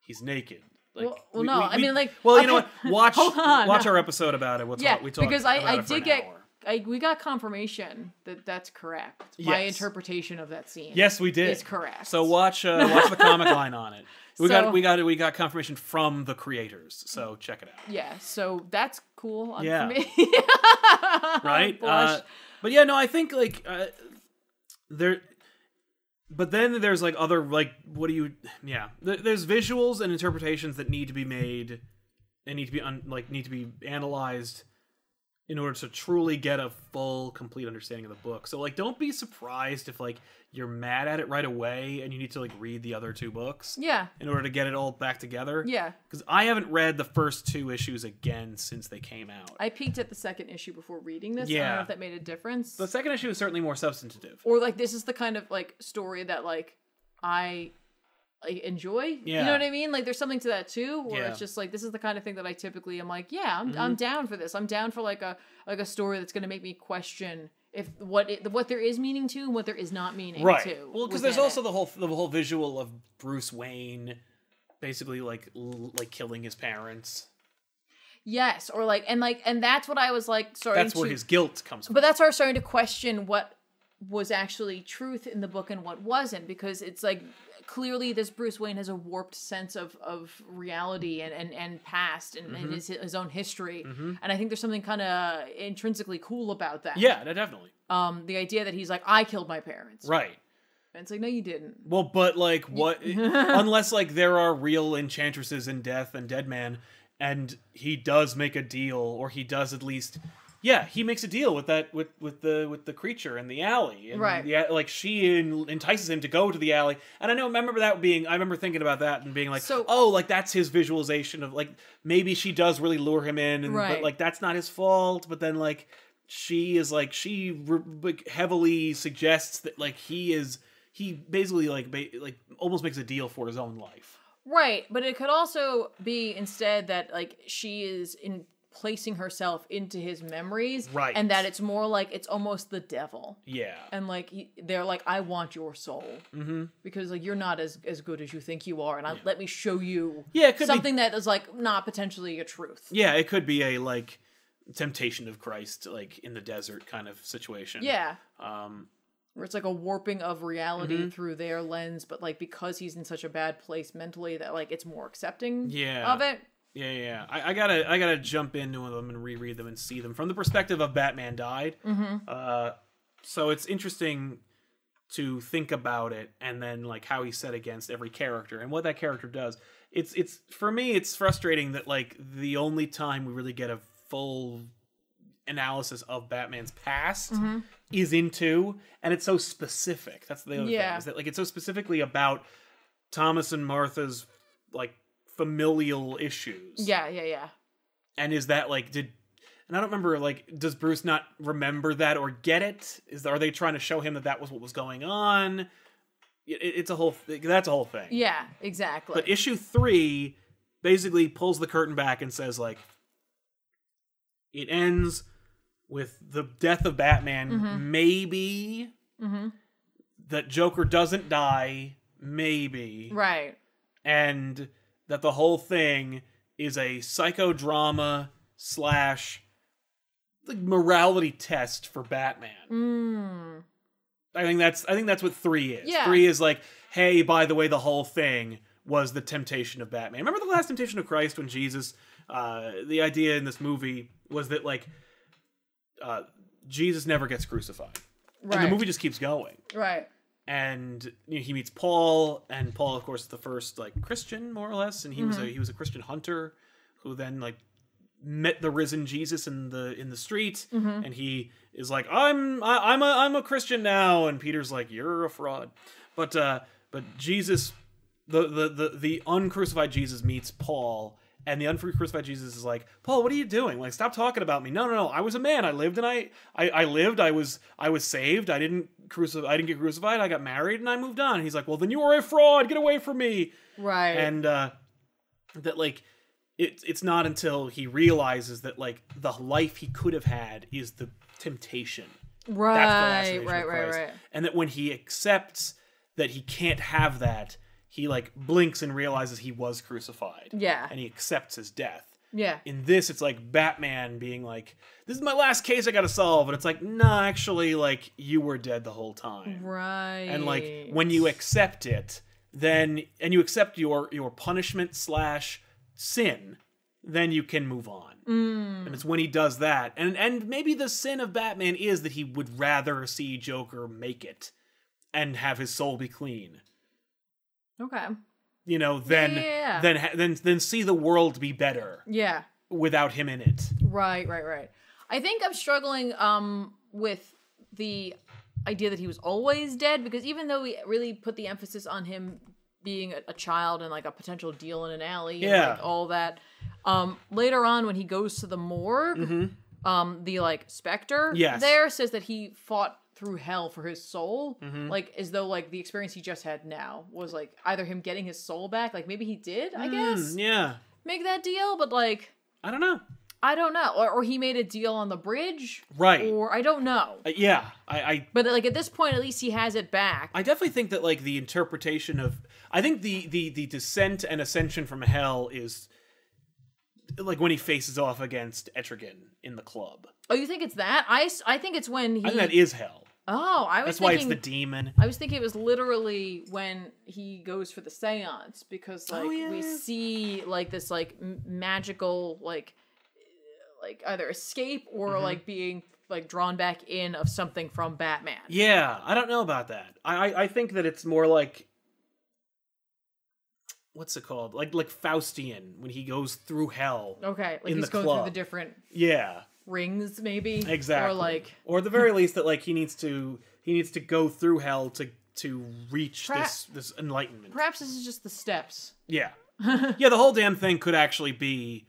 Speaker 1: He's naked. Like,
Speaker 2: Well- well, no, I mean, like,
Speaker 1: well, you know
Speaker 2: okay.
Speaker 1: what? Watch
Speaker 2: Hold on,
Speaker 1: watch
Speaker 2: no.
Speaker 1: our episode about it. We'll
Speaker 2: yeah,
Speaker 1: talk. We talk
Speaker 2: because
Speaker 1: about
Speaker 2: I I
Speaker 1: it for
Speaker 2: did
Speaker 1: an
Speaker 2: get
Speaker 1: hour.
Speaker 2: I we got confirmation that that's correct. My
Speaker 1: Yes.
Speaker 2: interpretation of that scene.
Speaker 1: Yes, we did.
Speaker 2: is correct.
Speaker 1: So watch uh, watch the comic line on it. We
Speaker 2: So-
Speaker 1: got we got we got confirmation from the creators. So check it out.
Speaker 2: Yeah, so that's cool on
Speaker 1: Yeah.
Speaker 2: for me. Oh,
Speaker 1: right?
Speaker 2: Blush.
Speaker 1: Uh, but yeah, no, I think like uh, there. But then there's like other like what do you? Yeah, there, there's visuals and interpretations that need to be made and need to be un, like need to be analyzed in order to truly get a full complete understanding of the book. So like don't be surprised if like you're mad at it right away and you need to like read the other two books
Speaker 2: yeah.
Speaker 1: in order to get it all back together.
Speaker 2: Yeah.
Speaker 1: Cuz I haven't read the first two issues again since they came out.
Speaker 2: I peeked at the second issue before reading this. I don't
Speaker 1: Yeah.
Speaker 2: know if that made a difference.
Speaker 1: The second issue is certainly more substantive.
Speaker 2: or like this is the kind of like story that like I like, enjoy. You
Speaker 1: Yeah.
Speaker 2: know what I mean? Like there's something to that too, where
Speaker 1: Yeah. Mm-hmm.
Speaker 2: it's just like this is the kind of thing that I typically am like, yeah, I'm I'm down for this. I'm down for like a like a story that's gonna make me question if what it, what there is meaning to and what there is not meaning to.
Speaker 1: Well, because there's
Speaker 2: within
Speaker 1: also
Speaker 2: it.
Speaker 1: the whole the whole visual of Bruce Wayne, basically like l- like killing his parents.
Speaker 2: Yes, or like and like and that's what I was like starting
Speaker 1: That's where
Speaker 2: to
Speaker 1: his guilt comes from.
Speaker 2: but that's where I was starting to question what was actually truth in the book and what wasn't, because it's like clearly this Bruce Wayne has a warped sense of of reality and and, and past and,
Speaker 1: Mm-hmm.
Speaker 2: and his his own history, and I think there's something kind of intrinsically cool about that.
Speaker 1: yeah, no, definitely.
Speaker 2: Um, the idea that he's like, I killed my parents.
Speaker 1: Right.
Speaker 2: And it's like, no, you didn't.
Speaker 1: Well, but like what unless like there are real enchantresses in death and dead man and he does make a deal or he does at least yeah, he makes a deal with that with with the with the creature in the alley. And
Speaker 2: Right.
Speaker 1: Yeah, like she en- entices him to go to the alley. And I know I remember that being I remember thinking about that and being like,
Speaker 2: So-
Speaker 1: "Oh, like that's his visualization of like maybe she does really lure him in and but
Speaker 2: Right.
Speaker 1: like that's not his fault, but then like she is like she re- like, heavily suggests that like he is he basically like ba- like almost makes a deal for his own life.
Speaker 2: Right, but it could also be instead that like she is in placing herself into his memories,
Speaker 1: Right.
Speaker 2: And that it's more like it's almost the devil,
Speaker 1: Yeah.
Speaker 2: and like he, they're like, "I want your soul," mm-hmm. because like you're not as as good as you think you are, and I, let me show you,
Speaker 1: Yeah, it could be-
Speaker 2: something that is like not potentially a truth.
Speaker 1: Yeah, it could be a like temptation of Christ like in the desert kind of situation.
Speaker 2: Yeah.
Speaker 1: Um Mm-hmm.
Speaker 2: Where it's like a warping of reality through their lens, but like because he's in such a bad place mentally that like it's more accepting
Speaker 1: Yeah.
Speaker 2: of it.
Speaker 1: yeah, yeah, yeah. I, I gotta, I gotta jump into them and reread them and see them from the perspective of Batman died. Uh, so it's interesting to think about it and then like how he's set against every character and what that character does. It's, it's for me, it's frustrating that like the only time we really get a full analysis of Batman's past is into, and it's so specific. That's the other
Speaker 2: Yeah.
Speaker 1: thing is that like it's so specifically about Thomas and Martha's like familial issues.
Speaker 2: Yeah, yeah, yeah.
Speaker 1: And is that like did and I don't remember like does Bruce not remember that or get it? Is are they trying to show him that that was what was going on? It, it's a whole that's a whole thing.
Speaker 2: Yeah, exactly.
Speaker 1: But issue 3 basically pulls the curtain back and says like it ends with the death of Batman
Speaker 2: Mm-hmm.
Speaker 1: maybe
Speaker 2: Mhm.
Speaker 1: that Joker doesn't die maybe.
Speaker 2: Right.
Speaker 1: and that the whole thing is a psychodrama slash like morality test for Batman.
Speaker 2: Mm.
Speaker 1: I think that's I think that's what three is.
Speaker 2: Yeah.
Speaker 1: Three is like, hey, by the way, the whole thing was the temptation of Batman. Remember the last temptation of Christ when Jesus uh the idea in this movie was that like uh Jesus never gets crucified.
Speaker 2: Right.
Speaker 1: And the movie just keeps going
Speaker 2: Right.
Speaker 1: and you know, he meets Paul, and Paul, of course, is the first like Christian, more or less, and he was a he was a Christian hunter, who then like met the risen Jesus in the in the street, and he is like, I'm I, I'm a I'm a Christian now, and Peter's like, you're a fraud, but uh, but Jesus, the the the the uncrucified Jesus meets Paul. And the uncrucified Jesus is like, Paul, what are you doing? Like, stop talking about me. No, no, no. I was a man. I lived and I, I, I lived. I was, I was saved. I didn't crucify. I didn't get crucified. I got married and I moved on. And he's like, well, then you are a fraud. Get away from me
Speaker 2: Right.
Speaker 1: and uh that like it, it's not until he realizes that like the life he could have had is the temptation
Speaker 2: right.
Speaker 1: that's the last temptation
Speaker 2: right.
Speaker 1: of
Speaker 2: Right.
Speaker 1: Christ.
Speaker 2: Right.
Speaker 1: and that when he accepts that he can't have that he like blinks and realizes he was crucified
Speaker 2: Yeah.
Speaker 1: and he accepts his death
Speaker 2: Yeah.
Speaker 1: in this it's like batman being like this is my last case i gotta solve and it's like nah actually like you were dead the whole time
Speaker 2: Right.
Speaker 1: and like when you accept it then and you accept your your punishment slash sin then you can move on
Speaker 2: Mm.
Speaker 1: and it's when he does that and and maybe the sin of batman is that he would rather see joker make it and have his soul be clean
Speaker 2: Okay.
Speaker 1: you know than
Speaker 2: Yeah.
Speaker 1: than ha- than than see the world be better
Speaker 2: Yeah.
Speaker 1: without him in it
Speaker 2: Right. Right. Right. I think I'm struggling um with the idea that he was always dead because even though we really put the emphasis on him being a, a child and like a potential deal in an alley and
Speaker 1: Yeah.
Speaker 2: like all that um later on when he goes to the morgue um the like specter
Speaker 1: Mm-hmm. Yes.
Speaker 2: there says that he fought through hell for his soul
Speaker 1: Mm-hmm.
Speaker 2: like as though like the experience he just had now was like either him getting his soul back like maybe he did i guess
Speaker 1: Hmm, yeah
Speaker 2: make that deal but like
Speaker 1: i don't know
Speaker 2: i don't know or, or he made a deal on the bridge
Speaker 1: Right.
Speaker 2: or i don't know
Speaker 1: Uh, yeah i i
Speaker 2: but like at this point at least he has it back
Speaker 1: I definitely think that like the interpretation of I think the the the descent and ascension from hell is like when he faces off against Etrigan in the club.
Speaker 2: Oh, you think it's that? I, s- I think it's when he.
Speaker 1: I think that is hell.
Speaker 2: oh, I was
Speaker 1: That's why it's
Speaker 2: thinking.
Speaker 1: the demon.
Speaker 2: I was thinking it was literally when he goes for the seance because like we
Speaker 1: Oh, yeah.
Speaker 2: see like this like m- magical like like either escape or
Speaker 1: Mm-hmm.
Speaker 2: like being like drawn back in of something from Batman.
Speaker 1: Yeah, I don't know about that. I I, I think that it's more like what's it called? Like like Faustian when he goes through hell.
Speaker 2: Okay, like
Speaker 1: In
Speaker 2: he's
Speaker 1: the
Speaker 2: going through
Speaker 1: club.
Speaker 2: the different
Speaker 1: Yeah,
Speaker 2: rings maybe
Speaker 1: exactly.
Speaker 2: or like
Speaker 1: or at the very least that like he needs to he needs to go through hell to to reach
Speaker 2: Pra-
Speaker 1: this this enlightenment.
Speaker 2: perhaps this is just the steps.
Speaker 1: yeah. yeah, the whole damn thing could actually be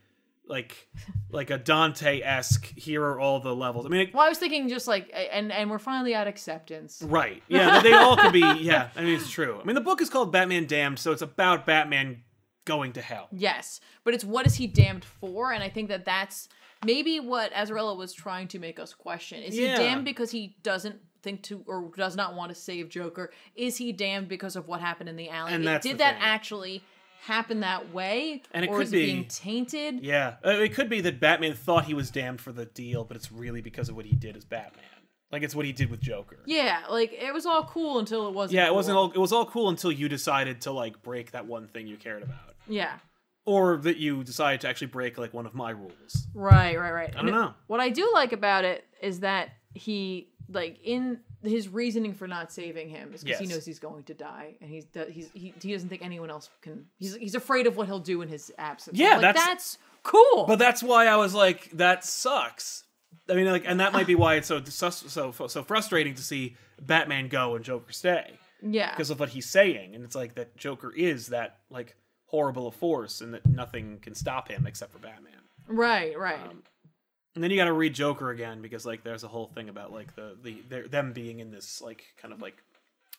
Speaker 1: like like a Dante-esque here are all the levels. I mean, it,
Speaker 2: Well, I was thinking just like a- and and we're finally at acceptance.
Speaker 1: Right. Yeah, they all could be. Yeah, I mean, it's true. I mean, the book is called Batman Damned, so it's about Batman going to hell.
Speaker 2: Yes, but it's what is he damned for? And I think that that's maybe what Azarella was trying to make us question. Is
Speaker 1: Yeah.
Speaker 2: he damned because he doesn't think to or does not want to save Joker? Is he damned because of what happened in the alley?
Speaker 1: And
Speaker 2: It-
Speaker 1: that's the
Speaker 2: did that
Speaker 1: thing.
Speaker 2: actually happen that way?
Speaker 1: And it
Speaker 2: or
Speaker 1: could
Speaker 2: is
Speaker 1: be-
Speaker 2: it being tainted?
Speaker 1: Yeah, Uh, it could be that Batman thought he was damned for the deal, but it's really because of what he did as Batman. Like it's what he did with Joker.
Speaker 2: Yeah, like it was all cool until it wasn't.
Speaker 1: Yeah, it wasn't
Speaker 2: cool.
Speaker 1: all. It was all cool until you decided to like break that one thing you cared about,
Speaker 2: Yeah.
Speaker 1: or that you decided to actually break like one of my rules.
Speaker 2: Right, right, right.
Speaker 1: I don't know.
Speaker 2: What I do like about it is that he like in his reasoning for not saving him is because he
Speaker 1: Yes.
Speaker 2: knows he's going to die and he's he's he, he doesn't think anyone else can he's he's afraid of what he'll do in his absence. I'm
Speaker 1: Yeah,
Speaker 2: like,
Speaker 1: that's-
Speaker 2: that's, cool.
Speaker 1: But that's why I was like, that sucks. I mean, like, and that might be why it's so sus- so so frustrating to see Batman go and Joker stay.
Speaker 2: yeah.
Speaker 1: because of what he's saying and it's like that joker is that like horrible a force and that nothing can stop him except for batman
Speaker 2: Right, right.
Speaker 1: Um, and then you got to read joker again because like there's a whole thing about like the the their, them being in this like kind of like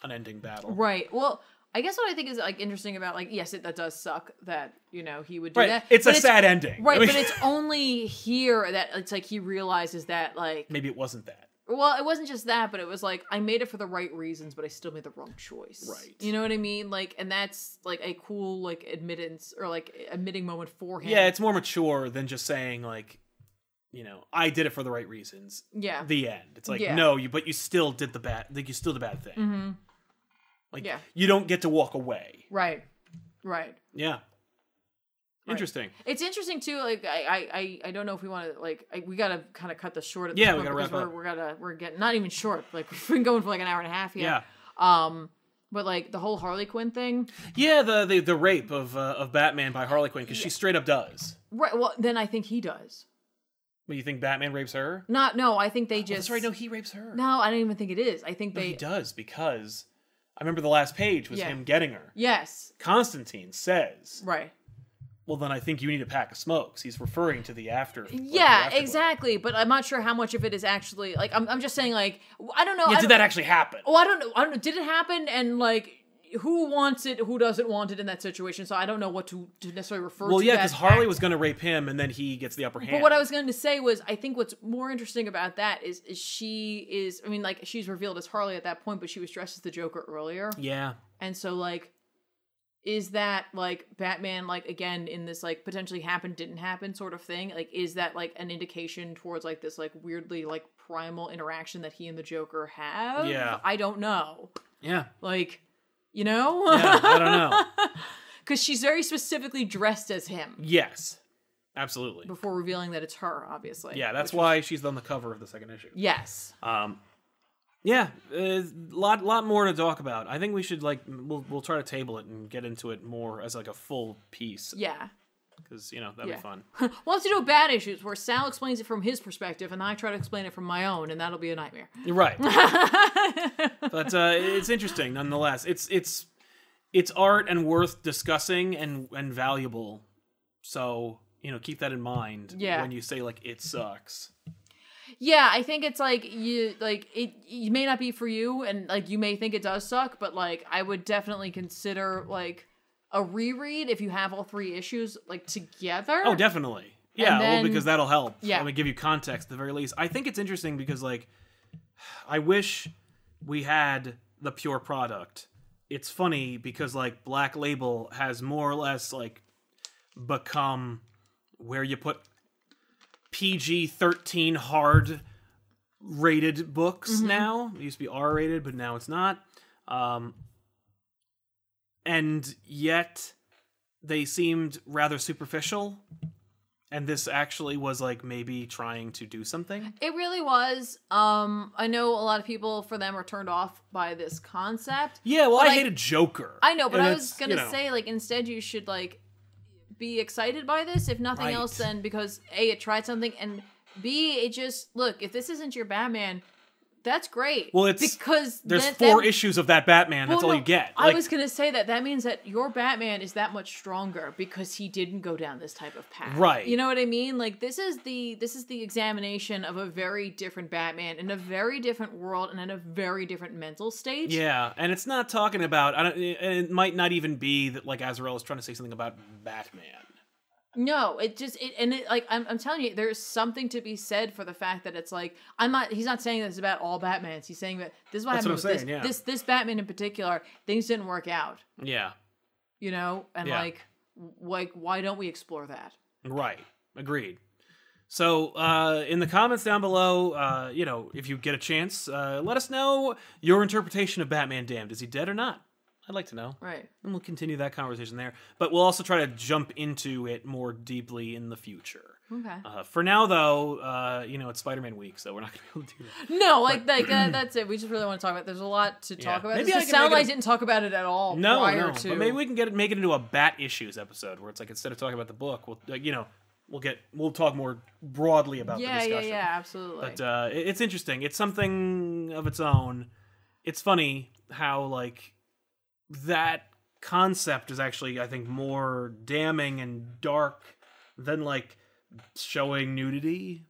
Speaker 1: unending battle
Speaker 2: right. Well, I guess what I think is like interesting about like yes, it, that does suck that, you know, he would do
Speaker 1: Right,
Speaker 2: that.
Speaker 1: it's
Speaker 2: but
Speaker 1: a sad ending
Speaker 2: Right,
Speaker 1: I mean,
Speaker 2: but it's only here that it's like he realizes that like
Speaker 1: maybe it wasn't that
Speaker 2: Well, it wasn't just that, but it was like I made it for the right reasons, but I still made the wrong choice.
Speaker 1: Right.
Speaker 2: You know what I mean? Like, and that's like a cool like admittance or like admitting moment for him.
Speaker 1: yeah it's more mature than just saying like you know i did it for the right reasons
Speaker 2: yeah,
Speaker 1: the end it's like
Speaker 2: Yeah. Mm-hmm.
Speaker 1: no you but you still did the bad like you still did the bad thing like
Speaker 2: Yeah.
Speaker 1: you don't get to walk away
Speaker 2: right, right.
Speaker 1: yeah interesting
Speaker 2: It's interesting too. Like, I, I, I, I don't know if we want to like I, we gotta kind of cut this short. At this
Speaker 1: Yeah, we
Speaker 2: point
Speaker 1: gotta
Speaker 2: because
Speaker 1: wrap
Speaker 2: we're, We're gonna we're getting not even short. Like we've been going for like an hour and a half here.
Speaker 1: yeah.
Speaker 2: Um, but like the whole Harley Quinn thing.
Speaker 1: Yeah, the the, the rape of uh, of Batman by Harley Quinn because she straight up does.
Speaker 2: Right. Well, then I think he does.
Speaker 1: But you think Batman rapes her?
Speaker 2: Not. No, I think they
Speaker 1: Well,
Speaker 2: just.
Speaker 1: that's right. No, he rapes her.
Speaker 2: no, I don't even think it is. I think
Speaker 1: No,
Speaker 2: they.
Speaker 1: he does because I remember the last page was
Speaker 2: Yeah.
Speaker 1: him getting her.
Speaker 2: Yes.
Speaker 1: Constantine says,
Speaker 2: Right.
Speaker 1: "Well, then I think you need a pack of smokes." He's referring to the after. like, the
Speaker 2: Yeah,
Speaker 1: afterlife.
Speaker 2: exactly. But I'm not sure how much of it is actually like I'm. I'm just saying like I don't know. I
Speaker 1: Yeah,
Speaker 2: don't-
Speaker 1: did that actually happen?
Speaker 2: Oh, I don't know. I don't know. Did it happen? And like, who wants it? Who doesn't want it in that situation? So I don't know what to, to necessarily refer.
Speaker 1: well,
Speaker 2: to
Speaker 1: yeah,
Speaker 2: that
Speaker 1: because Harley
Speaker 2: act.
Speaker 1: was going to rape him, and then he gets the upper hand.
Speaker 2: But what I was going to say was, I think what's more interesting about that is, is she is. I mean, like she's revealed as Harley at that point, but she was dressed as the Joker earlier,
Speaker 1: yeah,
Speaker 2: and so like. Is that like Batman, like again, in this like potentially happened, didn't happen sort of thing? Like, is that like an indication towards like this like weirdly like primal interaction that he and the Joker have?
Speaker 1: Yeah.
Speaker 2: I don't know.
Speaker 1: yeah,
Speaker 2: Like, you know?
Speaker 1: yeah. I don't know.
Speaker 2: Because she's very specifically dressed as him
Speaker 1: Yes, absolutely.
Speaker 2: before revealing that it's her, obviously.
Speaker 1: Yeah, that's why she's on the cover of the second issue.
Speaker 2: Yes.
Speaker 1: Um, yeah, a lot lot more to talk about. I think we should like m- we'll we'll try to table it and get into it more as like a full piece
Speaker 2: Yeah.
Speaker 1: because you know that'd
Speaker 2: Yeah.
Speaker 1: be fun.
Speaker 2: We'll have to do bad issues where Sal explains it from his perspective and I try to explain it from my own, and that'll be a nightmare.
Speaker 1: You're right, but uh, it's interesting nonetheless. It's it's it's art and worth discussing and and valuable. So you know keep that in mind
Speaker 2: Yeah.
Speaker 1: when you say like it sucks.
Speaker 2: yeah, I think it's like you like it, it may not be for you and like you may think it does suck, but like I would definitely consider like a reread if you have all three issues like together.
Speaker 1: Oh, definitely. Yeah, well,
Speaker 2: then-
Speaker 1: because that'll help.
Speaker 2: Yeah.
Speaker 1: I mean, give you context at the very least. I think it's interesting because, like, I wish we had the pure product. It's funny because, like, Black Label has more or less, like, become where you put PG 13 hard rated books
Speaker 2: Mm-hmm.
Speaker 1: now. It used to be R rated, but now it's not. Um, and yet they seemed rather superficial. And this actually was like maybe trying to do something.
Speaker 2: It really was. Um, I know a lot of people for them are turned off by this concept.
Speaker 1: Yeah, well, I
Speaker 2: But I-
Speaker 1: hated Joker.
Speaker 2: I know, but
Speaker 1: And
Speaker 2: I was
Speaker 1: it's, you
Speaker 2: gonna
Speaker 1: know,
Speaker 2: say like instead you should like be excited by this, if nothing
Speaker 1: Right.
Speaker 2: else, then because a it tried something and b it just look if this isn't your Batman, that's great.
Speaker 1: Well, it's-
Speaker 2: because
Speaker 1: there's
Speaker 2: that-
Speaker 1: four
Speaker 2: that-
Speaker 1: issues of that Batman. That's
Speaker 2: well,
Speaker 1: all
Speaker 2: no,
Speaker 1: you get.
Speaker 2: I
Speaker 1: Like,
Speaker 2: was gonna say that that means that your Batman is that much stronger because he didn't go down this type of path,
Speaker 1: Right.
Speaker 2: You know what I mean? Like this is the this is the examination of a very different Batman in a very different world and in a very different mental state.
Speaker 1: Yeah, and it's not talking about. I don't. And it might not even be that like Azrael is trying to say something about Batman.
Speaker 2: No, it just it and it like I'm I'm telling you, there's something to be said for the fact that it's like I'm not he's not saying this about all Batmans. He's saying that this is what
Speaker 1: That's
Speaker 2: happened
Speaker 1: what I'm
Speaker 2: with
Speaker 1: saying, yeah.
Speaker 2: this, this this Batman in particular, things didn't work out,
Speaker 1: Yeah,
Speaker 2: you know? And
Speaker 1: Yeah.
Speaker 2: like w- like why don't we explore that?
Speaker 1: right. Agreed. So uh, in the comments down below, uh, you know, if you get a chance, uh, let us know your interpretation of Batman Damned. Is he dead or not? I'd like to know.
Speaker 2: Right.
Speaker 1: And we'll continue that conversation there. But we'll also try to jump into it more deeply in the future.
Speaker 2: Okay.
Speaker 1: Uh, for now, though, uh, you know, it's Spider Man week, so we're not going to be able to do that.
Speaker 2: No, like like uh, that's it. We just really want to talk about. There's a lot to talk about.
Speaker 1: Maybe
Speaker 2: Maybe
Speaker 1: I
Speaker 2: this
Speaker 1: can
Speaker 2: sound
Speaker 1: make it
Speaker 2: like
Speaker 1: a-
Speaker 2: didn't talk about it at all
Speaker 1: No,
Speaker 2: prior
Speaker 1: no.
Speaker 2: to.
Speaker 1: But maybe we can get it, make it into a bat issues episode where it's like instead of talking about the book, we'll like, you know we'll get we'll talk more broadly about
Speaker 2: yeah,
Speaker 1: the
Speaker 2: yeah,
Speaker 1: discussion.
Speaker 2: yeah, absolutely.
Speaker 1: But uh, it- it's interesting. It's something of its own. It's funny how like that concept is actually I think more damning and dark than like showing nudity.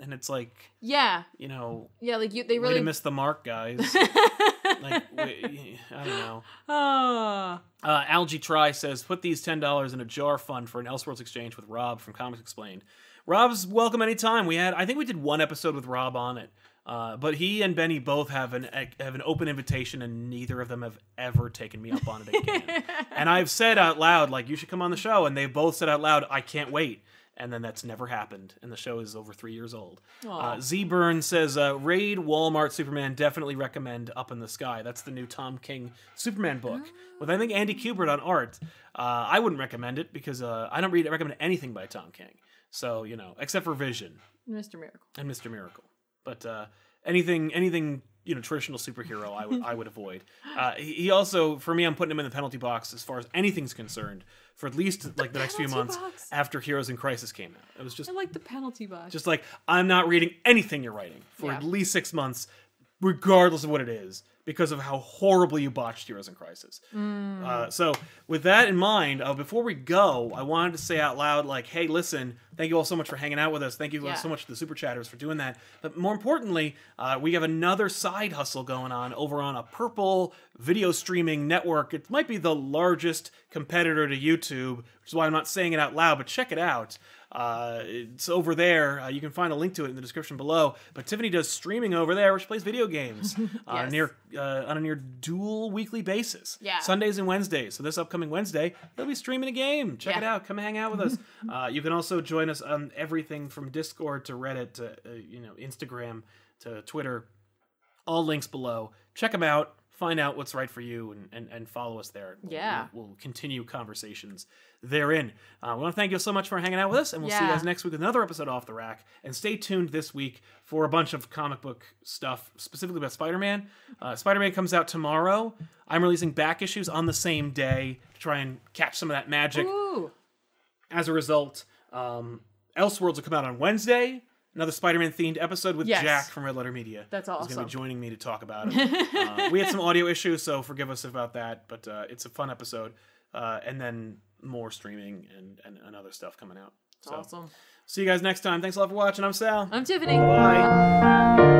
Speaker 1: And it's like
Speaker 2: yeah,
Speaker 1: you know,
Speaker 2: yeah, like you, they
Speaker 1: way
Speaker 2: really.
Speaker 1: to miss the mark, guys. like we, I don't know.
Speaker 2: Ah.
Speaker 1: Uh, Algie Try says, put these $10 in a jar fund for an Elseworlds exchange with Rob from Comics Explained. Rob's welcome anytime. We had, I think we did one episode with Rob on it. Uh, but he and Benny both have an have an open invitation, and neither of them have ever taken me up on it again. and I've said out loud, like, you should come on the show, and they've both said out loud, I can't wait. And then that's never happened, and the show is over three years old. Uh, Z Burn says, uh, "Raid Walmart Superman definitely recommend Up in the Sky. That's the new Tom King Superman book with I think Andy Kubert on art. Uh, I wouldn't recommend it because uh, I don't read recommend anything by Tom King. So you know, except for Vision,
Speaker 2: Mr. Miracle.
Speaker 1: and Mr. Miracle. But uh, anything, anything you know, traditional superhero, I would I would avoid. Uh, he, he also, for me, I'm putting him in the penalty box as far as anything's concerned for at least like the next few
Speaker 2: penalty
Speaker 1: months
Speaker 2: box.
Speaker 1: after Heroes in Crisis came out. It was just
Speaker 2: I like the penalty box.
Speaker 1: just like I'm not reading anything you're writing for
Speaker 2: Yeah.
Speaker 1: at least six months, regardless of what it is, because of how horribly you botched Heroes in Crisis.
Speaker 2: Mm.
Speaker 1: Uh, so, with that in mind, uh, before we go, I wanted to say out loud, like, hey, listen, thank you all so much for hanging out with us. Thank you
Speaker 2: Yeah.
Speaker 1: so much to the super chatters for doing that. But more importantly, uh, we have another side hustle going on over on a purple video streaming network. It might be the largest competitor to YouTube, which is why I'm not saying it out loud, but check it out. Uh, it's over there. Uh, you can find a link to it in the description below. But Tiffany does streaming over there, where she plays video games uh,
Speaker 2: Yes.
Speaker 1: near uh, on a near dual weekly basis.
Speaker 2: Yeah.
Speaker 1: Sundays and Wednesdays. So this upcoming Wednesday, they'll be streaming a game. Check it
Speaker 2: Yeah. Mm-hmm.
Speaker 1: out. Come hang out with us. uh, you can also join us on everything from Discord to Reddit to uh, you know Instagram to Twitter. All links below. Check them out. Find out what's right for you and, and, and follow us there. We'll-
Speaker 2: Yeah.
Speaker 1: We'll, we'll continue conversations therein. Uh, we want to thank you so much for hanging out with us, and we'll see you
Speaker 2: Yeah.
Speaker 1: guys next week with another episode of Off the Rack. And stay tuned this week for a bunch of comic book stuff, specifically about Spider Man. Uh, Spider Man comes out tomorrow. I'm releasing back issues on the same day to try and catch some of that magic.
Speaker 2: Ooh.
Speaker 1: As a result, um, Elseworlds will come out on Wednesday. Another Spider-Man themed episode with
Speaker 2: Yes.
Speaker 1: Jack from Red Letter Media.
Speaker 2: That's
Speaker 1: He's going to
Speaker 2: awesome.
Speaker 1: be joining me to talk about it. Uh, we had some audio issues, so forgive us about that. But uh, it's a fun episode, uh, and then more streaming and, and, and other stuff coming out. So,
Speaker 2: Awesome.
Speaker 1: see you guys next time. Thanks a lot for watching. I'm Sal.
Speaker 2: I'm Tiffany.
Speaker 1: Bye.